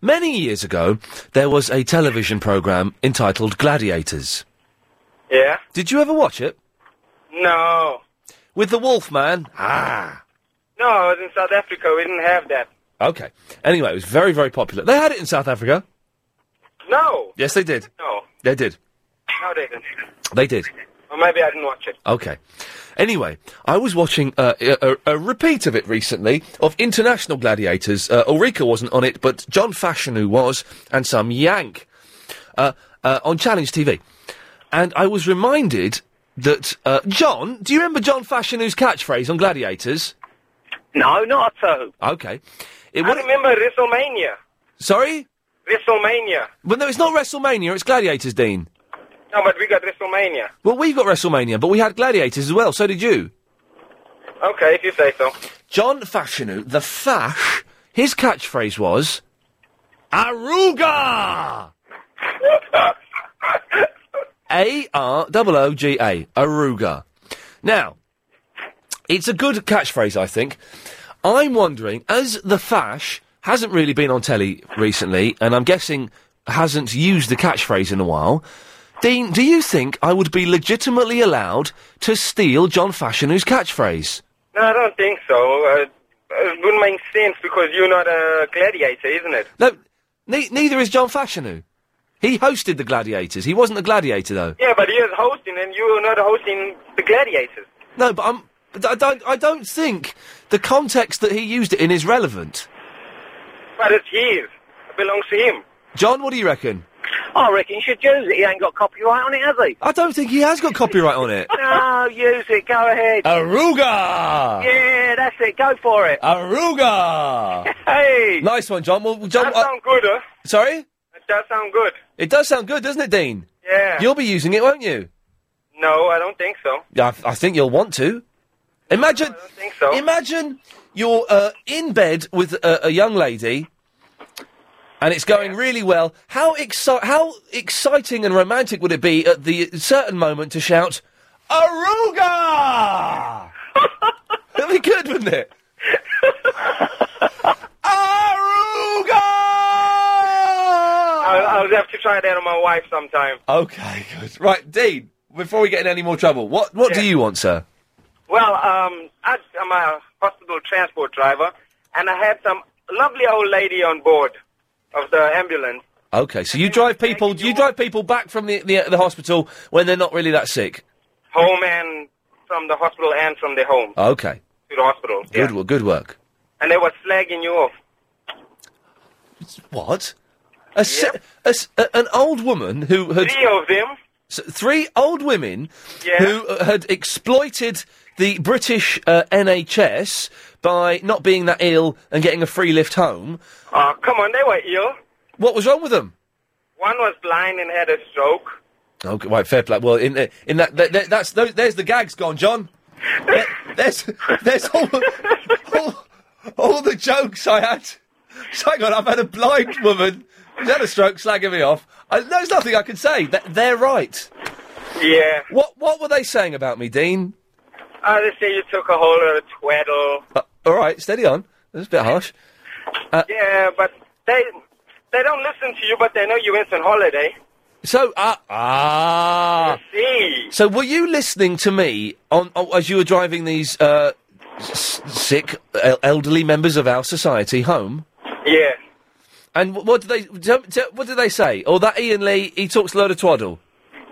[SPEAKER 1] Many years ago, there was a television program entitled Gladiators.
[SPEAKER 4] Yeah?
[SPEAKER 1] Did you ever watch it?
[SPEAKER 4] No.
[SPEAKER 1] With the wolf man? Ah.
[SPEAKER 4] No, I was in South Africa. We didn't have that.
[SPEAKER 1] Okay. Anyway, it was very, very popular. They had it in South Africa.
[SPEAKER 4] No.
[SPEAKER 1] Yes, they did.
[SPEAKER 4] No.
[SPEAKER 1] They did.
[SPEAKER 4] No, they didn't.
[SPEAKER 1] They did.
[SPEAKER 4] Or maybe I didn't watch it.
[SPEAKER 1] Okay. Anyway, I was watching uh, a, a, a repeat of it recently of International Gladiators. Uh, Ulrika wasn't on it, but John Fashionu was, and some Yank uh, uh, on Challenge TV. And I was reminded that uh, John, do you remember John Fashionu's catchphrase on Gladiators?
[SPEAKER 4] No, not so.
[SPEAKER 1] Okay. It,
[SPEAKER 4] I remember WrestleMania.
[SPEAKER 1] sorry?
[SPEAKER 4] WrestleMania.
[SPEAKER 1] Well, no, it's not WrestleMania, it's Gladiators, Dean.
[SPEAKER 4] No, but we got WrestleMania.
[SPEAKER 1] Well, we've got WrestleMania, but we had Gladiators as well, so did you.
[SPEAKER 4] Okay, if you say so.
[SPEAKER 1] John Fashionu, the Fash, his catchphrase was Aruga! A R O O G A. Aruga. Now, it's a good catchphrase, I think. I'm wondering, as the Fash hasn't really been on telly recently, and I'm guessing hasn't used the catchphrase in a while, Dean, do you think I would be legitimately allowed to steal John Fashionu's catchphrase?
[SPEAKER 4] No, I don't think so. Uh, it wouldn't make sense because you're not a gladiator, isn't it?
[SPEAKER 1] No, ne- neither is John Fashionu. He hosted the Gladiators. He wasn't the Gladiator, though.
[SPEAKER 4] Yeah, but he is hosting and you're not hosting the gladiators.
[SPEAKER 1] No, but I'm. But I don't. I don't think the context that he used it in is relevant.
[SPEAKER 4] But it's his. It belongs to him.
[SPEAKER 1] John, what do you reckon?
[SPEAKER 7] I reckon you should use it. He ain't got copyright on it, has he?
[SPEAKER 1] I don't think he has got copyright on it.
[SPEAKER 7] No, use it. Go ahead.
[SPEAKER 1] Aruga.
[SPEAKER 7] Yeah, that's it. Go for it.
[SPEAKER 1] Aruga.
[SPEAKER 4] Hey.
[SPEAKER 1] Nice one, John. Well, John.
[SPEAKER 4] That
[SPEAKER 1] uh,
[SPEAKER 4] sounds good, huh?
[SPEAKER 1] sorry.
[SPEAKER 4] That does sound good.
[SPEAKER 1] It does sound good, doesn't it, Dean?
[SPEAKER 4] Yeah.
[SPEAKER 1] You'll be using it, won't you?
[SPEAKER 4] No, I don't think so.
[SPEAKER 1] Yeah, I, I think you'll want to. Imagine.
[SPEAKER 4] think so.
[SPEAKER 1] Imagine you're uh, in bed with a, a young lady, and it's going really well. How exci- How exciting and romantic would it be at the certain moment to shout, "Aruga!" That'd be good, wouldn't it?
[SPEAKER 4] I'll, I'll have to try that on my wife sometime.
[SPEAKER 1] Okay, good. Right, Dean. Before we get in any more trouble, what what do you want, sir?
[SPEAKER 4] Well, um, I, I'm a hospital transport driver, and I had some lovely old lady on board of the ambulance.
[SPEAKER 1] Okay, so you drive people. You drive people back from the, the the hospital when they're not really that sick.
[SPEAKER 4] Home and from the hospital and from their home
[SPEAKER 1] Okay,
[SPEAKER 4] to the hospital.
[SPEAKER 1] Uh, good work. Good work.
[SPEAKER 4] And they were slagging you off.
[SPEAKER 1] What? A, se- a s- a- an old woman who had
[SPEAKER 4] three of them.
[SPEAKER 1] three old women who uh, had exploited the British uh, NHS by not being that ill and getting a free lift home.
[SPEAKER 4] Oh, come on, they were ill.
[SPEAKER 1] What was wrong with them?
[SPEAKER 4] One was blind and had a stroke.
[SPEAKER 1] Okay, right, fair play. Well, in the- in that, that, that that's those, there's the gags gone, John. There- there's there's all, all all the jokes I had. So hang on, I've had a blind woman who's had a stroke, slagging me off. I, there's nothing I can say. Th- They're right.
[SPEAKER 4] Yeah.
[SPEAKER 1] What what were they saying about me, Dean?
[SPEAKER 4] Uh, they say you took a whole lot of twaddle.
[SPEAKER 1] Uh, all right, steady on. That was a bit harsh. Uh,
[SPEAKER 4] yeah, but they
[SPEAKER 23] They don't listen to you, but they know you went on holiday.
[SPEAKER 1] So, uh, ah.
[SPEAKER 23] See.
[SPEAKER 1] So, were you listening to me on, oh, as you were driving these uh, s- sick el- elderly members of our society home?
[SPEAKER 23] Yeah.
[SPEAKER 1] And wh- what do they tell, tell, what do they say? Oh, that Ian Lee, he talks a load of twaddle.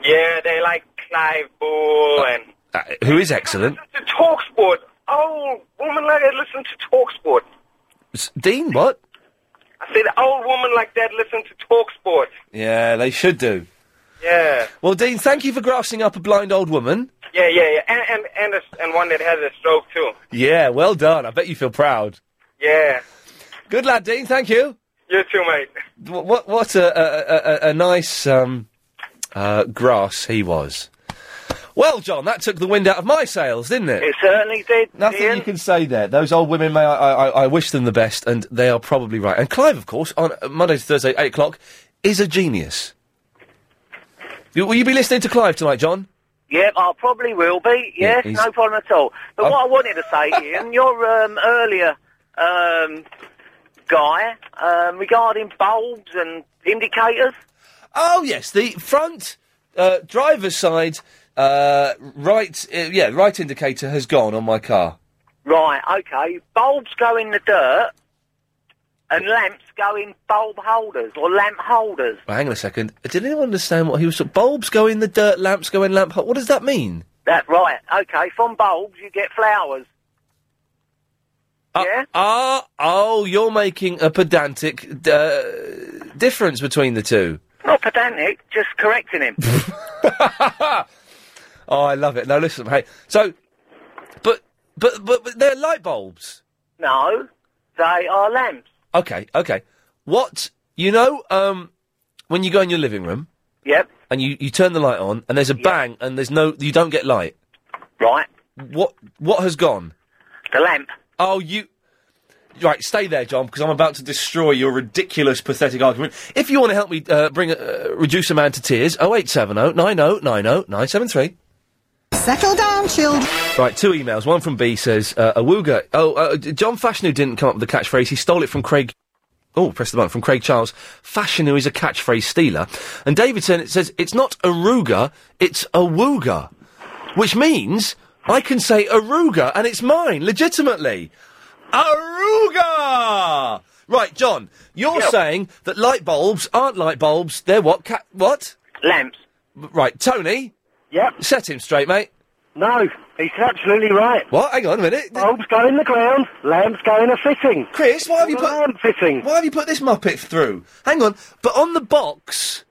[SPEAKER 23] Yeah, they like Clive Bull and
[SPEAKER 1] Uh, who is excellent?
[SPEAKER 23] to talk sport. Old woman like that listen to talk sport.
[SPEAKER 1] S- Dean, what?
[SPEAKER 23] I said old woman like that listen to talk sport.
[SPEAKER 1] Yeah, they should do.
[SPEAKER 23] Yeah.
[SPEAKER 1] Well, Dean, thank you for grassing up a blind old woman.
[SPEAKER 23] Yeah, yeah, yeah. And and and, a, and one that has a stroke too.
[SPEAKER 1] Yeah, well done. I bet you feel proud.
[SPEAKER 23] Yeah.
[SPEAKER 1] Good lad, Dean. Thank you.
[SPEAKER 23] You too, mate.
[SPEAKER 1] What what, what a, a- a, a, a nice um, uh, grass he was. Well, John, that took the wind out of my sails, didn't it?
[SPEAKER 9] It certainly did.
[SPEAKER 1] Nothing
[SPEAKER 9] Ian.
[SPEAKER 1] you can say there. Those old women, may I, I, I wish them the best, and they are probably right. And Clive, of course, on uh, Monday to Thursday, 8 o'clock, is a genius. You- Will you be listening to Clive tonight, John?
[SPEAKER 9] Yep, I probably will be.
[SPEAKER 1] Yeah,
[SPEAKER 9] Yes,
[SPEAKER 1] he's-
[SPEAKER 9] no problem at all. But
[SPEAKER 7] Oh.
[SPEAKER 9] what I wanted to say, Ian, your um, earlier um, guy um, regarding bulbs and indicators.
[SPEAKER 1] Oh yes, the front uh, driver's side uh, right, uh, yeah, right indicator has gone on my car.
[SPEAKER 9] Right, okay. Bulbs go in the dirt, and lamps go in bulb holders or lamp holders.
[SPEAKER 1] Well, hang on a second. Did anyone understand what he was? talking- Bulbs go in the dirt, lamps go in lamp. What does that mean?
[SPEAKER 9] That right, okay. From bulbs, you get flowers.
[SPEAKER 1] yeah. Ah, oh, you're making a pedantic d- uh, difference between the two.
[SPEAKER 9] Not pedantic, just correcting him.
[SPEAKER 1] Oh, I love it. Now listen, hey. So, but but but, but they're light bulbs.
[SPEAKER 9] no, they are lamps.
[SPEAKER 1] Okay, okay. What you know? Um, when you go in your living room.
[SPEAKER 9] Yep.
[SPEAKER 1] And you, you turn the light on, and there's a bang, and there's no you don't get light.
[SPEAKER 9] Right.
[SPEAKER 1] What what has gone?
[SPEAKER 9] The lamp.
[SPEAKER 1] Oh, you. Right, stay there, John, because I'm about to destroy your ridiculous, pathetic argument. If you want to help me uh, bring a, uh, reduce a man to tears, 0870 90 90 973.
[SPEAKER 12] Settle down, children.
[SPEAKER 1] Right, two emails. One from B says, uh, Awooga. Oh, uh, D- John Fashanu didn't come up with the catchphrase. He stole it from Craig. Oh, press the button. From Craig Charles. Fashanu is a catchphrase stealer. And Davidson it says, it's not Aruga, it's Awooga. Which means I can say Aruga and it's mine, legitimately. Aruga! Right, John, you're saying that light bulbs aren't light bulbs. They're what? Ca- what?
[SPEAKER 9] Lamps.
[SPEAKER 1] Right, Tony.
[SPEAKER 2] Yep.
[SPEAKER 1] Set him straight, mate.
[SPEAKER 2] No, he's absolutely right.
[SPEAKER 1] What? Hang on a minute.
[SPEAKER 2] Bulbs go in the ground, lamps go in a fitting.
[SPEAKER 1] Chris, why have you put
[SPEAKER 2] lamp fitting?
[SPEAKER 1] Why have you put this muppet through? Hang on, but on the box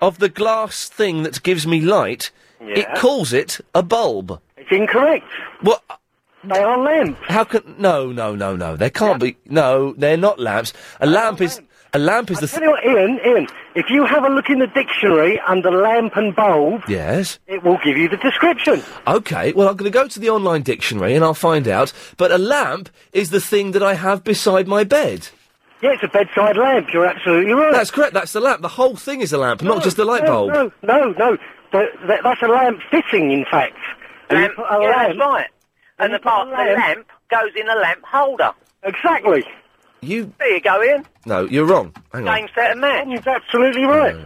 [SPEAKER 1] of the glass thing that gives me light, it
[SPEAKER 2] Yeah.
[SPEAKER 1] calls it a bulb.
[SPEAKER 2] It's incorrect.
[SPEAKER 1] What?
[SPEAKER 2] They are lamps.
[SPEAKER 1] How can? No, no, no, no. They can't be. No, they're not lamps. A lamp is a lamp is the.
[SPEAKER 2] Tell
[SPEAKER 1] Th-
[SPEAKER 2] you what, Ian, Ian, if you have a look in the dictionary under lamp and bulb,
[SPEAKER 1] yes.
[SPEAKER 2] it will give you the description.
[SPEAKER 1] Okay, well, I'm going to go to the online dictionary and I'll find out. But a lamp is the thing that I have beside my bed.
[SPEAKER 2] Yeah, it's a bedside lamp. You're absolutely right.
[SPEAKER 1] That's correct. That's the lamp. The whole thing is a lamp, not just the light
[SPEAKER 2] no,
[SPEAKER 1] bulb.
[SPEAKER 2] No, no, no. Th- th- that's a lamp fitting, in fact. And you
[SPEAKER 9] Lamp,
[SPEAKER 2] put a
[SPEAKER 9] yeah,
[SPEAKER 2] lamp.
[SPEAKER 9] that's right. And the part the
[SPEAKER 2] lamp-
[SPEAKER 9] lamp goes in a lamp holder.
[SPEAKER 2] Exactly.
[SPEAKER 1] You.
[SPEAKER 9] There you go, Ian.
[SPEAKER 1] No, you're wrong. Hang on.
[SPEAKER 9] Game, set, and match.
[SPEAKER 2] He's absolutely right.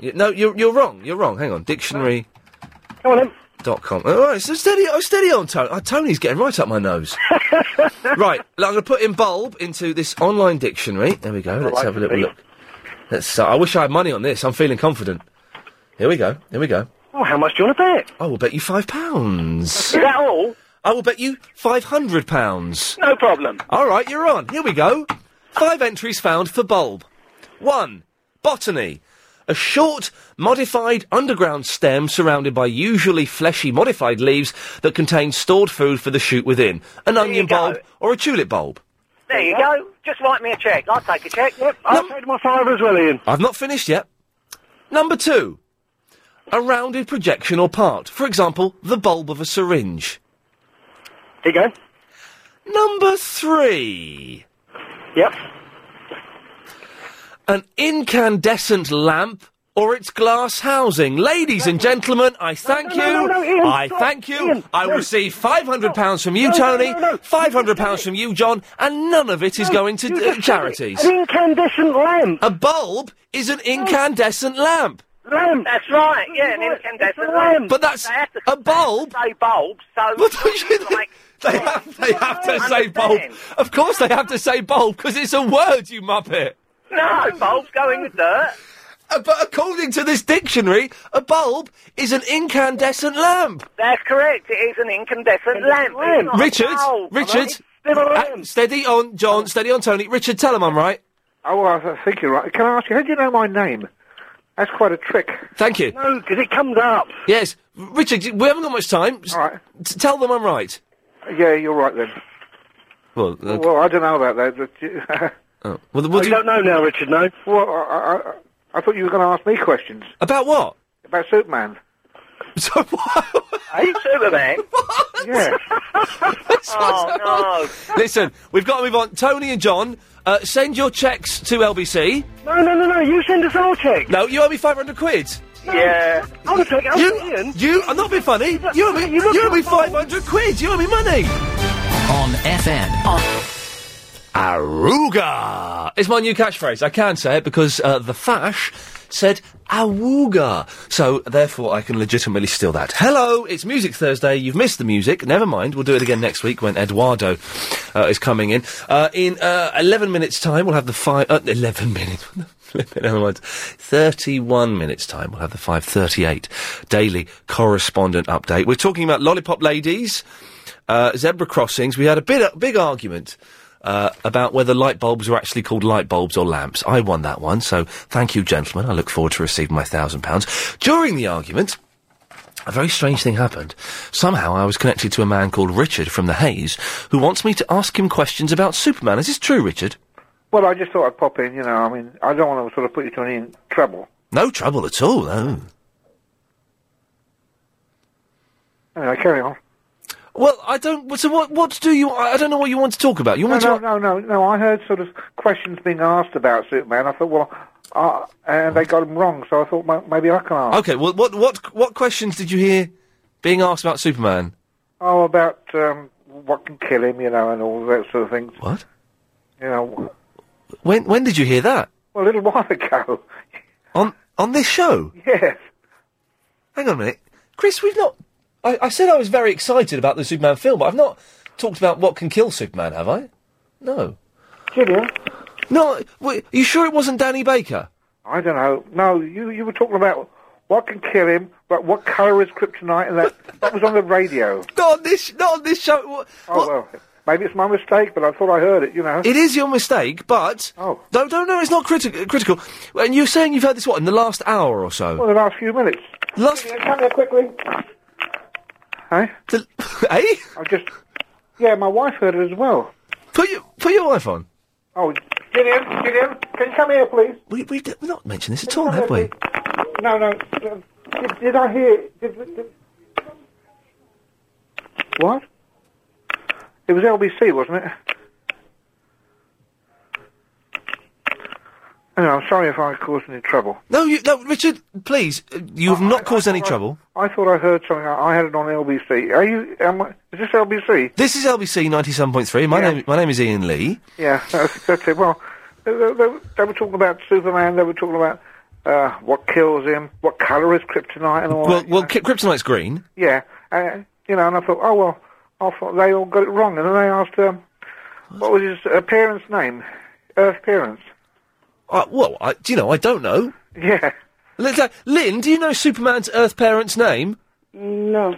[SPEAKER 1] Y- Uh, No, you're you're wrong. You're wrong. Hang on. Dictionary.
[SPEAKER 2] Come on, then.
[SPEAKER 1] Dot com. All right, so steady, oh, steady on, Tony. Oh, Tony's getting right up my nose. right, look, I'm going to put in bulb into this online dictionary. There we go. Let's
[SPEAKER 2] like
[SPEAKER 1] have a
[SPEAKER 2] to
[SPEAKER 1] little
[SPEAKER 2] be.
[SPEAKER 1] look. Let's. Uh, I wish I had money on this. I'm feeling confident. Here we go. Here we go.
[SPEAKER 2] Oh, how much do you want to bet?
[SPEAKER 1] I will bet you five pounds.
[SPEAKER 2] Is that all?
[SPEAKER 1] I will bet you five hundred pounds.
[SPEAKER 2] No problem.
[SPEAKER 1] All right, you're on. Here we go. Five entries found for bulb. One, botany. A short, modified underground stem surrounded by usually fleshy modified leaves that contain stored food for the shoot within. An onion bulb or a tulip bulb.
[SPEAKER 9] There you go. Just write me a cheque. I'll take a cheque. Yep.
[SPEAKER 2] I'll take my five as well, Ian.
[SPEAKER 1] I've not finished yet. Number two, a rounded projection or part. For example, the bulb of a syringe.
[SPEAKER 2] There you
[SPEAKER 1] go. Number three.
[SPEAKER 2] Yep.
[SPEAKER 1] An incandescent lamp or it's glass housing. Ladies and gentlemen, I thank
[SPEAKER 26] no,
[SPEAKER 1] you.
[SPEAKER 26] no, no, Ian,
[SPEAKER 1] I
[SPEAKER 26] stop,
[SPEAKER 1] thank you.
[SPEAKER 26] Ian,
[SPEAKER 1] I
[SPEAKER 26] no.
[SPEAKER 1] receive five hundred pounds from you,
[SPEAKER 26] No, no,
[SPEAKER 1] Tony.
[SPEAKER 26] no,
[SPEAKER 1] Five hundred pounds from you, John, and none of it is going to
[SPEAKER 23] you
[SPEAKER 1] uh,
[SPEAKER 23] just said
[SPEAKER 1] charities.
[SPEAKER 23] An incandescent lamp.
[SPEAKER 1] A bulb is an incandescent lamp.
[SPEAKER 23] Lamp.
[SPEAKER 9] That's right. Yeah, an incandescent lamp.
[SPEAKER 1] But that's
[SPEAKER 9] They have to-
[SPEAKER 1] a bulb.
[SPEAKER 9] they have to Say bulb. So like,
[SPEAKER 1] They have, they have to say bulb. Of course, they have to say bulb because it's a word, you muppet.
[SPEAKER 9] no bulbs go in the dirt.
[SPEAKER 1] Uh, but according to this dictionary, a bulb is an incandescent lamp.
[SPEAKER 9] That's correct. It is an incandescent lamp. It's not a
[SPEAKER 1] Richard,
[SPEAKER 9] bulb.
[SPEAKER 1] Richard, uh, steady on, John, steady on, Tony. Richard, tell him I'm right.
[SPEAKER 27] Oh, well, I think you're right. Can I ask you, how do you know my name? That's quite a trick.
[SPEAKER 1] Thank you.
[SPEAKER 27] No, because it comes up.
[SPEAKER 1] Yes, R- Richard, we haven't got much time. All right. tell them I'm right.
[SPEAKER 27] Yeah, you're right then.
[SPEAKER 1] Well,
[SPEAKER 27] Well, I don't know about that. But you...
[SPEAKER 1] oh. well,
[SPEAKER 27] I don't know now, Richard. No. Well, I, I- I, I thought you were going to ask me questions
[SPEAKER 1] about what?
[SPEAKER 27] About Superman.
[SPEAKER 1] So what?
[SPEAKER 9] Superman.
[SPEAKER 27] Yeah.
[SPEAKER 9] oh
[SPEAKER 1] Listen, we've got to move on. Tony and John, uh, send your checks to LBC.
[SPEAKER 23] No, no, no, no. You send us our check.
[SPEAKER 1] No, you owe me 500 quid.
[SPEAKER 23] No. Yeah. I'll take it. I'll
[SPEAKER 1] You,
[SPEAKER 23] take Ian.
[SPEAKER 1] you, I'm not being funny. You owe me, you owe me 500 quid. You owe me money. On FM. Aruga! It's my new catchphrase. I can say it because uh, the Fash said Awooga. So, therefore, I can legitimately steal that. Hello, it's Music Thursday. You've missed the music. Never mind. We'll do it again next week when Eduardo uh, is coming in. Uh, in uh, 11 minutes' time, we'll have the five. Uh, 11 minutes. In other words, 31 minutes time, we'll have the 538 daily correspondent update. We're talking about lollipop ladies, uh, zebra crossings. We had a bit, a big argument uh, about whether light bulbs are actually called light bulbs or lamps. I won that one, so thank you, gentlemen. I look forward to receiving my thousand pounds. During the argument, a very strange thing happened. Somehow I was connected to a man called Richard from the Hayes who wants me to ask him questions about Superman. Is this true, Richard?
[SPEAKER 27] Well, I just thought I'd pop in. You know, I mean, I don't want to sort of put you to any trouble.
[SPEAKER 1] No trouble at all, no.
[SPEAKER 27] Anyway, carry on.
[SPEAKER 1] Well, I don't. So what? What do you? I I don't know what you want to talk about. You
[SPEAKER 27] no,
[SPEAKER 1] want
[SPEAKER 27] no,
[SPEAKER 1] to?
[SPEAKER 27] no, no, no. I heard sort of questions being asked about Superman. I thought, well, uh, and they got them wrong, so I thought well, maybe I can ask.
[SPEAKER 1] Okay. Well, what what what questions did you hear being asked about Superman?
[SPEAKER 27] Oh, about um, what can kill him, you know, and all that sort of things.
[SPEAKER 1] What?
[SPEAKER 27] You know,
[SPEAKER 1] When when did you hear that?
[SPEAKER 27] well, a little while ago.
[SPEAKER 1] On on this show?
[SPEAKER 27] Yes.
[SPEAKER 1] Hang on a minute, Chris. We've not. I, I said I was very excited about the Superman film, but I've not talked about what can kill Superman, have I? No.
[SPEAKER 27] Julia?
[SPEAKER 1] No. Wait, are you sure it wasn't Danny Baker?
[SPEAKER 27] I don't know. No, you you were talking about what can kill him, but what colour is kryptonite, and that that was on the radio.
[SPEAKER 1] Not on this, not on this show.
[SPEAKER 27] oh well, maybe it's my mistake, but I thought I heard it. You know.
[SPEAKER 1] It is your mistake, but oh, no, no, no, it's not criti- critical. And you're saying you've heard this what in the last hour or so?
[SPEAKER 27] Well, the last few minutes.
[SPEAKER 1] Last.
[SPEAKER 27] Come here quickly. Hey.
[SPEAKER 1] The, hey.
[SPEAKER 27] I just. Yeah, my wife heard it as well.
[SPEAKER 1] Put your put your wife on.
[SPEAKER 27] Oh, Gideon, Gideon, can you come here, please?
[SPEAKER 1] We we d- we're not mentioned this at all, have we?
[SPEAKER 27] No, no. um, Did, did I hear? Did, did... What? It was LBC, wasn't it? Anyway, I'm sorry if I caused any trouble.
[SPEAKER 1] No, you, no, Richard, please, uh, you have not caused any trouble.
[SPEAKER 27] Oh, I thought I heard something. I I had it on LBC. Are you? Am I, is this LBC?
[SPEAKER 1] This is LBC ninety-seven point three. My name, my name is Ian Lee.
[SPEAKER 27] Yeah, that's, that's it. Well, they, they- they were- they were talking about Superman. They were talking about uh, what kills him, what colour is kryptonite, and all
[SPEAKER 1] well,
[SPEAKER 27] that.
[SPEAKER 1] well, ki- kryptonite's green.
[SPEAKER 27] Yeah, uh, you know, and I thought, oh well, I thought they all got it wrong, and then they asked, um, what was his uh, parents' name? Earth parents.
[SPEAKER 1] Uh, well, I, do you know? I don't know.
[SPEAKER 27] Yeah.
[SPEAKER 1] Let's, uh, Lynn, do you know Superman's Earth parent's name?
[SPEAKER 27] No.
[SPEAKER 1] Well,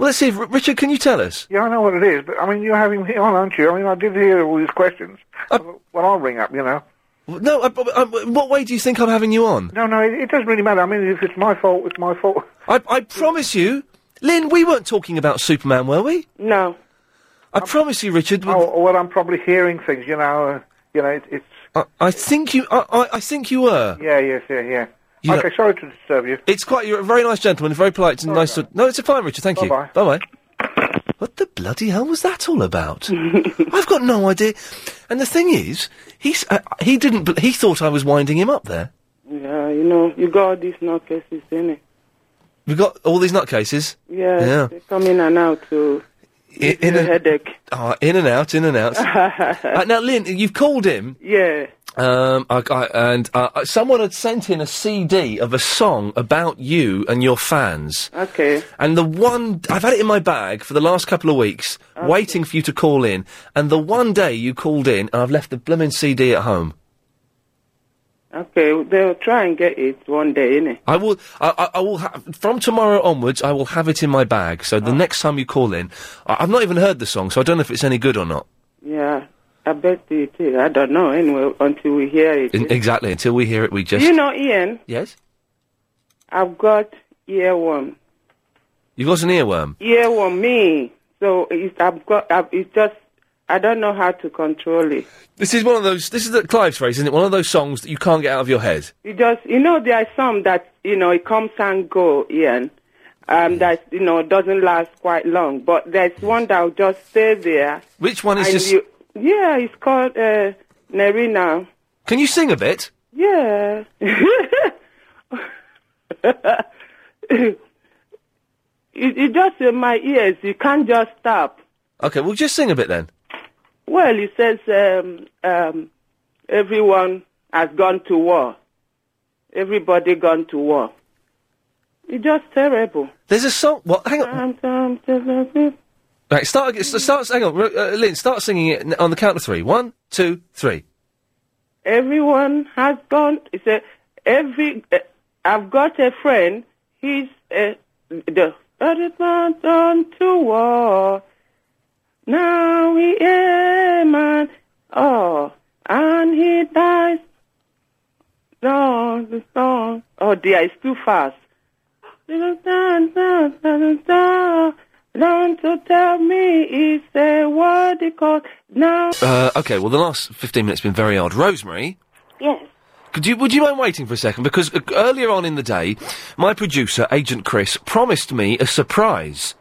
[SPEAKER 1] let's see. If, R- Richard, can you tell us?
[SPEAKER 27] Yeah, I know what it is, but I mean, you're having me on, aren't you? I mean, I did hear all these questions. I thought, well, I'll ring up, you know.
[SPEAKER 1] W- Uh, No. I, I, I- what way do you think I'm having you on?
[SPEAKER 27] No, no, it, it doesn't really matter. I mean, if it's my fault, it's my fault.
[SPEAKER 1] I, I promise you, Lynn, we weren't talking about Superman, were we?
[SPEAKER 27] No.
[SPEAKER 1] I promise you, Richard.
[SPEAKER 27] Oh, well, I'm probably hearing things, you know. Uh, you know, it, it's
[SPEAKER 1] I, I think you. I, I, I think you were.
[SPEAKER 27] yeah, yes, yeah, yeah.
[SPEAKER 1] You know-
[SPEAKER 27] okay, sorry to disturb you.
[SPEAKER 1] It's quite. You're a very nice gentleman. Very polite and nice. To, no, it's fine, Richard. Thank you. Bye bye. What the bloody hell was that all about? I've got no idea. And the thing is, he uh, he didn't. bel- He thought I was winding him up there.
[SPEAKER 13] Yeah, you know, you got all these nutcases, in it?
[SPEAKER 1] We've got all these nutcases.
[SPEAKER 13] Yeah,
[SPEAKER 1] Yeah.
[SPEAKER 13] they come in and out to
[SPEAKER 1] In, in a
[SPEAKER 13] headache.
[SPEAKER 1] Ah, in and out, in and out. Uh, now, Lynn, you've called him.
[SPEAKER 13] yeah.
[SPEAKER 1] Um, I, I, and uh, someone had sent in a CD of a song about you and your fans.
[SPEAKER 13] Okay.
[SPEAKER 1] And the one I've had it in my bag for the last couple of weeks, waiting for you to call in. And the one day you called in, and I've left the blooming CD at home.
[SPEAKER 13] Okay, they'll try and get it one day, innit?
[SPEAKER 1] I will. I, I- I will. Ha- from tomorrow onwards, I will have it in my bag. So
[SPEAKER 13] Ah.
[SPEAKER 1] the next time you call in, I, I've not even heard the song, so I don't know if it's any good or not.
[SPEAKER 13] Yeah, I bet it is. I don't know anyway until we hear it.
[SPEAKER 1] In- exactly. Until we hear it, we just.
[SPEAKER 13] You know, Ian,
[SPEAKER 1] Yes.
[SPEAKER 13] I've got earworm.
[SPEAKER 1] You've got an earworm.
[SPEAKER 13] Earworm, me. So it's, I've got, I've, it's just, I don't know how to control it.
[SPEAKER 1] This is one of those. This is the Clive's phrase, isn't it? One of those songs that you can't get out of your head.
[SPEAKER 13] You just, you know, there are some that, you know, it comes and go, Ian. Um, that, you know, doesn't last quite long. But there's one that will just stay there.
[SPEAKER 1] Which one is
[SPEAKER 13] and
[SPEAKER 1] this?
[SPEAKER 13] you- yeah, it's called uh, Nerina.
[SPEAKER 1] Can you sing a bit?
[SPEAKER 13] Yeah. it, it just in my ears. You can't just stop.
[SPEAKER 1] Okay, well, just sing a bit then.
[SPEAKER 13] Well, it says um, um, everyone has gone to war. Everybody gone to war. It's just terrible.
[SPEAKER 1] There's a song. Well, hang on. Right, start. ag- st- Start. Hang on, r- uh, Lynn. Start singing it n- on the count of three. One, two, three.
[SPEAKER 13] Everyone has gone. It's a, every. Uh, I've got a friend. He's uh, the other man gone to war. Now he a man. Oh, and he dies. No, the song. Oh dear, it's too fast. Don't to tell me it's a what they call now.
[SPEAKER 1] Uh, okay. Well, the last fifteen minutes have been very odd. Rosemary.
[SPEAKER 13] Yes.
[SPEAKER 1] Could you, would you mind waiting for a second? Because uh, earlier on in the day, my producer, Agent Chris, promised me a surprise.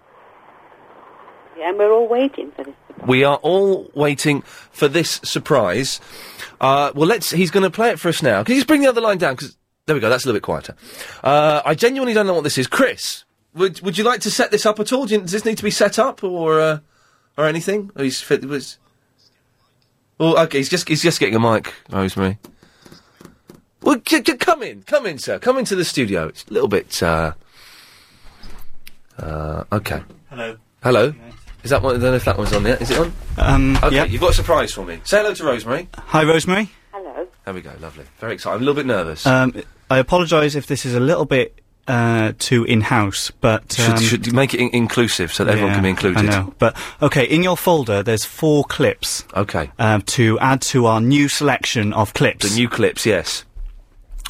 [SPEAKER 14] Yeah, and we're all waiting for this.
[SPEAKER 1] We are all waiting for this surprise. Uh, well, let's. He's going to play it for us now. Can you just bring the other line down? 'Cause- there we go. That's a little bit quieter. Uh, I genuinely don't know what this is. Chris, would would you like to set this up at all? Do you, does this need to be set up or uh, or anything? Or he's fit, was. Oh, okay. He's just he's just getting a mic, Rosemary. Well, c- c- come in, come in, sir. Come into the studio. It's a little bit. Uh, uh, okay.
[SPEAKER 28] Hello.
[SPEAKER 1] Hello. Is that one? I don't know if that one's on there. Is it on?
[SPEAKER 28] Um,
[SPEAKER 1] Okay,
[SPEAKER 28] yeah.
[SPEAKER 1] you've got a surprise for me. Say hello to Rosemary.
[SPEAKER 28] Hi, Rosemary.
[SPEAKER 14] Hello.
[SPEAKER 1] There we go. Lovely. Very excited. I'm a little bit nervous.
[SPEAKER 28] Um, I apologise if this is a little bit uh, too in-house, but
[SPEAKER 1] should,
[SPEAKER 28] um,
[SPEAKER 1] should you make it in- inclusive so that everyone
[SPEAKER 28] yeah,
[SPEAKER 1] can be included.
[SPEAKER 28] I know, but okay. In your folder, there's four clips.
[SPEAKER 1] Okay.
[SPEAKER 28] Um, to add to our new selection of clips. Uh,
[SPEAKER 1] The new clips, yes.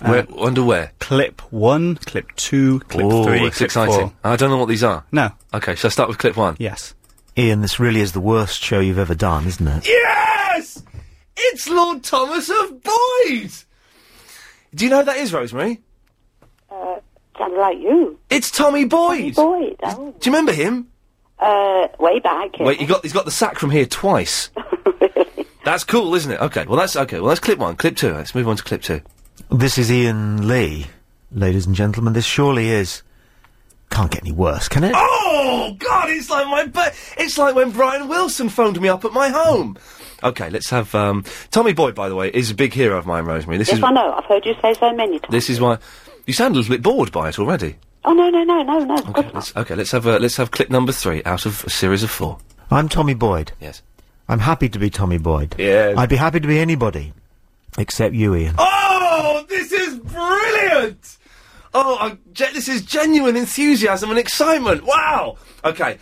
[SPEAKER 1] Where, under where?
[SPEAKER 28] Clip one, clip two, clip
[SPEAKER 1] Ooh,
[SPEAKER 28] three,
[SPEAKER 1] it's
[SPEAKER 28] clip
[SPEAKER 1] exciting.
[SPEAKER 28] four.
[SPEAKER 1] I don't know what these are.
[SPEAKER 28] No.
[SPEAKER 1] Okay, shall I start with clip one?
[SPEAKER 28] Yes.
[SPEAKER 29] Ian, this really is the worst show you've ever done, isn't it?
[SPEAKER 1] Yes! It's Lord Thomas of Boyd! Do you know who that is, Rosemary?
[SPEAKER 14] Uh, sounded like you.
[SPEAKER 1] It's Tommy Boyd!
[SPEAKER 14] Tommy Boyd. Oh.
[SPEAKER 1] Do you remember him?
[SPEAKER 14] Uh, way back. yeah.
[SPEAKER 1] Wait, you got, he's got the sack from here twice. that's cool, isn't it? Okay, well, that's okay. Well, that's clip one. Clip two. Let's move on to clip two.
[SPEAKER 29] This is Ian Lee, ladies and gentlemen. This surely is. Can't get any worse, can it?
[SPEAKER 1] Oh God! It's like my ba- it's like when Brian Wilson phoned me up at my home. Okay, let's have um, Tommy Boyd. By the way, is a big hero of mine, Rosemary. This
[SPEAKER 14] yes,
[SPEAKER 1] is
[SPEAKER 14] I know. I've heard you say so many times.
[SPEAKER 1] this is why you sound a little bit bored by it already.
[SPEAKER 14] Oh no, no, no, no, no. of course not.
[SPEAKER 1] Let's, okay, let's have uh, let's have clip number three out of a series of four.
[SPEAKER 29] I'm Tommy Boyd.
[SPEAKER 1] Yes.
[SPEAKER 29] I'm happy to be Tommy Boyd.
[SPEAKER 1] Yes.
[SPEAKER 29] I'd be happy to be anybody, except you, Ian.
[SPEAKER 1] Oh, this is brilliant! Oh, I, ge- this is genuine enthusiasm and excitement. Wow. Okay.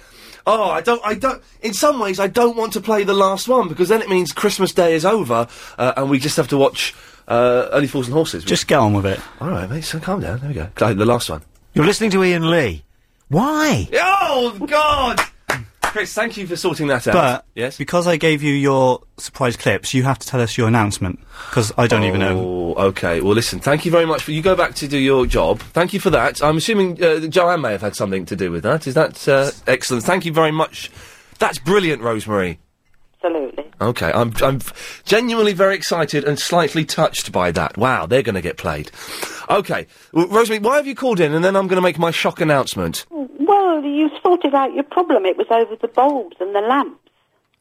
[SPEAKER 1] Oh, I don't. I don't. In some ways, I don't want to play the last one because then it means Christmas Day is over uh, and we just have to watch uh, Only Fools and Horses.
[SPEAKER 28] Just get on with it.
[SPEAKER 1] All right, mate. So calm down. There we go. Okay, The last one.
[SPEAKER 29] You're listening to Ian Lee. Why?
[SPEAKER 1] Oh God, Chris, thank you for sorting that out.
[SPEAKER 28] But because I gave you your surprise clips, you have to tell us your announcement because I don't even know.
[SPEAKER 1] Oh, okay. Well, listen. Thank you very much for you. Go back to do your job. Thank you for that. I'm assuming uh, that Joanne may have had something to do with that. Is that uh, excellent? Thank you very much. That's brilliant, Rosemary.
[SPEAKER 14] Absolutely.
[SPEAKER 1] Okay, I'm I'm genuinely very excited and slightly touched by that. Wow, they're going to get played. Okay, well, Rosemary, why have you called in? And then I'm going to make my shock announcement.
[SPEAKER 14] Well, you sorted out your problem. It was over the bulbs and the lamps.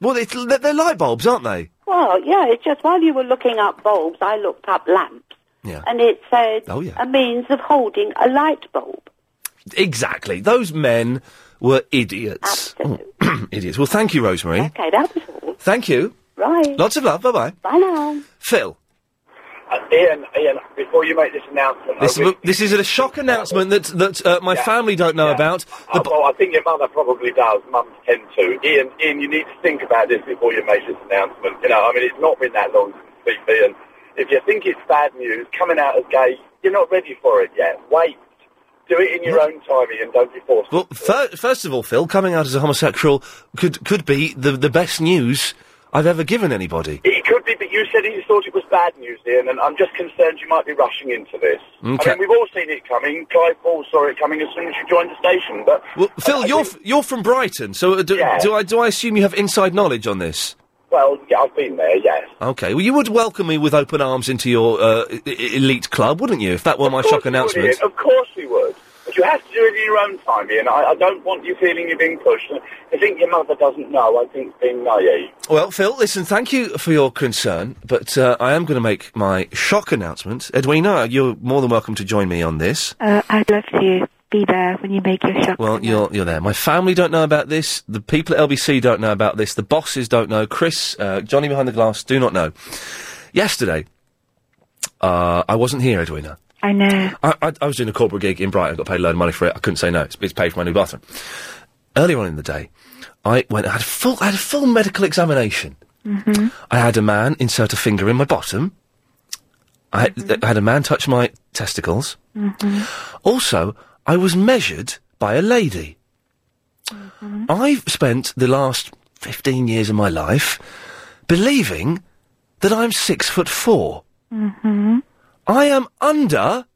[SPEAKER 1] Well, it's, they're they're light bulbs, aren't they?
[SPEAKER 14] Well, yeah, it's just while you were looking up bulbs, I looked up lamps.
[SPEAKER 1] Yeah.
[SPEAKER 14] And it said
[SPEAKER 1] Oh, yeah.
[SPEAKER 14] a means of holding a light bulb.
[SPEAKER 1] Exactly. Those men were idiots. Oh, idiots. Well, thank you, Rosemary.
[SPEAKER 14] Okay, that was
[SPEAKER 1] Thank you.
[SPEAKER 14] right.
[SPEAKER 1] Lots of love. Bye bye.
[SPEAKER 14] Bye now.
[SPEAKER 1] Phil,
[SPEAKER 17] Uh, Ian, Ian, before you make this announcement,
[SPEAKER 1] this,
[SPEAKER 17] I,
[SPEAKER 1] is, this is a shock announcement that that uh, my family don't know about.
[SPEAKER 17] I, well, Oh, I think your mother probably does. Mums tend to. Ian, Ian, you need to think about this before you make this announcement. You know, I mean, it's not been that long since BP, and if you think it's bad news coming out as gay, you're not ready for it yet. Wait, do it in your own time, Ian. Don't be forced.
[SPEAKER 1] Well, fir- first of all, Phil, coming out as a homosexual could could be the the best news I've ever given anybody.
[SPEAKER 17] It could be, but you said you thought it was bad news, Ian, and I'm just concerned you might be rushing into this.
[SPEAKER 1] Okay.
[SPEAKER 17] I mean, we've all seen it coming. Clive Ball saw it coming as soon as you joined the station, but
[SPEAKER 1] Well, Phil, you're f- you're from Brighton, so uh, do,
[SPEAKER 17] Yeah.
[SPEAKER 1] do I do I assume you have inside knowledge on this?
[SPEAKER 17] well, yeah, I've been there. Yes.
[SPEAKER 1] Okay, well, you would welcome me with open arms into your uh, I- I- elite club, wouldn't you? If that were my
[SPEAKER 17] Of course
[SPEAKER 1] shock
[SPEAKER 17] we would,
[SPEAKER 1] announcement.
[SPEAKER 17] Ian, Of course we would. But you have to do it in your own time, Ian. I, I don't want you feeling you're being pushed. I think your mother doesn't know. I think it's being naive.
[SPEAKER 1] Well, Phil, listen, thank you for your concern, but uh, I am going to make my shock announcement. Edwina, you're more than welcome to join me on this.
[SPEAKER 8] Uh, I'd love to be there when you make your shock.
[SPEAKER 1] Well, you're you're there. My family don't know about this. The people at LBC don't know about this. The bosses don't know. Chris, uh, Johnny behind the glass, do not know. Yesterday, uh, I wasn't here, Edwina.
[SPEAKER 8] I know.
[SPEAKER 1] I, I, I was doing a corporate gig in Brighton, got paid a load of money for it. I couldn't say no. It's, it's paid for my new bathroom. Earlier on in the day, I went. I had a full. I had a full medical examination.
[SPEAKER 8] Mm-hmm.
[SPEAKER 1] I had a man insert a finger in my bottom. I had, I had a man touch my testicles.
[SPEAKER 8] Mm-hmm.
[SPEAKER 1] Also, I was measured by a lady. I've spent the last 15 years of my life believing that I'm six foot four.
[SPEAKER 8] Mm-hmm.
[SPEAKER 1] I am under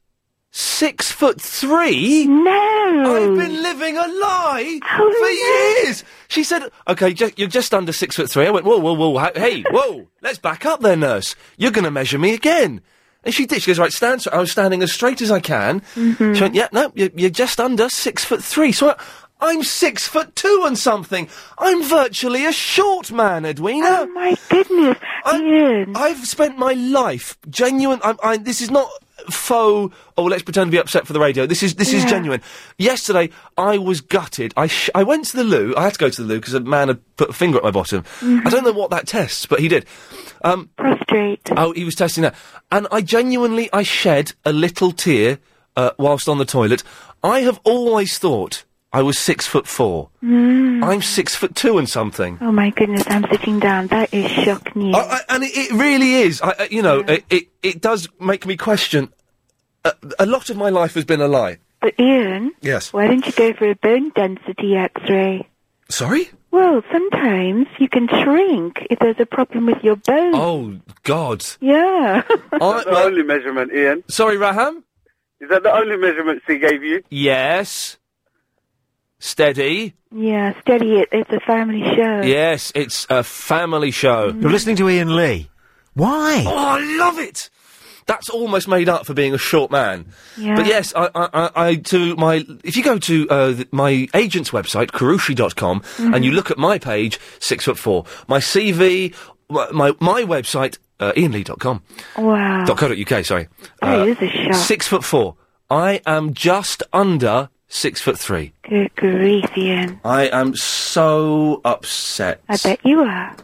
[SPEAKER 1] six foot three.
[SPEAKER 8] No,
[SPEAKER 1] I've been living a lie for years. She said, "Okay, ju- you're just under six foot three. I went, "Whoa, whoa, whoa! ha- Hey, whoa! Let's back up there, nurse. You're going to measure me again." And she did. She goes, "Right, stand." So I was standing as straight as I can.
[SPEAKER 8] Mhm.
[SPEAKER 1] She went, "Yeah, no, you're, you're just under six foot three. So I, I'm six foot two and something. I'm virtually a short man, Edwina. Oh
[SPEAKER 8] my goodness,
[SPEAKER 1] I, I've spent my life genuine. I, I, this is not faux. Oh, let's pretend to be upset for the radio. This is this is
[SPEAKER 8] Yeah.
[SPEAKER 1] genuine. Yesterday, I was gutted. I sh- I went to the loo. I had to go to the loo because a man had put a finger at my bottom. I don't know what that tests, but he did. Um,
[SPEAKER 8] Prostrate.
[SPEAKER 1] Oh, he was testing that, and I genuinely I shed a little tear uh, whilst on the toilet. I have always thought I was six foot four.
[SPEAKER 8] Mm.
[SPEAKER 1] I'm six foot two and something.
[SPEAKER 8] Oh my goodness, I'm sitting down. That is shock news.
[SPEAKER 1] I, I, and it, it really is. I, I, you know, it, it it does make me question. A, a lot of my life has been a lie.
[SPEAKER 8] But Ian,
[SPEAKER 1] Yes.
[SPEAKER 8] why don't you go for a bone density X-ray?
[SPEAKER 1] Sorry.
[SPEAKER 8] Well, sometimes you can shrink if there's a problem with your bone.
[SPEAKER 1] Oh uh, God.
[SPEAKER 14] Mm-hmm.
[SPEAKER 8] Yeah.
[SPEAKER 1] That's
[SPEAKER 11] the only measurement, Ian.
[SPEAKER 1] Sorry, Raham.
[SPEAKER 11] Is that the only measurements he gave you?
[SPEAKER 1] Yes. Steady.
[SPEAKER 8] yeah, steady it. It's a family show.
[SPEAKER 1] Yes, it's a family show.
[SPEAKER 8] Mm-hmm. You're listening
[SPEAKER 1] to Ian Lee.
[SPEAKER 29] Why?
[SPEAKER 1] Oh, I love it. That's almost made up for being a short man.
[SPEAKER 8] Yeah.
[SPEAKER 1] But yes, I, I, I, I to my if you go to uh, th- my agent's website karushi.com and
[SPEAKER 8] Mm-hmm.
[SPEAKER 1] you look at my page six foot four, my CV, my my, my website uh, ianlee.com.
[SPEAKER 8] Wow.
[SPEAKER 1] Dot co.uk, sorry. Uh,
[SPEAKER 8] That is a shock.
[SPEAKER 1] Six foot four. I am just under six foot three.
[SPEAKER 8] Good grief, Ian.
[SPEAKER 1] I am so upset.
[SPEAKER 8] I bet you are.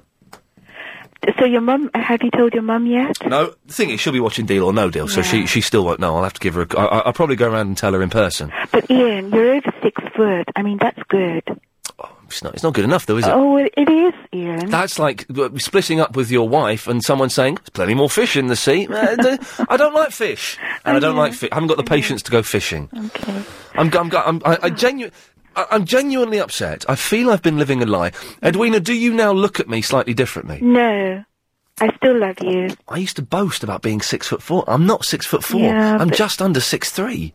[SPEAKER 8] So your mum, have you told your mum yet?
[SPEAKER 1] No, the thing is, she'll be watching Deal or No Deal, so she she still won't know. I'll have to give her. A, c- I, I- I'll probably go around and tell her in person.
[SPEAKER 8] But Ian, you're over six foot. I mean, that's good.
[SPEAKER 1] It's not. It's not good enough, though, is it?
[SPEAKER 8] Oh, it, it is, Ian.
[SPEAKER 1] That's like uh, splitting up with your wife and someone saying, "There's plenty more fish in the sea." Uh, d- I don't like fish, and I don't like. Fi- I haven't got the patience to go fishing.
[SPEAKER 8] Okay.
[SPEAKER 1] I'm. g- I'm. g- I'm I, I genu- I, I'm genuinely upset. I feel I've been living a lie. Edwina, do you now look at me slightly differently?
[SPEAKER 8] No, I still love you.
[SPEAKER 1] I used to boast about being six foot four. I'm not six foot four.
[SPEAKER 8] Yeah,
[SPEAKER 1] I'm
[SPEAKER 8] but-
[SPEAKER 1] just under six three.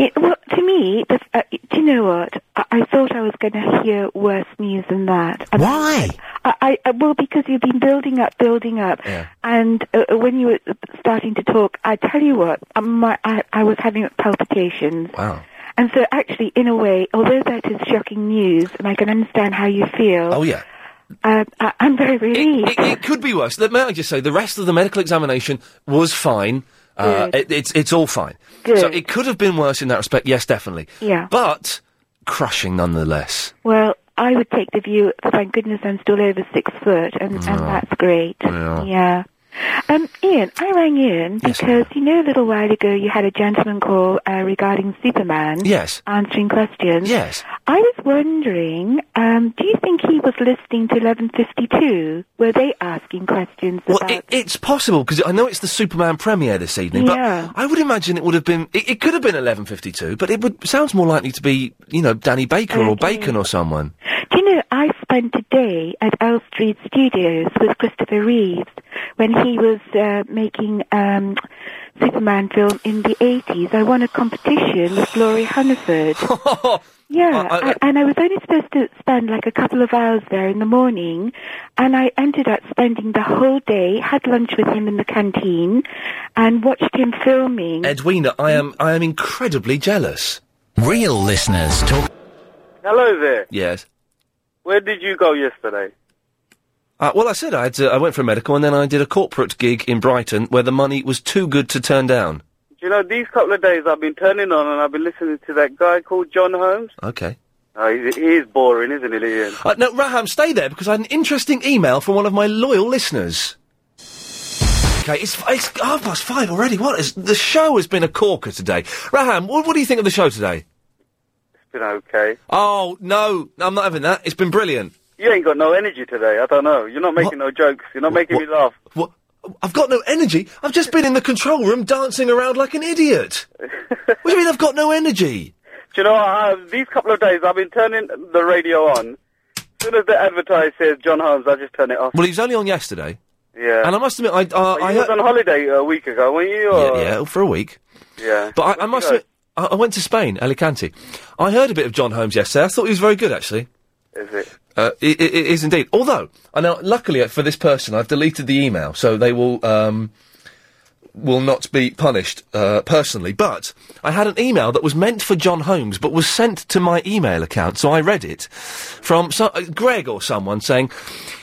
[SPEAKER 8] Yeah, well, to me, the, uh, do you know what? I, I thought I was going to hear worse news than that. And
[SPEAKER 29] Why?
[SPEAKER 8] I, I, I, well, because you've been building up, building up,
[SPEAKER 29] Yeah.
[SPEAKER 8] and uh, uh, when you were starting to talk, I tell you what, um, my, I, I was having palpitations.
[SPEAKER 1] Wow.
[SPEAKER 8] And so, actually, in a way, although that is shocking news, and I can understand how you feel,
[SPEAKER 1] Oh yeah.
[SPEAKER 8] uh, I, I'm very relieved.
[SPEAKER 1] It could be worse. Let- May I just say, the rest of the medical examination was fine. Uh,
[SPEAKER 8] Good.
[SPEAKER 1] it, it's it's all fine. So
[SPEAKER 8] Mm. Good.
[SPEAKER 1] it could have been worse in that respect. Yes, definitely.
[SPEAKER 8] Yeah.
[SPEAKER 1] But crushing nonetheless.
[SPEAKER 8] Well, I would take the view, thank goodness I'm still over six foot, and, and
[SPEAKER 1] Oh.
[SPEAKER 8] that's great.
[SPEAKER 1] Yeah.
[SPEAKER 8] Yeah. Um, Ian, I rang in because you know a little while ago you had a gentleman call uh, regarding Superman.
[SPEAKER 1] Yes.
[SPEAKER 8] Answering questions.
[SPEAKER 1] Yes.
[SPEAKER 8] I was wondering, um, do you think he was listening to 1152? Were they asking questions
[SPEAKER 1] Well,
[SPEAKER 8] about...
[SPEAKER 1] it, it's possible because I know it's the Superman premiere this evening.
[SPEAKER 8] Yeah.
[SPEAKER 1] But I would imagine it would have been. It, it could have been eleven fifty two, but it would sounds more likely to be you know Danny Baker or
[SPEAKER 8] Okay.
[SPEAKER 1] Bacon or someone.
[SPEAKER 8] Do you know, I spent a day at Elstree Studios with Christopher Reeves when he was uh, making um, Superman film in the 80s. I won a competition with Laurie Hunniford.
[SPEAKER 24] Uh,
[SPEAKER 8] yeah,
[SPEAKER 1] I- I-
[SPEAKER 8] a- and I was only supposed to spend like a couple of hours there in the morning, and I ended up spending the whole day, had lunch with him in the canteen, and watched him filming.
[SPEAKER 1] Edwina, I am I am incredibly jealous.
[SPEAKER 15] Real listeners talk.
[SPEAKER 11] Hello there.
[SPEAKER 1] Yes.
[SPEAKER 11] Where did you go yesterday?
[SPEAKER 1] Uh, well, I said I had to, I went for a medical, and then I did a corporate gig in Brighton where the money was too good to turn down.
[SPEAKER 11] Do you know, these couple of days I've been turning on and I've been listening to that guy called John Holmes.
[SPEAKER 1] Okay.
[SPEAKER 11] Oh, he, he is boring, isn't he, Ian?
[SPEAKER 1] Uh, no, Raham, stay there because I had an interesting email from one of my loyal listeners. Okay, it's, it's half past five already. What is the show has been a corker today? Raham, what, what do you think of the show today?
[SPEAKER 11] It's been okay.
[SPEAKER 1] Oh no, I'm not having that. It's been brilliant.
[SPEAKER 11] You ain't got no energy today. I don't know. You're not making no jokes. You're not making me laugh.
[SPEAKER 1] What? I've got no energy. I've just been in the control room dancing around like an idiot. what do you mean I've got no energy?
[SPEAKER 11] Do you know, uh, these couple of days I've been turning the radio on. As soon as the advertise says John Holmes, I just turn
[SPEAKER 23] Oh.
[SPEAKER 11] it off.
[SPEAKER 1] Well, he was only on yesterday,
[SPEAKER 11] Yeah.
[SPEAKER 1] and I must admit, I uh,
[SPEAKER 11] Oh,
[SPEAKER 1] I
[SPEAKER 11] you was
[SPEAKER 1] heard-
[SPEAKER 11] on holiday a week ago, weren't you? Or...
[SPEAKER 1] yeah, yeah, for a week.
[SPEAKER 11] Yeah.
[SPEAKER 1] But I, I must admit, I, I went to Spain, Alicante. I heard a bit of John Holmes yesterday. I thought he was very good, actually.
[SPEAKER 11] Is it?
[SPEAKER 1] Uh, it, it it is indeed. Although, I know, luckily uh, for this person, I've deleted the email, so they will um, will not be punished uh, personally. But I had an email that was meant for John Holmes, but was sent to my email account, so I read it from so- uh, Greg or someone saying,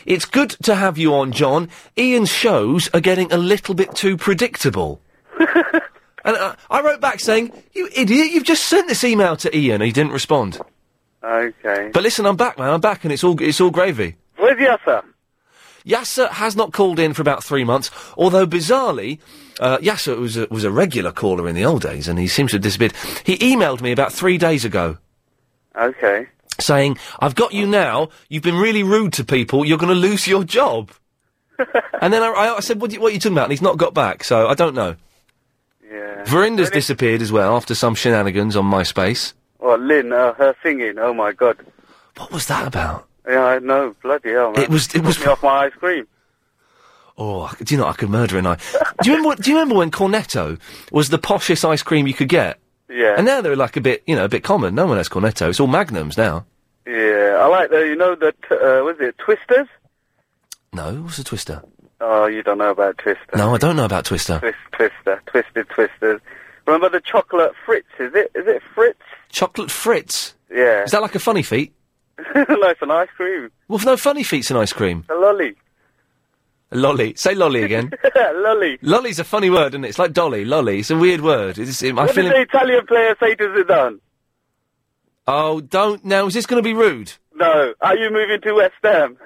[SPEAKER 1] "It's good to have you on, John. Ian's shows are getting a little bit too predictable." and uh, I wrote back saying, "You idiot! You've just sent this email to Ian. He didn't respond."
[SPEAKER 11] Okay.
[SPEAKER 1] But listen, I'm back, man. I'm back, and it's all it's all gravy.
[SPEAKER 11] Where's Yasser?
[SPEAKER 1] Yasser has not called in for about three months, although bizarrely, uh, Yasser was a, was a regular caller in the old days, and he seems to have disappeared. He emailed me about three days ago
[SPEAKER 11] Okay.
[SPEAKER 1] saying, "I've got you now. You've been really rude to people. You're going to lose your job." and then I, I, I said, what, do you, "What are you talking about?" And he's not got back, so I don't know.
[SPEAKER 11] Yeah.
[SPEAKER 1] Verinda's disappeared as well after some shenanigans on MySpace.
[SPEAKER 11] Well, Lynn, uh, her singing. Oh my God.
[SPEAKER 1] What was that about?
[SPEAKER 11] Yeah, I know. Bloody hell, man.
[SPEAKER 1] It was- it
[SPEAKER 11] Took
[SPEAKER 1] was-
[SPEAKER 11] me off my ice cream.
[SPEAKER 1] Oh, I could- do you know I could murder an eye? do you remember? what- Do you remember when Cornetto was the poshest ice cream you could get?
[SPEAKER 11] Yeah.
[SPEAKER 1] And now they're like a bit, you know, a bit common. No one has Cornetto. It's all Magnums now.
[SPEAKER 11] Yeah, I like the. You know the. T- uh, was it Twisters?
[SPEAKER 1] No, what's a Twister?
[SPEAKER 11] Oh, you don't know about Twister.
[SPEAKER 1] No, I don't know about Twister.
[SPEAKER 11] Twist, Twister, Twisted Twisters. Remember the chocolate Fritz? Is it? Is it Fritz?
[SPEAKER 1] Chocolate Fritz.
[SPEAKER 11] Yeah.
[SPEAKER 1] Is that like a funny feat?
[SPEAKER 11] nice and ice cream.
[SPEAKER 1] Well, no funny feats in ice cream.
[SPEAKER 11] A lolly.
[SPEAKER 1] A lolly. Say lolly again.
[SPEAKER 11] lolly.
[SPEAKER 1] Lolly's a funny word, isn't it? It's like dolly, lolly. It's a weird word. It's, it, I
[SPEAKER 11] what
[SPEAKER 1] feel
[SPEAKER 11] did the
[SPEAKER 1] it-
[SPEAKER 11] Italian player say to Zidane?
[SPEAKER 1] Oh, don't. Now, is this going to be rude?
[SPEAKER 11] No. Are you moving to West Ham?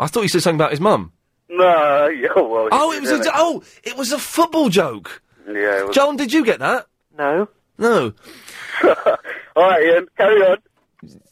[SPEAKER 1] I thought you said something about his mum.
[SPEAKER 11] No. yeah, well,
[SPEAKER 1] Oh, it was a, oh, it was a football joke.
[SPEAKER 11] Yeah. It was...
[SPEAKER 1] John, did you get that?
[SPEAKER 11] No.
[SPEAKER 1] No.
[SPEAKER 11] All right, Ian. Carry on.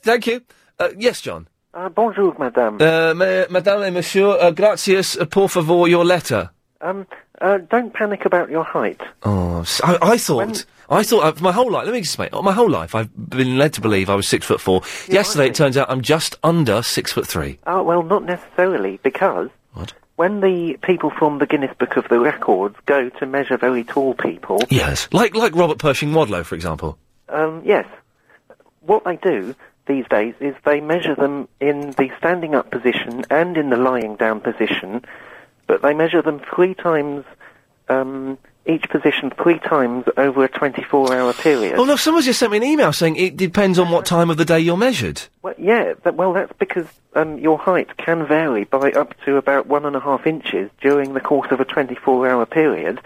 [SPEAKER 1] Thank you. Uh, yes, John.
[SPEAKER 16] Uh, bonjour, madame.
[SPEAKER 1] Uh, ma- Madame et Monsieur, uh, gracias, uh, por favor, your letter.
[SPEAKER 16] Um, uh, don't panic about your height.
[SPEAKER 1] Oh, s- I, I thought. I thought uh, my whole life. Let me just say, my whole life I've been led to believe I was six foot four. Yesterday it turns out I'm just under six foot three.
[SPEAKER 16] Oh, well, not Uh, necessarily, because
[SPEAKER 1] What?
[SPEAKER 16] when the people from the Guinness Book of the Records go to measure very tall people,
[SPEAKER 1] Yes. Like like Robert Pershing Wadlow, for example.
[SPEAKER 16] um, yes, what they do these days is they measure them in the standing up position and in the lying down position, but they measure them three times, um, each position three times over a 24 hour period.
[SPEAKER 1] Oh no, someone's just sent me an email saying it depends on what time of the day you're measured.
[SPEAKER 16] Well, yeah, that, well, that's because um, your height can vary by up to about one and a half inches during the course of a 24 hour period.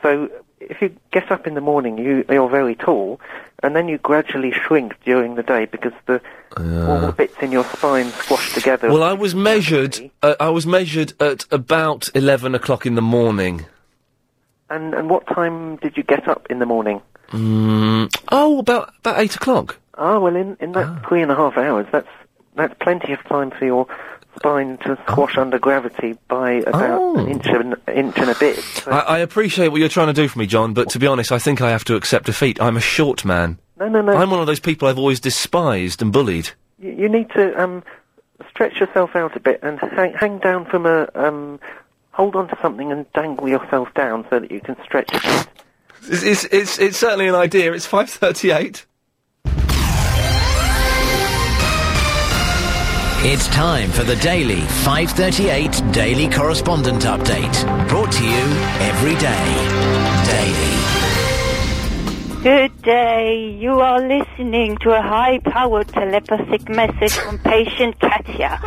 [SPEAKER 16] So if you get up in the morning, you, you're very tall, and then you gradually shrink during the day because the, all the bits in your spine squash together.
[SPEAKER 1] Uh. Well, I was measured. Uh, I was measured at about eleven o'clock in the morning.
[SPEAKER 16] and, and what time did you get up in the morning?
[SPEAKER 1] Mm, oh, about about eight o'clock.
[SPEAKER 16] Ah, well, in, in that three and a half hours, that's, that's plenty of time for your spine to
[SPEAKER 1] Oh.
[SPEAKER 16] squash under gravity by about an inch and, inch and a bit.
[SPEAKER 1] I, I appreciate what you're trying to do for me, John, but to be honest, I think I have to accept defeat. I'm a short man.
[SPEAKER 16] No, no, no.
[SPEAKER 1] I'm one of those people I've always despised and bullied.
[SPEAKER 16] you, you need to um, stretch yourself out a bit and hang, hang down from a um, hold on to something and dangle yourself down so that you can stretch. it.
[SPEAKER 1] It's it's it's, it's certainly an idea. It's five thirty-eight.
[SPEAKER 15] It's time for the daily 538 Daily Correspondent Update. Brought to you every day.
[SPEAKER 14] Good day. You are listening to a high-powered telepathic message from patient Katya,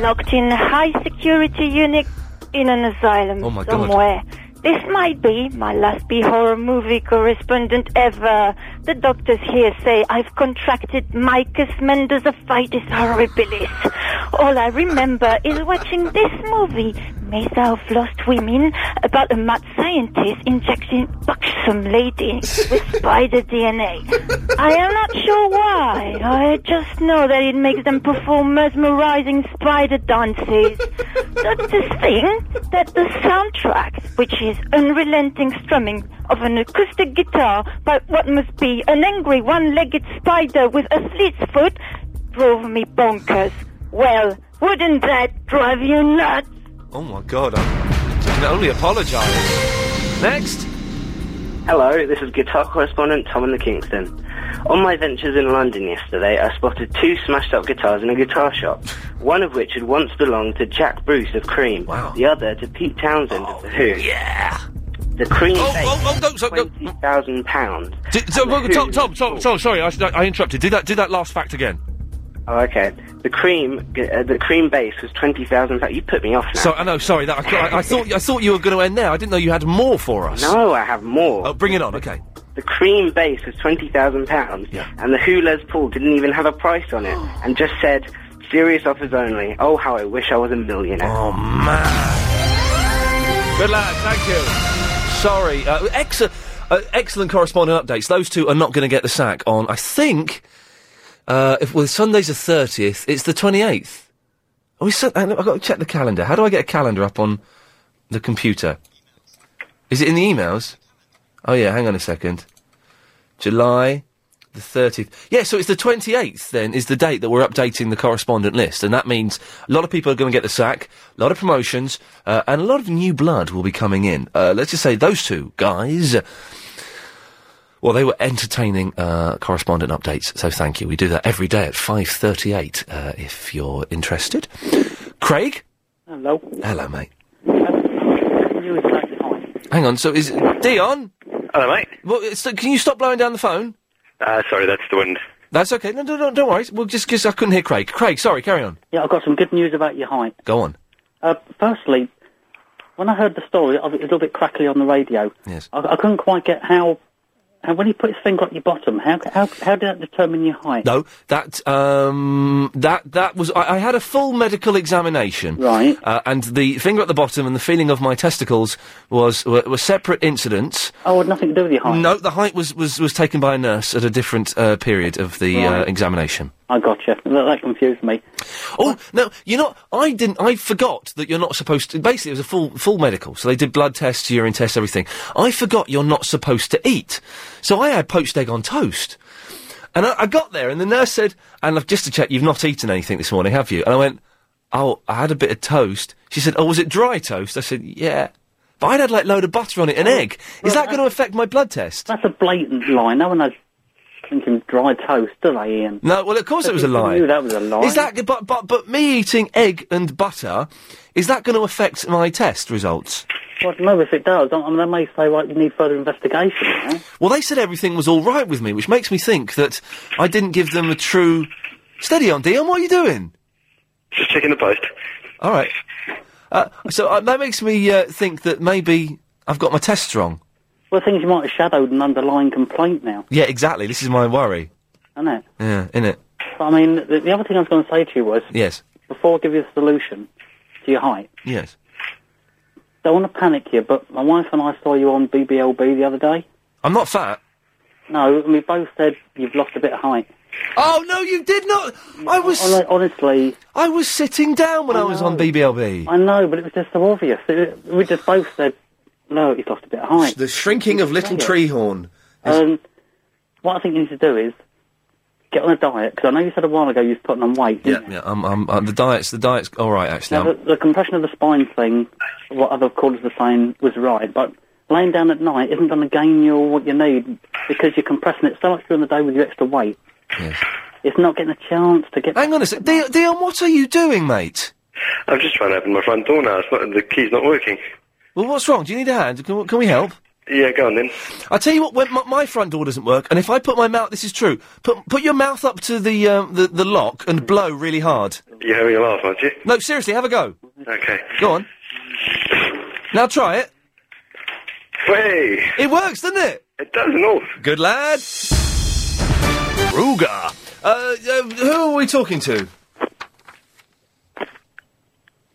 [SPEAKER 14] locked in a high-security unit in an asylum
[SPEAKER 10] Oh, my God.
[SPEAKER 14] somewhere. This might be my last B horror movie correspondent ever. The doctors here say I've contracted Micus mendozophytis horribilis. All I remember is watching this movie, Mesa of Lost Women, about a mad scientist injecting buxom lady with spider DNA. I am not sure why. I just know that it makes them perform mesmerizing spider dances. Doctors think that the soundtrack, which is unrelenting strumming of an acoustic guitar by what must be an angry one-legged spider with a fleet's foot, drove me bonkers. Well, wouldn't that drive you nuts?
[SPEAKER 1] Oh my god! I can only apologise. Next.
[SPEAKER 18] Hello, this is guitar correspondent Tom in the Kingston. On my ventures in London yesterday, I spotted two smashed up guitars in a guitar shop, one of which had once belonged to Jack Bruce of Cream, the other to Pete Townsend of The Who. Yeah! The Cream
[SPEAKER 1] Oh, oh, oh,
[SPEAKER 18] £20,000.
[SPEAKER 1] Did, so, well, Tom, Tom, Tom, Tom, sorry, I, should- I interrupted. Do that, do that last fact again.
[SPEAKER 18] Oh, okay. The Cream, uh, the Cream bass was £20,000. You put me off now.
[SPEAKER 1] So, I know, sorry, that, I, I, I thought, I thought you were going to end there. I didn't know you had more for us.
[SPEAKER 18] No, I have more.
[SPEAKER 1] Oh, bring it on, okay.
[SPEAKER 18] The cream base was twenty thousand pounds, and the Who Les Paul didn't even have a price on it, and just said serious offers only. Oh, how I wish I was a millionaire.
[SPEAKER 1] Oh man! Good lad, thank you. Sorry, uh, ex- uh, excellent correspondent updates. Those two are not going to get the sack on. I think uh, if well, Sunday's the thirtieth, it's the twenty eighth. Oh, is Sun- I've got to check the calendar. How do I get a calendar up on the computer? Is it in the emails? Oh yeah, hang on a second. July the 30th. Yeah, so it's the 28th then is the date that we're updating the correspondent list. And that means a lot of people are going to get the sack, a lot of promotions, uh, and a lot of new blood will be coming in. Uh, let's just say those two guys. Well, they were entertaining uh, correspondent updates, so thank you. We do that every day at 5.38 uh, if you're interested. Craig?
[SPEAKER 20] Hello.
[SPEAKER 1] Hello, mate.
[SPEAKER 20] You would like to
[SPEAKER 1] Hang on, so is Dion? Hello, mate. Well, it's, can you stop blowing down the phone?
[SPEAKER 21] Uh, sorry, that's the wind.
[SPEAKER 1] That's okay. No, no, no, don't worry. Well, just because I couldn't hear Craig. Craig, sorry, carry on.
[SPEAKER 20] Yeah, I've got some good news about your height.
[SPEAKER 1] Go on.
[SPEAKER 20] Uh, firstly, when I heard the story, I was a little bit crackly on the radio.
[SPEAKER 1] Yes.
[SPEAKER 20] I, I couldn't quite get how, how when he put his finger up your bottom, how how how did that determine your height?
[SPEAKER 1] No, that um, that that was. I, I had a full medical examination,
[SPEAKER 20] right?
[SPEAKER 1] Uh, and the finger at the bottom and the feeling of my testicles was were, were separate incidents.
[SPEAKER 20] Oh, it had nothing to do with your height.
[SPEAKER 1] No, the height was was was taken by a nurse at a different uh, period of the uh,
[SPEAKER 20] Right.
[SPEAKER 1] examination.
[SPEAKER 20] I gotcha. That, that confused me.
[SPEAKER 1] Oh no, you know I didn't. I forgot that you're not supposed to. Basically, it was a full full medical. So they did blood tests, urine tests, everything. I forgot you're not supposed to eat. So I had poached egg on toast. And I, I got there, and the nurse said, "And look, just to check, you've not eaten anything this morning, have you?" And I went, oh, I had a bit of toast. She said, oh, was it dry toast? I said, yeah. But I'd had like load of butter on it, an egg. Is that going to affect my blood test?
[SPEAKER 20] Oh. That's a blatant lie. No one has thinking dry toast, do they, Ian?
[SPEAKER 1] No, well, of course it was a
[SPEAKER 20] People
[SPEAKER 1] lie.
[SPEAKER 20] knew that was a lie.
[SPEAKER 1] Is that but but but me eating egg and butter? Is that going to affect my test results?
[SPEAKER 20] Well, no, if it does, I I mean, they may say, right, you need further investigation. you know?
[SPEAKER 1] Well, they said everything was all right with me, which makes me think that I didn't give them a true. Steady on, Dion. What are you doing?
[SPEAKER 25] Just checking the post.
[SPEAKER 1] All right. Uh, so uh, that makes me uh, think that maybe I've got my tests wrong.
[SPEAKER 20] Well, things you might have shadowed an underlying complaint now,
[SPEAKER 1] Yeah, exactly. This is my worry.
[SPEAKER 20] isn't it?
[SPEAKER 1] Yeah, in it.
[SPEAKER 20] But, I mean, the, the other thing I was going to say to you was,
[SPEAKER 1] Yes.
[SPEAKER 20] before I give you a solution to your height,
[SPEAKER 1] Yes.
[SPEAKER 20] don't want to panic you, but my wife and I saw you on BBLB the other day.
[SPEAKER 1] I'm not fat.
[SPEAKER 20] No, and we both said you've lost a bit of height.
[SPEAKER 1] Oh no, you did not. I was
[SPEAKER 20] honestly.
[SPEAKER 1] I was sitting down when I, was on BBLB.
[SPEAKER 20] I know, but it was just so obvious. It- we just both said, no, you've lost a bit of height.
[SPEAKER 1] The shrinking of Little
[SPEAKER 20] Yeah.
[SPEAKER 1] Treehorn.
[SPEAKER 20] Um, what I think you need to do is get on a diet because I know you said a while ago you was putting on weight.
[SPEAKER 1] Yeah, yeah. I'm, I'm, i the diet's the diet's all right actually.
[SPEAKER 20] Now,
[SPEAKER 1] I'm-
[SPEAKER 20] the, the compression of the spine thing, what other callers were saying, was right, but laying down at night isn't going to gain you all what you need because you're compressing it so much during the day with your extra weight. It's not getting a chance to get.
[SPEAKER 1] Hang on a sec, Dion. Dion, what are you doing, mate?
[SPEAKER 25] I'm just trying to open my front door now. It's not, the key's not working.
[SPEAKER 1] Well, what's wrong? Do you need a hand? Can, can we help?
[SPEAKER 25] Yeah, go on then.
[SPEAKER 1] I tell you what, when my, my front door doesn't work, and if I put my mouth, this is true. Put put your mouth up to the um, the, the lock and blow really hard.
[SPEAKER 25] You're having a laugh, aren't you?
[SPEAKER 1] No, seriously, have a go.
[SPEAKER 25] Okay.
[SPEAKER 1] Go on. Now try it.
[SPEAKER 25] Hey.
[SPEAKER 1] It works, doesn't it?
[SPEAKER 25] It does and all.
[SPEAKER 1] Good lad. Ruga. Uh, uh, who are we talking to?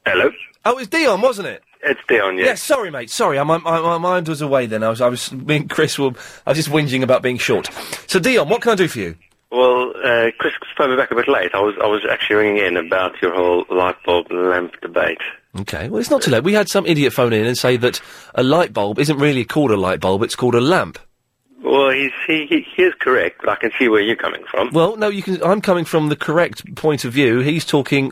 [SPEAKER 25] Hello.
[SPEAKER 1] Oh, it's Dion, wasn't it?
[SPEAKER 25] It's Dion, yeah.
[SPEAKER 1] Yeah, sorry, mate. Sorry, I, my, my, my mind was away then. I was, I was, me and Chris were, I was just whinging about being short. So, Dion, what can I do for you?
[SPEAKER 25] Well, uh, Chris phoned me back a bit late. I was I was actually ringing in about your whole light bulb lamp debate.
[SPEAKER 1] Okay, well, it's not too late. We had some idiot phone in and say that a light bulb isn't really called a light bulb, it's called a lamp.
[SPEAKER 25] Well, he's, he, he he is correct, but I can see where you're coming from.
[SPEAKER 1] Well, no, you can. I'm coming from the correct point of view. He's talking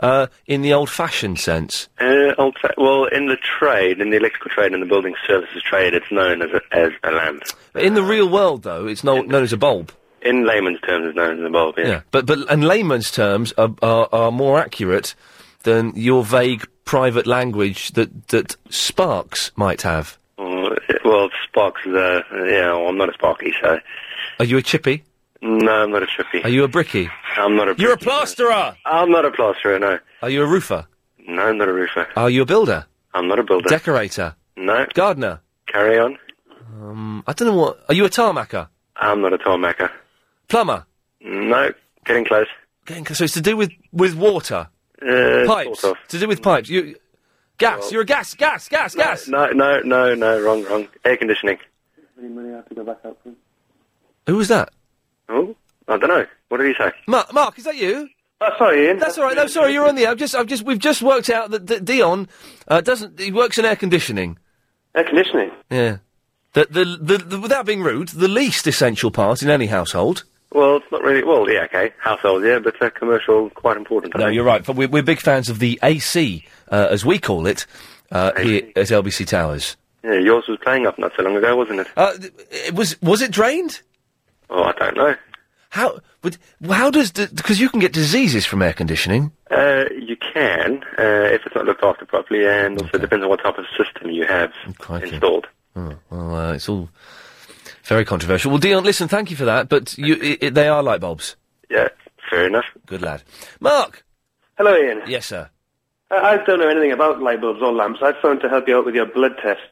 [SPEAKER 1] uh, in the old-fashioned sense.
[SPEAKER 25] Uh, old fa- well, in the trade, in the electrical trade, in the building services trade, it's known as a, as a lamp.
[SPEAKER 1] But in the real world, though, it's no, known as a bulb.
[SPEAKER 25] In layman's terms, it's known as a bulb. Yeah.
[SPEAKER 1] But but and layman's terms are, are are more accurate than your vague private language that that sparks might have.
[SPEAKER 25] Well, it- Well, sparks is a yeah. Well, I'm not a sparky, so
[SPEAKER 1] Are you a chippy?
[SPEAKER 25] no, I'm not a trippy.
[SPEAKER 1] Are you a bricky?
[SPEAKER 25] I'm not a.
[SPEAKER 1] You're a plasterer.
[SPEAKER 25] I'm not a plasterer. No.
[SPEAKER 1] Are you a roofer?
[SPEAKER 25] No, I'm not a roofer.
[SPEAKER 1] Are you a builder?
[SPEAKER 25] I'm not a builder.
[SPEAKER 1] Decorator?
[SPEAKER 25] no.
[SPEAKER 1] Gardener?
[SPEAKER 25] Carry on.
[SPEAKER 1] Um, I don't know what. Are you a tarmacker?
[SPEAKER 25] I'm not a tarmacker.
[SPEAKER 1] Plumber?
[SPEAKER 25] No. Getting close.
[SPEAKER 1] Getting cl- So it's to do with with water.
[SPEAKER 25] Uh,
[SPEAKER 1] pipes.
[SPEAKER 25] sort
[SPEAKER 1] To do with pipes. You gas.
[SPEAKER 25] Well-
[SPEAKER 1] You're a gas. Gas. Gas. Gas.
[SPEAKER 25] No, no, no, no. Wrong, wrong. Air conditioning.
[SPEAKER 1] Who was that?
[SPEAKER 25] Oh, I don't know. What did he say?
[SPEAKER 1] Ma- Mark, is that you?
[SPEAKER 25] Oh, sorry, Ian.
[SPEAKER 1] That's all right. No, sorry, you're on the air. I've just, I've just, we've just worked out that, that Dion uh, doesn't. He works in air conditioning.
[SPEAKER 25] Air conditioning.
[SPEAKER 1] Yeah. The, the, the, the, without being rude, the least essential part in any household.
[SPEAKER 25] Well, it's not really. Well, yeah, okay. Household, yeah, but uh, commercial, quite important. I
[SPEAKER 1] No,
[SPEAKER 25] think.
[SPEAKER 1] you're right. But we're, we're big fans of the AC, uh, as we call it, uh, here at LBC Towers.
[SPEAKER 25] Yeah, yours was playing up not so long ago, wasn't it?
[SPEAKER 1] Uh, th- it was was it drained?
[SPEAKER 25] Oh, I don't know.
[SPEAKER 1] How? But how does? Because you can get diseases from air conditioning.
[SPEAKER 25] Uh, you can, uh, if it's not looked after properly, and also depends on what type of system you have installed.
[SPEAKER 1] Oh, well, uh, it's all very controversial. Well, Dion, listen, thank you for that, but you, i i they are light bulbs.
[SPEAKER 25] Yeah, fair enough.
[SPEAKER 1] Good lad. Mark!
[SPEAKER 30] Hello, Ian.
[SPEAKER 1] Yes, sir.
[SPEAKER 30] I, I don't know anything about light bulbs or lamps. I phoned to help you out with your blood tests.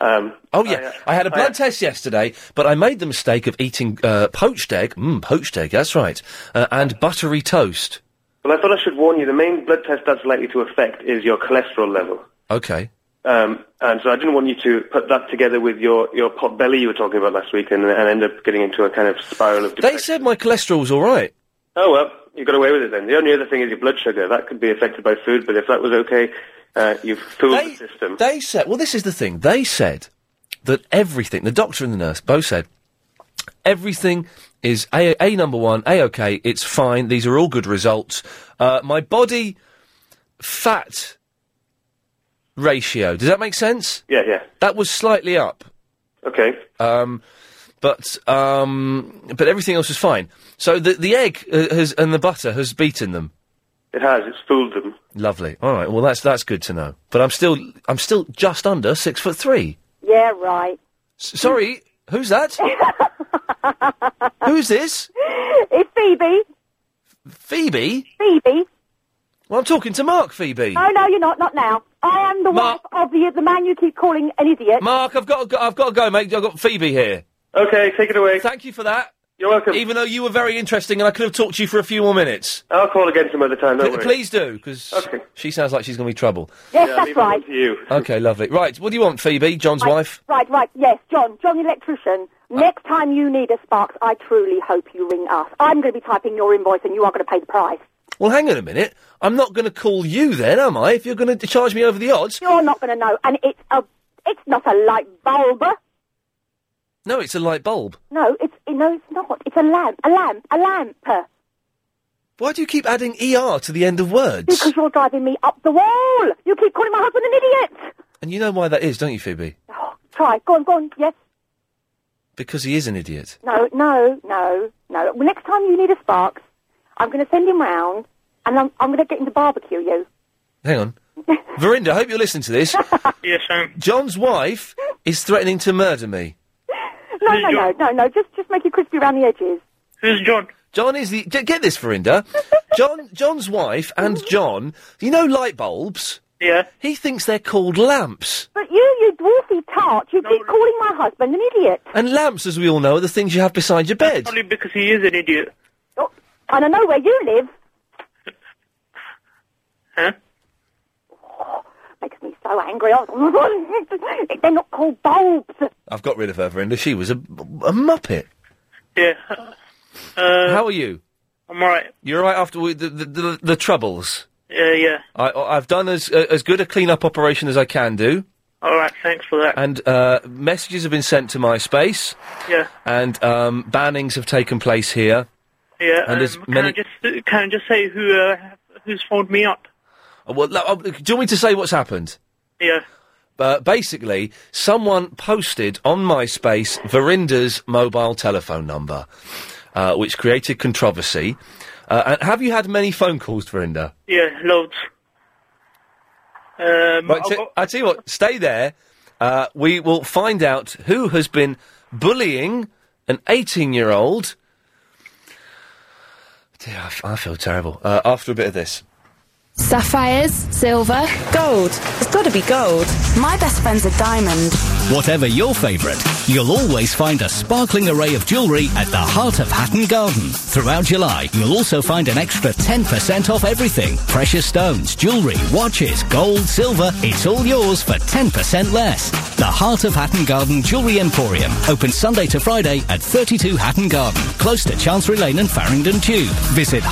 [SPEAKER 30] Um,
[SPEAKER 1] Oh
[SPEAKER 25] uh,
[SPEAKER 1] yeah, I, had a blood test yesterday, but I made the mistake of eating uh, poached egg. Mmm, poached egg. That's right, uh, and buttery toast.
[SPEAKER 30] well, I thought I should warn you, the main blood test that's likely to affect is your cholesterol level.
[SPEAKER 1] Okay.
[SPEAKER 30] Um, and so I didn't want you to put that together with your, your pot belly you were talking about last week and, and end up getting into a kind of spiral of
[SPEAKER 1] They said my cholesterol was all right.
[SPEAKER 30] Oh, well, you got away with it then. The only other thing is your blood sugar. That could be affected by food, but if that was okay, uh, you've fooled the system.
[SPEAKER 1] They said, well, this is the thing. They said that everything. The doctor and the nurse both said everything is a, a number one, a okay. It's fine. These are all good results. Uh, my body fat ratio. Does that make sense?
[SPEAKER 23] Yeah, yeah.
[SPEAKER 1] That was slightly up.
[SPEAKER 23] Okay.
[SPEAKER 1] Um, but um, but everything else was fine. So the the egg uh, has and the butter has beaten them.
[SPEAKER 23] It has. It's fooled them.
[SPEAKER 1] Lovely. All right. Well, that's that's good to know. But I'm still I'm still just under six foot three.
[SPEAKER 31] Yeah, right.
[SPEAKER 1] S- sorry, who's that? who's this?
[SPEAKER 31] It's Phoebe.
[SPEAKER 1] Phoebe.
[SPEAKER 31] Phoebe.
[SPEAKER 1] Well, I'm talking to Mark. Phoebe.
[SPEAKER 31] Oh no, you're not. Not now. I am the
[SPEAKER 1] Mark-
[SPEAKER 31] wife of the the man you keep calling an idiot.
[SPEAKER 1] Mark, I've got to go, I've got to go, mate. I've got Phoebe here.
[SPEAKER 23] Okay, take it away.
[SPEAKER 1] Thank you for that.
[SPEAKER 23] You're welcome.
[SPEAKER 1] Even though you were very interesting, and I could have talked to you for a few more minutes.
[SPEAKER 23] I'll call again some other time. Don't
[SPEAKER 1] P-
[SPEAKER 23] worry.
[SPEAKER 1] Please do, because she sounds like she's going to be trouble.
[SPEAKER 31] Yes,
[SPEAKER 23] Yeah,
[SPEAKER 31] that's
[SPEAKER 23] leave it all
[SPEAKER 31] right.
[SPEAKER 23] to you.
[SPEAKER 1] Okay, lovely. Right, what do you want, Phoebe, John's wife?
[SPEAKER 31] Right, right. Yes, John, John electrician.
[SPEAKER 23] Uh.
[SPEAKER 31] Next time you need a sparks, I truly hope you ring us. I'm going to be typing your invoice, and you are going to pay the price.
[SPEAKER 1] Well, hang on a minute. I'm not going to call you then, am I? If you're going to charge me over the odds.
[SPEAKER 31] You're not going to know, and it's a, it's not a light bulb.
[SPEAKER 1] No, it's a light bulb.
[SPEAKER 31] No, it's no, it's not. It's a lamp, a lamp, a lamp.
[SPEAKER 1] Why do you keep adding ER to the end of words?
[SPEAKER 31] Because you're driving me up the wall. You keep calling my husband an idiot.
[SPEAKER 1] And you know why that is, don't you, Phoebe?
[SPEAKER 31] Try, go on, go on. Yes,
[SPEAKER 1] Because he is an idiot.
[SPEAKER 31] no, no, no, no. Well, next time you need a sparks, I'm going to send him round, and I'm, I'm going to get him to barbecue you.
[SPEAKER 1] Hang on. Verinda, I hope you're listening to this.
[SPEAKER 31] Yes, Sam.
[SPEAKER 1] John's wife is threatening to murder me.
[SPEAKER 31] No, no, no, no, no. Just, just make it crispy around the edges.
[SPEAKER 1] Who's John? John is the. J- Get this, Verinda. John, John's wife and John. You know light bulbs. Yeah. He thinks they're called lamps,
[SPEAKER 31] But you, you dwarfy tart, you keep calling my husband an idiot.
[SPEAKER 1] and lamps, as we all know, are the things you have beside your bed.
[SPEAKER 31] Probably
[SPEAKER 32] Because he is an idiot.
[SPEAKER 31] And I know where you live.
[SPEAKER 32] Huh?
[SPEAKER 31] Makes me so angry. I- They're not called bulbs.
[SPEAKER 1] I've got rid of her, Verinda. She was a, a muppet.
[SPEAKER 32] Yeah. Uh,
[SPEAKER 1] How are you?
[SPEAKER 32] I'm alright.
[SPEAKER 1] You're all right after we, the, the, the the troubles.
[SPEAKER 32] Yeah, yeah.
[SPEAKER 1] I, I- I've done as uh, as good a clean up operation as I can do,
[SPEAKER 32] All right. Thanks for that.
[SPEAKER 1] and uh, messages have been sent to MySpace,
[SPEAKER 32] yeah.
[SPEAKER 1] and um, bannings have taken place here.
[SPEAKER 32] Yeah.
[SPEAKER 1] And there's
[SPEAKER 32] um,
[SPEAKER 1] many-
[SPEAKER 32] Can I just can I just say who uh, who's phoned me up?
[SPEAKER 1] Uh, Well, uh, do you want me to say what's happened?
[SPEAKER 32] Yeah.
[SPEAKER 1] Uh, basically, someone posted on MySpace Verinda's mobile telephone number, uh, which created controversy. Uh, and have you had many phone calls, Verinda?
[SPEAKER 32] Yeah. Loads. Um,
[SPEAKER 1] Right,
[SPEAKER 32] I've
[SPEAKER 1] t-
[SPEAKER 32] got-
[SPEAKER 1] I tell you what, stay there. Uh, we will find out who has been bullying an 18 year old. Dear, I, f- I feel terrible. Uh, after a bit of this.
[SPEAKER 24] Sapphires, silver, gold. It's got to be gold. My best friend's a diamond.
[SPEAKER 15] Whatever your favourite, you'll always find a sparkling array of jewellery at the heart of Hatton Garden. Throughout July, you'll also find an extra 10% off everything. Precious stones, jewellery, watches, gold, silver, it's all yours for 10% less. The Heart of Hatton Garden Jewellery Emporium, open Sunday to Friday at 32 Hatton Garden, close to Chancery Lane and Farringdon Tube. Visit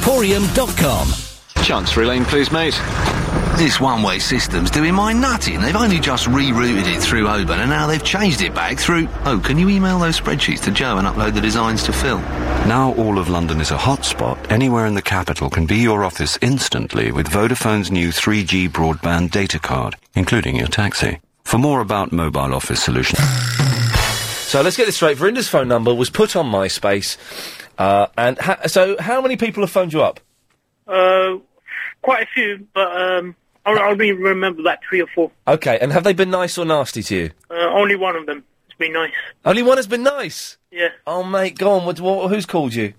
[SPEAKER 15] heartjewelleryemporium.com.
[SPEAKER 33] Chancery Lane, please, mate. This one-way system's doing my nutting. They've only just rerouted it through Oban, and now they've changed it back through... Oh, can you email those spreadsheets to Joe and upload the designs to Phil?
[SPEAKER 25] Now all of London is a hotspot. Anywhere in the capital can be your office instantly with Vodafone's new 3G broadband data card, including your taxi. For more about mobile office solutions...
[SPEAKER 1] So let's get this straight. Verinda's phone number was put on MySpace. Uh, and ha- so, how many people have phoned you up?
[SPEAKER 32] Uh, quite a few, but um, I'll, I'll be remember that three or four.
[SPEAKER 1] Okay, and have they been nice or nasty to you?
[SPEAKER 32] Uh, only one of them has been nice.
[SPEAKER 1] Only one has been nice.
[SPEAKER 32] Yeah.
[SPEAKER 1] Oh, mate, go on. What, what, who's called you?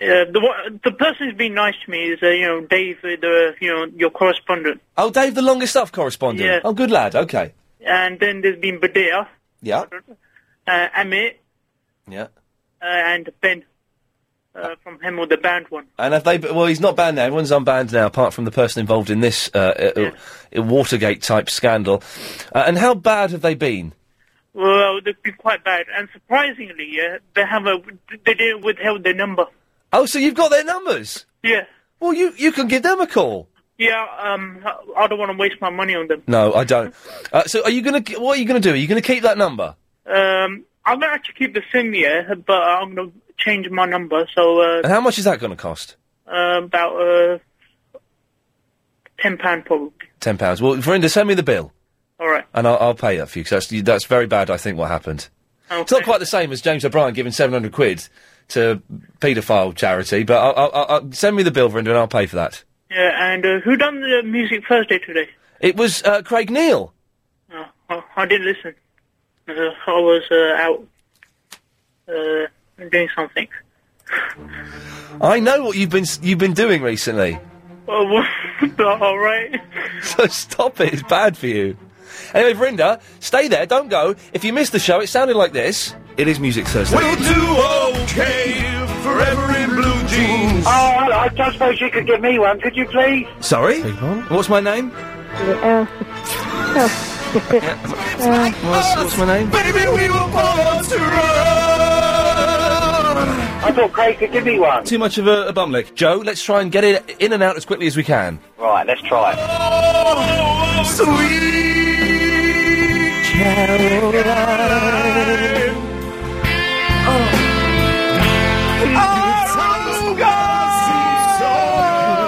[SPEAKER 32] Uh, the one- the person who's been nice to me is uh, you know Dave, uh, the you know your correspondent,
[SPEAKER 1] Oh, Dave, the longest stuff correspondent.
[SPEAKER 32] Yeah.
[SPEAKER 1] Oh, good lad. Okay.
[SPEAKER 32] and then there's been Badia,
[SPEAKER 1] Yeah.
[SPEAKER 32] uh, Amit,
[SPEAKER 1] Yeah.
[SPEAKER 32] uh, and Ben uh, from him or the band one.
[SPEAKER 1] And have they? b- Well, he's not banned now. Everyone's unbanned now, apart from the person involved in this uh, uh, uh, Watergate type scandal. Uh, and how bad have they been?
[SPEAKER 32] Well, they've been quite bad, and surprisingly, yeah, they have a they didn't withheld their number.
[SPEAKER 1] Oh, so you've got their numbers?
[SPEAKER 32] Yeah,
[SPEAKER 1] Well, you you can give them a call.
[SPEAKER 32] yeah. Um, I- I don't want to waste my money on them.
[SPEAKER 1] No, I don't. Uh, so, are you gonna? k- What are you gonna do? Are you gonna keep that number?
[SPEAKER 32] Um, I'm gonna actually keep the sim, yeah, but I'm gonna change my
[SPEAKER 1] Uh-huh.
[SPEAKER 32] number. So uh,
[SPEAKER 1] And how much is that gonna cost?
[SPEAKER 32] uh, about uh, ten pound probably.
[SPEAKER 1] Ten pounds. Well, Verinda, send me the bill,
[SPEAKER 32] All right.
[SPEAKER 1] and I'll, I'll pay that for you because that's, that's very bad. I think what happened. It's not quite the same as James O'Brien giving seven hundred quid to paedophile charity, but I'll, I'll, I'll send me the bill, Verinda, and I'll pay for that.
[SPEAKER 32] Yeah, and uh, who done the music Thursday today?
[SPEAKER 1] It was uh, Craig Neal.
[SPEAKER 32] Uh, I, I didn't listen. Uh, I was uh, out uh, doing something.
[SPEAKER 1] I know what you've been s- you've been doing recently.
[SPEAKER 32] Oh, well, all right.
[SPEAKER 1] So stop it. It's bad for you. Anyway, Verinda, stay there. Don't go. If you missed the show, it sounded like this. It is Music Thursday.
[SPEAKER 3] We'll do okay forever in blue jeans.
[SPEAKER 34] Oh, hello. I just suppose you could give me one, could you please?
[SPEAKER 1] Sorry? What's my name? what's, what's my name?
[SPEAKER 3] Baby, we were born to run.
[SPEAKER 34] I thought Craig could give me one.
[SPEAKER 1] Too much of a, a bum lick. Joe, let's try and get it in and out as quickly as we can.
[SPEAKER 34] Right, let's try it.
[SPEAKER 3] Oh, sweet Caroline. Our God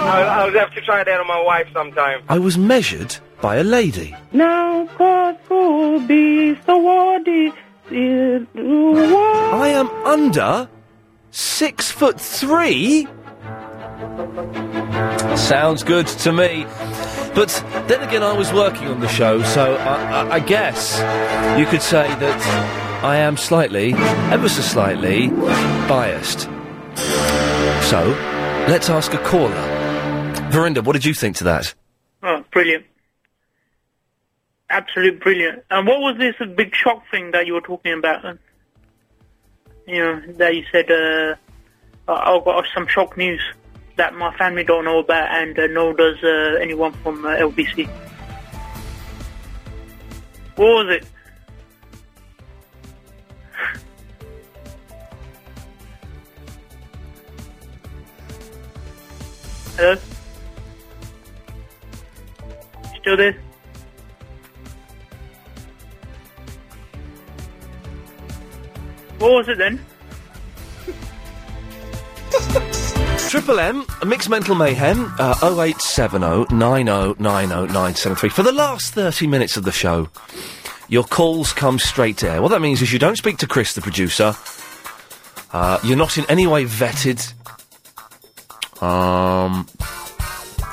[SPEAKER 35] I'll, I'll have to try it out on my wife sometime.
[SPEAKER 1] I was measured by a lady.
[SPEAKER 36] Now God will be so worthy. I
[SPEAKER 1] I am under six foot three. Sounds good to me. But then again, I was working on the show, so I, I, I guess you could say that I am slightly, ever so slightly, biased. So, let's ask a caller. Verinda, what did you think to that?
[SPEAKER 32] Oh, brilliant. Absolute brilliant. And what was this big shock thing that you were talking about? um, You know, that you said, uh, I- I've got some shock news that my family don't know about and uh, nor does uh, anyone from uh, LBC. What was it? Hello? Still there? What was it then?
[SPEAKER 1] Triple M, Mixed Mental Mayhem, uh, 0870 oh, 9090973. For the last 30 minutes of the show, your calls come straight to air. What that means is you don't speak to Chris, the producer. Uh, you're not in any way vetted. Um,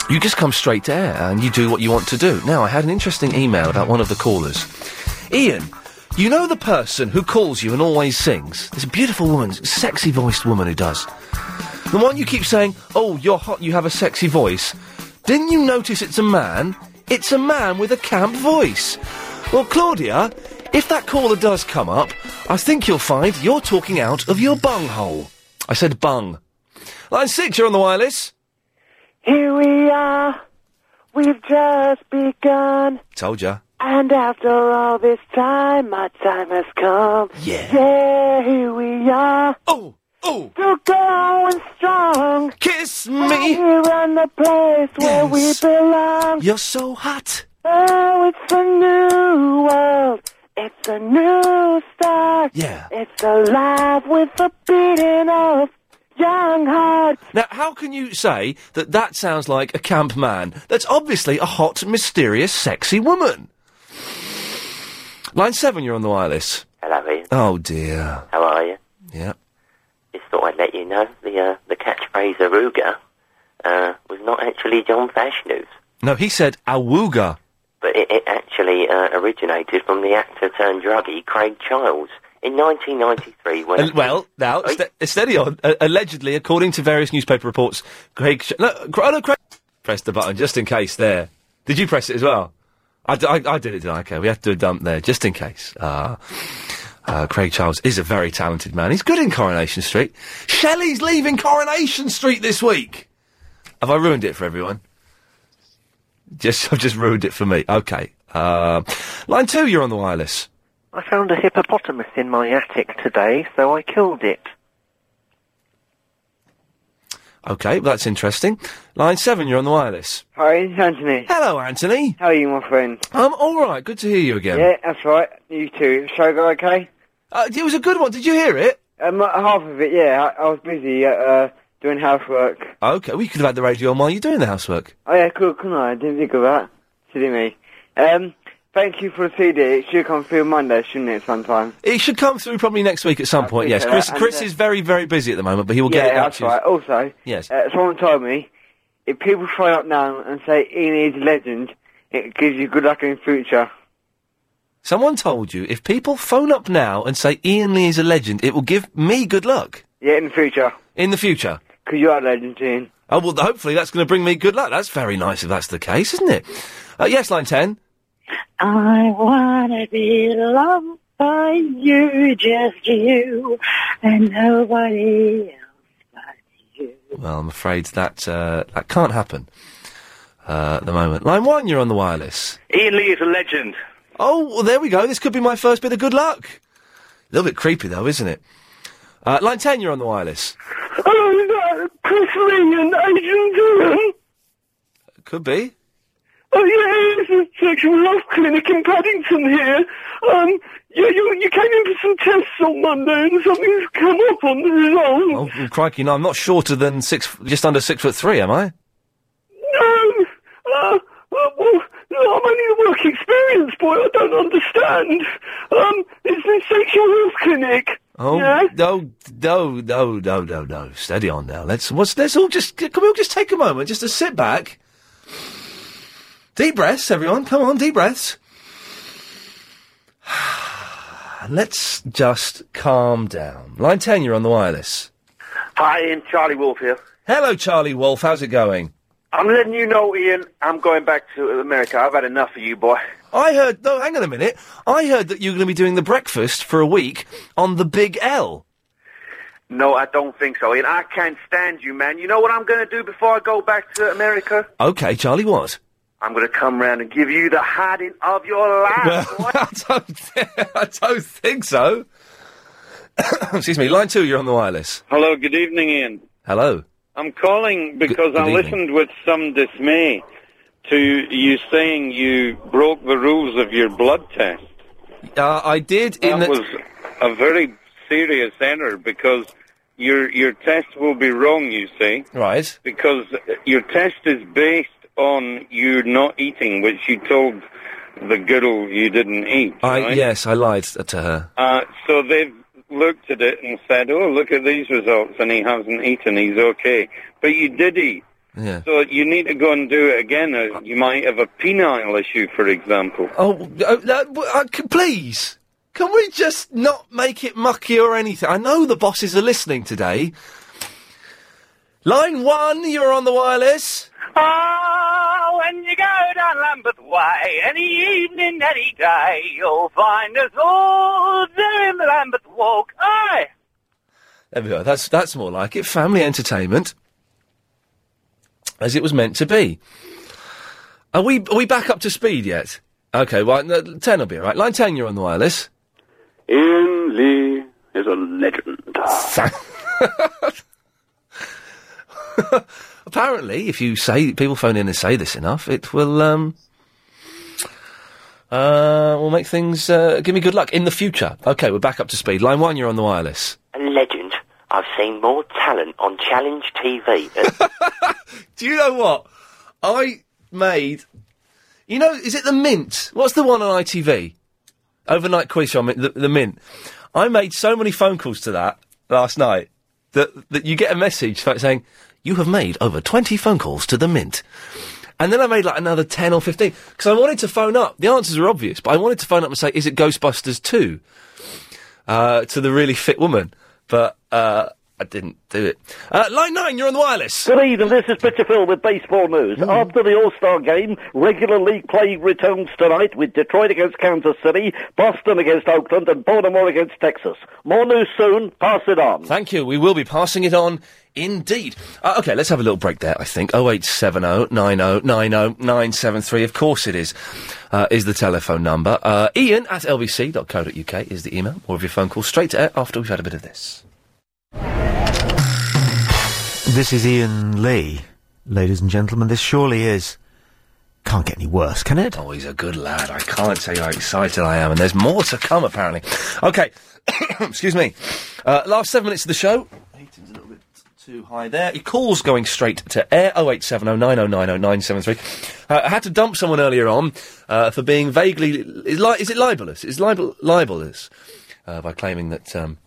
[SPEAKER 1] you just come straight to air and you do what you want to do. Now, I had an interesting email about one of the callers. Ian, you know the person who calls you and always sings? There's a beautiful woman, sexy voiced woman who does. The one you keep saying, oh, you're hot, you have a sexy voice. Didn't you notice it's a man? It's a man with a camp voice. Well, Claudia, if that caller does come up, I think you'll find you're talking out of your bunghole. I said bung. Line six, you're on the wireless.
[SPEAKER 23] Here we are. We've just begun.
[SPEAKER 1] Told ya.
[SPEAKER 23] And after all this time, my time has come.
[SPEAKER 1] Yeah.
[SPEAKER 23] Yeah, here we are.
[SPEAKER 1] Oh, oh.
[SPEAKER 23] Still going strong.
[SPEAKER 1] Kiss me.
[SPEAKER 23] Here on the place where we
[SPEAKER 1] Yes.
[SPEAKER 23] belong.
[SPEAKER 1] You're so hot.
[SPEAKER 23] Oh, it's a new world. It's a new start.
[SPEAKER 1] Yeah.
[SPEAKER 23] It's alive with the beating of young heart.
[SPEAKER 1] Now, how can you say that that sounds like a camp man? That's obviously a hot, mysterious, sexy woman. Line seven, you're on the wireless.
[SPEAKER 37] Hello, Ian.
[SPEAKER 1] Oh dear.
[SPEAKER 37] How are you?
[SPEAKER 1] Yeah.
[SPEAKER 37] Just thought I'd let you know the uh, the catchphrase Aruga uh, was not actually John Fashnews,
[SPEAKER 1] No, he said awooga.
[SPEAKER 37] but it, it actually uh, originated from the actor turned druggie Craig Childs in 1993. When
[SPEAKER 1] And, well, now ste- steady on. Uh, allegedly, according to various newspaper reports, Craig. Sh- no, Cra- oh, no, Craig. Press the button just in case. There. Did you press it as well? I, d- I, I did it. Did I? Okay, we had to do a dump there just in case. Uh, uh, Craig Charles is a very talented man. He's good in Coronation Street. Shelley's leaving Coronation Street this week. Have I ruined it for everyone? Just I've just ruined it for me. Okay. Uh, line two, you're on the wireless.
[SPEAKER 16] I found a hippopotamus in my attic today, so I killed it.
[SPEAKER 1] Okay, that's interesting. Line seven, you're on the wireless.
[SPEAKER 5] Hi, it's Anthony.
[SPEAKER 1] Hello, Anthony.
[SPEAKER 5] How are you, my friend?
[SPEAKER 1] I'm all right. Good to hear you again.
[SPEAKER 5] Yeah, that's right. You too. Show go okay?
[SPEAKER 1] Uh, it was a good one. Did you hear it?
[SPEAKER 5] Um, uh, half of it, yeah. I, I was busy at uh, doing housework.
[SPEAKER 1] Okay, well, you could have had the radio on while you're doing the housework.
[SPEAKER 5] Oh yeah, cool, come on, I didn't think of that. Silly me. Um, thank you for the CD. It should come through Monday, shouldn't it, sometime?
[SPEAKER 1] It should come through probably next week at some point, yes.
[SPEAKER 5] appreciate
[SPEAKER 1] Chris,
[SPEAKER 5] that, and,
[SPEAKER 1] Chris
[SPEAKER 5] uh,
[SPEAKER 1] is very, very busy at the moment, but he will
[SPEAKER 5] yeah,
[SPEAKER 1] get it out
[SPEAKER 5] that's
[SPEAKER 1] to you.
[SPEAKER 5] right. Also,
[SPEAKER 1] Yes.
[SPEAKER 5] uh, someone told me, if people phone up now and say Ian is a legend, it gives you good luck in the future.
[SPEAKER 1] Someone told you if people phone up now and say Ian Lee is a legend, it will give me good luck.
[SPEAKER 5] Yeah, in the future.
[SPEAKER 1] In the future.
[SPEAKER 5] Because you are a legend, Ian.
[SPEAKER 1] Oh, well, th- hopefully that's going to bring me good luck. That's very nice if that's the case, isn't it? Uh, yes, line 10.
[SPEAKER 23] I wanna be loved by you, just you, and nobody else.
[SPEAKER 1] Well, I'm afraid that, uh, that can't happen uh, at the moment. Line 1, you're on the wireless.
[SPEAKER 17] Ian Lee is a legend.
[SPEAKER 1] Oh, well, there we go. This could be my first bit of good luck. A little bit creepy, though, isn't it? Uh, line 10, you're on the wireless.
[SPEAKER 23] Hello, is that Chris Lee and Agent Dylan?
[SPEAKER 1] Could be.
[SPEAKER 23] Oh, yeah, it's a sexual health clinic in Paddington here. Um, yeah, you, you came in for some tests on Monday and something's come up on the result.
[SPEAKER 1] Oh, crikey, no, I'm not shorter than six, just under six foot three, am I? Oh.
[SPEAKER 23] No, uh, uh, well, no, I'm only the work experience boy. I don't understand. Um, it's an sexual health clinic.
[SPEAKER 1] Oh,
[SPEAKER 23] Yeah.
[SPEAKER 1] no, no, no, no, no, no. Steady on now. Let's, what's, let's all just, can we all just take a moment just to sit back? Deep breaths, everyone. Come on, deep breaths. And let's just calm down. Line 10, you're on the wireless.
[SPEAKER 17] Hi, Ian. Charlie Wolf here.
[SPEAKER 1] Hello, Charlie Wolf. How's it going?
[SPEAKER 17] I'm letting you know, Ian, I'm going back to America. I've had enough of you, boy.
[SPEAKER 1] I heard, no, hang on a minute. I heard that you're going to be doing the breakfast for a week on the Big L.
[SPEAKER 17] No, I don't think so, Ian. I can't stand you, man. You know what I'm going to do before I go back to America?
[SPEAKER 1] Okay, Charlie, what?
[SPEAKER 17] I'm going to come round and give you the hiding of your life.
[SPEAKER 1] Well, I don't, thi- I don't think so. Excuse me. Line two, you're on the wireless.
[SPEAKER 38] Hello, good evening, Ian.
[SPEAKER 1] Hello.
[SPEAKER 38] I'm calling because
[SPEAKER 1] good
[SPEAKER 38] I
[SPEAKER 1] evening.
[SPEAKER 38] listened with some dismay to you saying you broke the rules of your blood test.
[SPEAKER 1] Uh, I did.
[SPEAKER 38] That was a very serious error because your your test will be wrong. You see,
[SPEAKER 1] Right.
[SPEAKER 38] because your test is based on you not eating, which you told the girl you didn't eat.
[SPEAKER 1] I
[SPEAKER 38] right?
[SPEAKER 1] yes, I lied to her.
[SPEAKER 38] Uh, so they've looked at it and said, "Oh, look at these results, and he hasn't eaten. He's okay." But you did eat.
[SPEAKER 1] Yeah.
[SPEAKER 38] So you need to go and do it again. Uh, You might have a penile issue, for example.
[SPEAKER 1] Oh, uh, uh, w- uh, c- please. Can we just not make it mucky or anything? I know the bosses are listening today. Line one, you're on the wireless.
[SPEAKER 23] Oh, when you go down Lambeth Way, any evening, any day, you'll find us all there in the Lambeth Walk. Aye.
[SPEAKER 1] There we go. That's that's more like it. Family entertainment, as it was meant to be. Are we are we back up to speed yet? Okay, well, no, ten will be all right. Line ten, you're on the wireless.
[SPEAKER 39] Ian Lee is a legend.
[SPEAKER 1] Apparently, if you say people phone in and say this enough, it will um uh will make things uh, give me good luck in the future. Okay, we're back up to speed. Line one, you're on the wireless.
[SPEAKER 37] A legend. I've seen more talent on Challenge TV.
[SPEAKER 1] Do you know what I made? You know, is it the Mint? What's the one on ITV? Overnight quiz show, the, the Mint. I made so many phone calls to that last night that that you get a message fa- saying you have made over twenty phone calls to the Mint. And then I made like another 10 or 15 because I wanted to phone up. The answers are obvious, but I wanted to phone up and say, is it Ghostbusters 2? Uh, to the really fit woman. But, uh, I didn't do it. Uh, line 9, you're on the wireless.
[SPEAKER 40] Good evening, this is Peter Phil with baseball news. After the All-Star game, regular league play returns tonight with Detroit against Kansas City, Boston against Oakland, and Baltimore against Texas. More news soon, pass it on.
[SPEAKER 1] Thank you. We will be passing it on indeed. Uh, okay, let's have a little break there, I think. Oh, 0870 90 90 973. Of course it is, uh, is the telephone number. Uh, Ian at lbc.co.uk is the email. More of your phone calls straight to air after we've had a bit of this.
[SPEAKER 29] This is Ian Lee. Ladies and gentlemen, this surely is. Can't get any worse, can it?
[SPEAKER 1] Oh, he's a good lad. I can't tell you how excited I am, and there's more to come, apparently. Okay, excuse me. Uh, last seven minutes of the show. Heating's a little bit Too high there. Your call's going straight to air Oh, 08709090973. Uh, I had to dump someone earlier on uh, for being vaguely. Is, li- is it libelous? Is libel libelous uh, by claiming that um,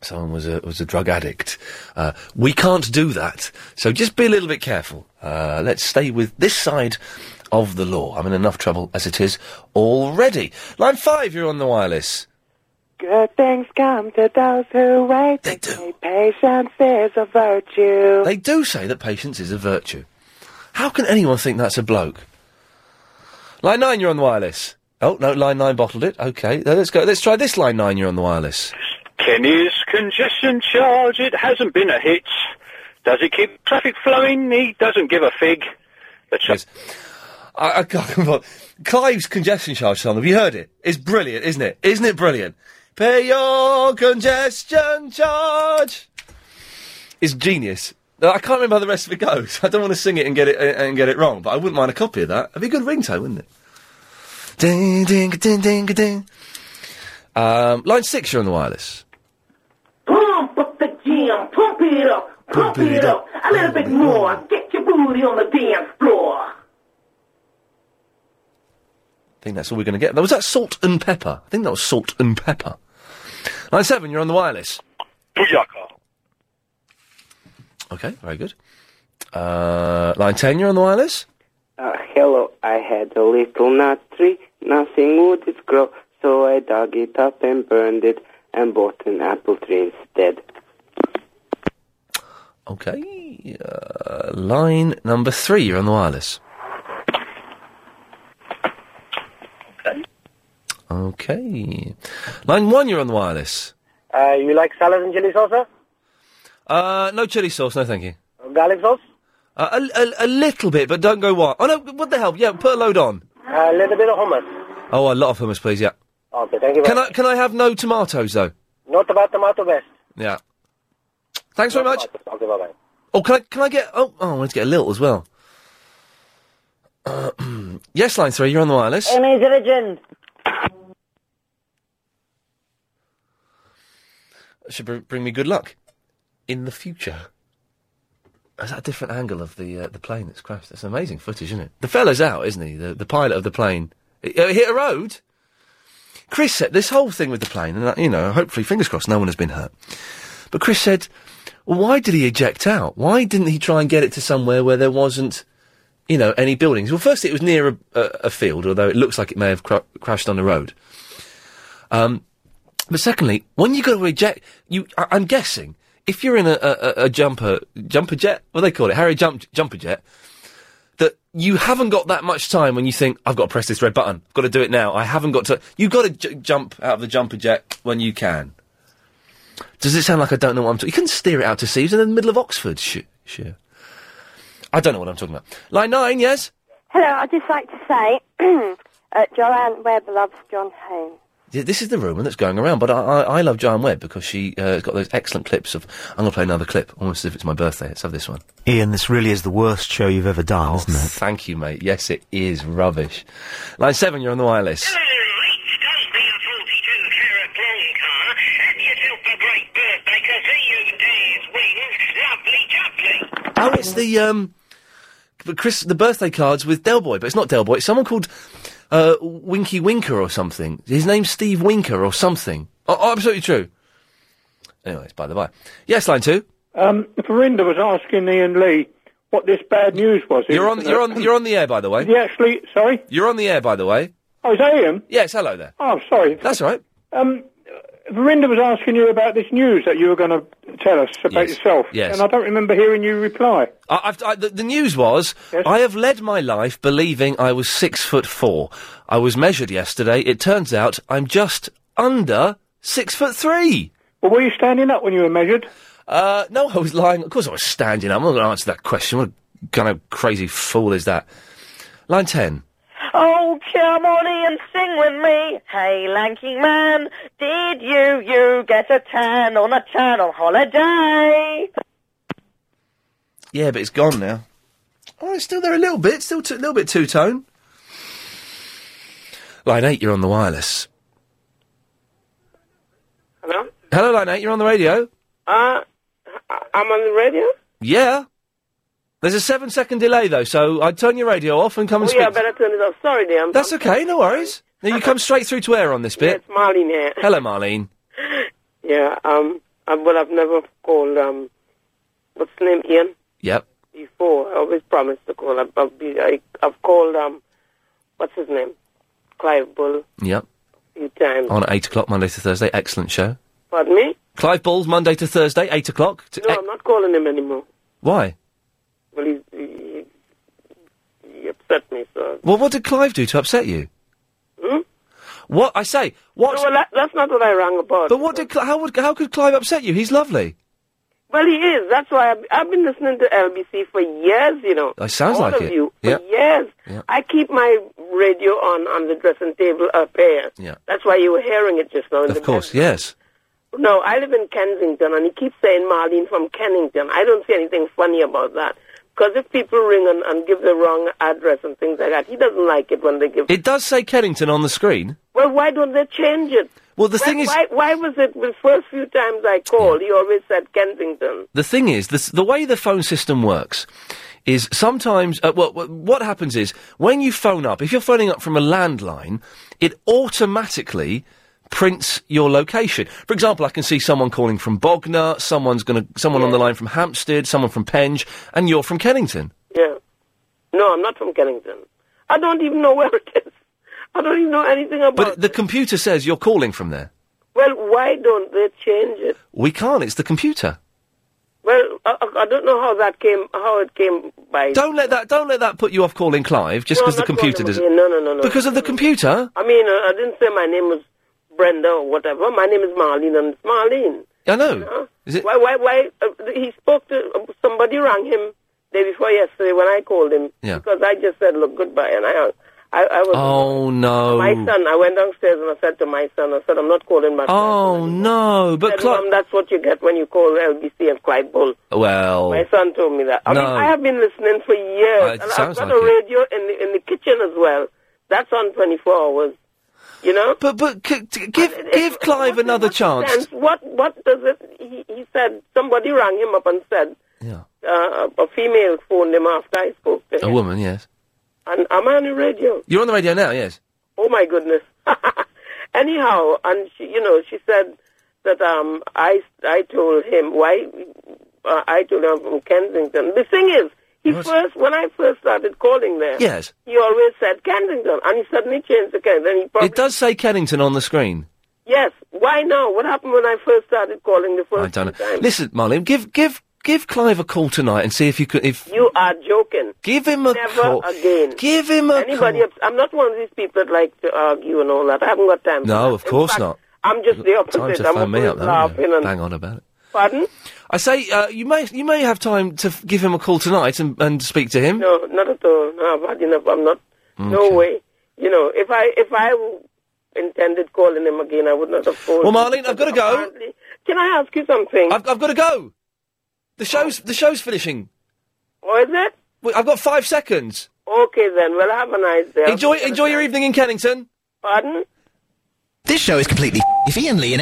[SPEAKER 1] someone was a was a drug addict? Uh, we can't do that. So just be a little bit careful. Uh, let's stay with this side of the law. I'm in enough trouble as it is already. Line five, you're on the wireless.
[SPEAKER 10] Good things come to those who wait. They do. Patience is a virtue.
[SPEAKER 1] They do say that patience is a virtue. How can anyone think that's a bloke? Line nine, you're on the wireless. Oh no, line nine bottled it. Okay, now let's go. Let's try this line nine. You're on the wireless.
[SPEAKER 18] Kenny's congestion charge, it hasn't been a hit. Does it keep traffic flowing? He doesn't give a fig. The ch-
[SPEAKER 1] I, I can't come on. Clive's congestion charge song. Have you heard it? It's brilliant, isn't it? Isn't it brilliant? Pay your congestion charge. It's genius. Now, I can't remember how the rest of it goes. I don't want to sing it and get it uh, and get it wrong, but I wouldn't mind a copy of that. It'd be a good ringtone, wouldn't it? Ding ding ding ding ding. Um, line six, you're on the wireless.
[SPEAKER 20] Pump up the jam, pump it up, pump, it, up. a little bit more. Get your booty on the dance floor.
[SPEAKER 1] I think that's all we're going to get. That was that salt and pepper. I think that was salt and pepper. Line seven, you're on the wireless. Okay, very good. Uh, line ten, you're on the wireless.
[SPEAKER 21] Uh, hello, I had a little nut tree, nothing would it grow, so I dug it up and burned it and bought an apple tree instead.
[SPEAKER 1] Okay. Uh, line number three, you're on the wireless. Okay. Line one, you're on the wireless.
[SPEAKER 22] Uh, you like salad and chili sauce, sir?
[SPEAKER 1] Uh, no chili sauce, no thank you.
[SPEAKER 22] Garlic sauce?
[SPEAKER 1] Uh, a, a, a little bit, but don't go wild. Oh no, what the hell? Yeah, put a load on.
[SPEAKER 22] A little bit of hummus.
[SPEAKER 1] Oh, a lot of hummus, please. Yeah.
[SPEAKER 22] Okay,
[SPEAKER 4] eh?
[SPEAKER 22] thank you very
[SPEAKER 1] Can I can I have no tomatoes though?
[SPEAKER 22] Not about tomato best.
[SPEAKER 1] Yeah. Thanks very much.
[SPEAKER 22] Okay, bye-bye.
[SPEAKER 1] Oh, can I can I get? Oh, oh I wanted to get a little as well. yes, line three, you're on the wireless.
[SPEAKER 29] Amy's origin.
[SPEAKER 1] should br- bring me good luck in the future. Is that a different angle of the uh, the plane that's crashed? That's amazing footage, isn't it? The fella's out, isn't he? The the pilot of the plane it, it hit a road. Chris said this whole thing with the plane, and uh, you know, hopefully, fingers crossed, no one has been hurt. But Chris said, well, "Why did he eject out? Why didn't he try and get it to somewhere where there wasn't, you know, any buildings?" Well, first it was near a, a, a field, although it looks like it may have cra- crashed on a road. Um, but secondly, when you go to eject, you, I, I'm guessing, if you're in a, a, a- a jumper, jumper jet, what do they call it, Harry jump, jumper jet, that you haven't got that much time when you think, I've got to press this red button, I've got to do it now, I haven't got to, you've got to j- jump out of the jumper jet when you can. Does it sound like I don't know what I'm talking, you couldn't steer it out to sea, it was in the middle of Oxford, sh- sure. I don't know what I'm talking about. Line nine, yes?
[SPEAKER 31] Hello, I'd just like to say uh, Joanne Webb loves John Holmes.
[SPEAKER 1] Yeah, This is the rumour that's going around, but I, I, I love Joanne Webb because she uh, has got those excellent clips of. I'm going to play another clip, almost as if it's my birthday. Let's have this one.
[SPEAKER 28] Ian, this really is the worst show you've ever done, isn't it?
[SPEAKER 1] Thank you, mate. Yes, it is rubbish. Line seven, you're on the wireless. Oh, it's the um, the Chris the birthday cards with Del Boy, but it's not Del Boy. It's someone called uh, Winky Winker or something. His name's Steve Winker or something. Oh, oh, absolutely true. Anyway, it's by the by. Yes, line two.
[SPEAKER 32] Um, Verinda was asking Ian Lee what this bad news was.
[SPEAKER 1] You're on. You're on. You're on the air, by the way.
[SPEAKER 32] He actually, sorry.
[SPEAKER 1] You're on the air, by the way.
[SPEAKER 32] Oh, is that Ian?
[SPEAKER 1] Yes, hello there.
[SPEAKER 32] Oh, sorry.
[SPEAKER 1] That's all right.
[SPEAKER 32] Um, Verinda was asking you about this news that you were going to tell us about
[SPEAKER 1] Yes.
[SPEAKER 32] yourself.
[SPEAKER 1] Yes.
[SPEAKER 32] And I don't remember hearing you reply.
[SPEAKER 1] I, I've, I, the, the news was I have led my life believing I was six foot four. I was measured yesterday. It turns out I'm just under six foot three.
[SPEAKER 32] Well, were you standing up when you were measured?
[SPEAKER 1] Uh, no, I was lying. Of course, I was standing up. I'm not going to answer that question. What kind of crazy fool is that? Line ten.
[SPEAKER 29] Oh, come on, Ian, sing with me. Hey, lanky man, did you, you get a tan on a tan on holiday?
[SPEAKER 1] Yeah, but it's gone now. Oh, it's still there a little bit. Still a little bit two tone. Line eight, you're on the wireless.
[SPEAKER 7] Hello?
[SPEAKER 1] Hello, line eight, you're on the radio.
[SPEAKER 7] Uh,
[SPEAKER 4] I'm on the radio?
[SPEAKER 1] Yeah. There's a seven second delay though, so I'd turn your radio off and come and
[SPEAKER 4] oh, yeah, I
[SPEAKER 1] speak.
[SPEAKER 4] better turn it off. Sorry, dear. I'm,
[SPEAKER 1] That's okay, no worries. Now you come straight through to air on this bit.
[SPEAKER 4] It's Marlene here.
[SPEAKER 1] Hello, Marlene.
[SPEAKER 4] Yeah, um, I, well, I've never called, um, what's his name, Ian,
[SPEAKER 1] Yep.
[SPEAKER 4] before. I always promised to call. I, I've, be- I, I've called, um, what's his name? Clive Bull
[SPEAKER 1] Yep.
[SPEAKER 4] a few times.
[SPEAKER 1] On at eight o'clock Monday to Thursday. Excellent show.
[SPEAKER 4] Pardon me?
[SPEAKER 1] Clive Balls Monday to Thursday, eight o'clock. To-
[SPEAKER 4] No, I'm not calling him anymore.
[SPEAKER 1] Why?
[SPEAKER 4] Well, he's, he, he, he upset me, so.
[SPEAKER 1] Well, what did Clive do to upset you?
[SPEAKER 4] Hmm?
[SPEAKER 1] What I say? What?
[SPEAKER 4] No, well, that, that's not what I rang about.
[SPEAKER 1] But what did Cl- how would how could Clive upset you? He's lovely.
[SPEAKER 4] Well, he is. That's why I've, I've been listening to LBC for years, you know.
[SPEAKER 1] It sounds
[SPEAKER 4] All
[SPEAKER 1] like
[SPEAKER 4] of
[SPEAKER 1] it.
[SPEAKER 4] you.
[SPEAKER 1] Yeah.
[SPEAKER 4] For years.
[SPEAKER 1] Yeah.
[SPEAKER 4] I keep my radio on on the dressing table up here.
[SPEAKER 1] Yeah.
[SPEAKER 4] That's why you were hearing it just now. in the
[SPEAKER 1] Of course, yes.
[SPEAKER 4] bed. No, I live in Kensington, and he keeps saying Marlene from Kennington. I don't see anything funny about that. Because if people ring and, and give the wrong address and things like that, he doesn't like it when they give.
[SPEAKER 1] It does say Kennington on the screen.
[SPEAKER 4] Well, why don't they change it?
[SPEAKER 1] Well, the
[SPEAKER 4] why,
[SPEAKER 1] thing is-
[SPEAKER 4] why, why was it the first few times I called? He always said Kensington.
[SPEAKER 1] The thing is, the, s- the way the phone system works is sometimes, uh, well, wh- what happens is when you phone up, if you're phoning up from a landline, it automatically prints your location. For example, I can see someone calling from Bognor, someone's going to, someone on the line from Hampstead, someone from Penge, and you're from Kennington.
[SPEAKER 4] Yeah. No, I'm not from Kennington. I don't even know where it is. I don't even know anything about
[SPEAKER 1] But the computer says you're calling from there.
[SPEAKER 4] Well, why don't they change it?
[SPEAKER 1] We can't, it's the computer.
[SPEAKER 4] Well, I, I- I don't know how that came, how it came by.
[SPEAKER 1] Don't let that, don't let that put you off calling Clive just
[SPEAKER 4] No,
[SPEAKER 1] because
[SPEAKER 4] I'm
[SPEAKER 1] the
[SPEAKER 4] not calling
[SPEAKER 1] computer
[SPEAKER 4] him
[SPEAKER 1] doesn't.
[SPEAKER 4] again. No, no, no, no.
[SPEAKER 1] Because of the computer?
[SPEAKER 4] I mean, uh, I didn't say my name was Brenda or whatever. My name is Marlene, and it's Marlene.
[SPEAKER 1] I know.
[SPEAKER 4] Huh?
[SPEAKER 1] Is it?
[SPEAKER 4] Why, why, why? Uh, he spoke to uh, somebody. Rang him day before yesterday when I called him
[SPEAKER 1] Yeah.
[SPEAKER 4] because I just said look goodbye, and I, I, I was.
[SPEAKER 1] Oh no.
[SPEAKER 4] My son, I went downstairs and I said to my son, I said, I'm not calling back.
[SPEAKER 1] Oh no,
[SPEAKER 4] I
[SPEAKER 1] but
[SPEAKER 4] said,
[SPEAKER 1] Clive.
[SPEAKER 4] Mum, that's what you get when you call LBC and cry bull.
[SPEAKER 1] Well,
[SPEAKER 4] My son told me that. I mean,
[SPEAKER 1] No.
[SPEAKER 4] I have been listening for years.
[SPEAKER 1] Uh, it
[SPEAKER 4] and
[SPEAKER 1] sounds
[SPEAKER 4] I've got
[SPEAKER 1] like
[SPEAKER 4] a
[SPEAKER 1] it.
[SPEAKER 4] radio in the, in the kitchen as well. That's on 24 hours. You know?
[SPEAKER 1] But, but, give, give Clive another chance.
[SPEAKER 4] sense. What what does it? He, he said somebody rang him up and said
[SPEAKER 1] Yeah.
[SPEAKER 4] uh, a female phoned him after I spoke to
[SPEAKER 1] A
[SPEAKER 4] him.
[SPEAKER 1] woman, yes.
[SPEAKER 4] And am I on the radio?
[SPEAKER 1] You're on the radio now, yes.
[SPEAKER 4] Oh my goodness. Anyhow, and she, you know, she said that um, I I told him why uh, I told him I'm from Kensington. The thing is, he first when I first started calling there,
[SPEAKER 1] Yes.
[SPEAKER 4] he always said Kensington, and he suddenly changed to Kensington. He probably,
[SPEAKER 1] It does say Kennington on the screen.
[SPEAKER 4] yes, why now? What happened when I first started calling the
[SPEAKER 1] I
[SPEAKER 4] first?
[SPEAKER 1] don't know. Listen, Marlene, give, give, give Clive a call tonight and see if you could, if,
[SPEAKER 4] You are joking.
[SPEAKER 1] Give him a
[SPEAKER 4] Never
[SPEAKER 1] call.
[SPEAKER 4] again.
[SPEAKER 1] Give him a
[SPEAKER 4] Anybody
[SPEAKER 1] call.
[SPEAKER 4] Ups- I'm not one of these people that like to argue and all that. I haven't got time. for
[SPEAKER 1] No,
[SPEAKER 4] that.
[SPEAKER 1] of
[SPEAKER 4] In
[SPEAKER 1] course
[SPEAKER 4] fact,
[SPEAKER 1] not.
[SPEAKER 4] I'm just the opposite.
[SPEAKER 1] time to
[SPEAKER 4] I'm
[SPEAKER 1] phone me
[SPEAKER 4] always
[SPEAKER 1] up, though.
[SPEAKER 4] laughing
[SPEAKER 1] isn't it?
[SPEAKER 4] and
[SPEAKER 1] Bang on about it.
[SPEAKER 4] pardon.
[SPEAKER 1] I say, uh, you may, you may have time to f- give him a call tonight and, and speak to him.
[SPEAKER 4] No, not at all. No, I've had enough. I'm not. No
[SPEAKER 1] Okay.
[SPEAKER 4] way. You know, if I if I w- intended calling him again, I would not have called.
[SPEAKER 1] Well, Marlene, I've got to go.
[SPEAKER 4] Can I ask you something?
[SPEAKER 1] I've, I've got to go. The show's, the show's finishing.
[SPEAKER 4] What Oh, is it?
[SPEAKER 1] Well, I've got five seconds.
[SPEAKER 4] Okay then. Well, have a nice day.
[SPEAKER 1] Enjoy, enjoy your evening in Kennington.
[SPEAKER 4] Pardon.
[SPEAKER 1] This show is completely. If Ian Lee and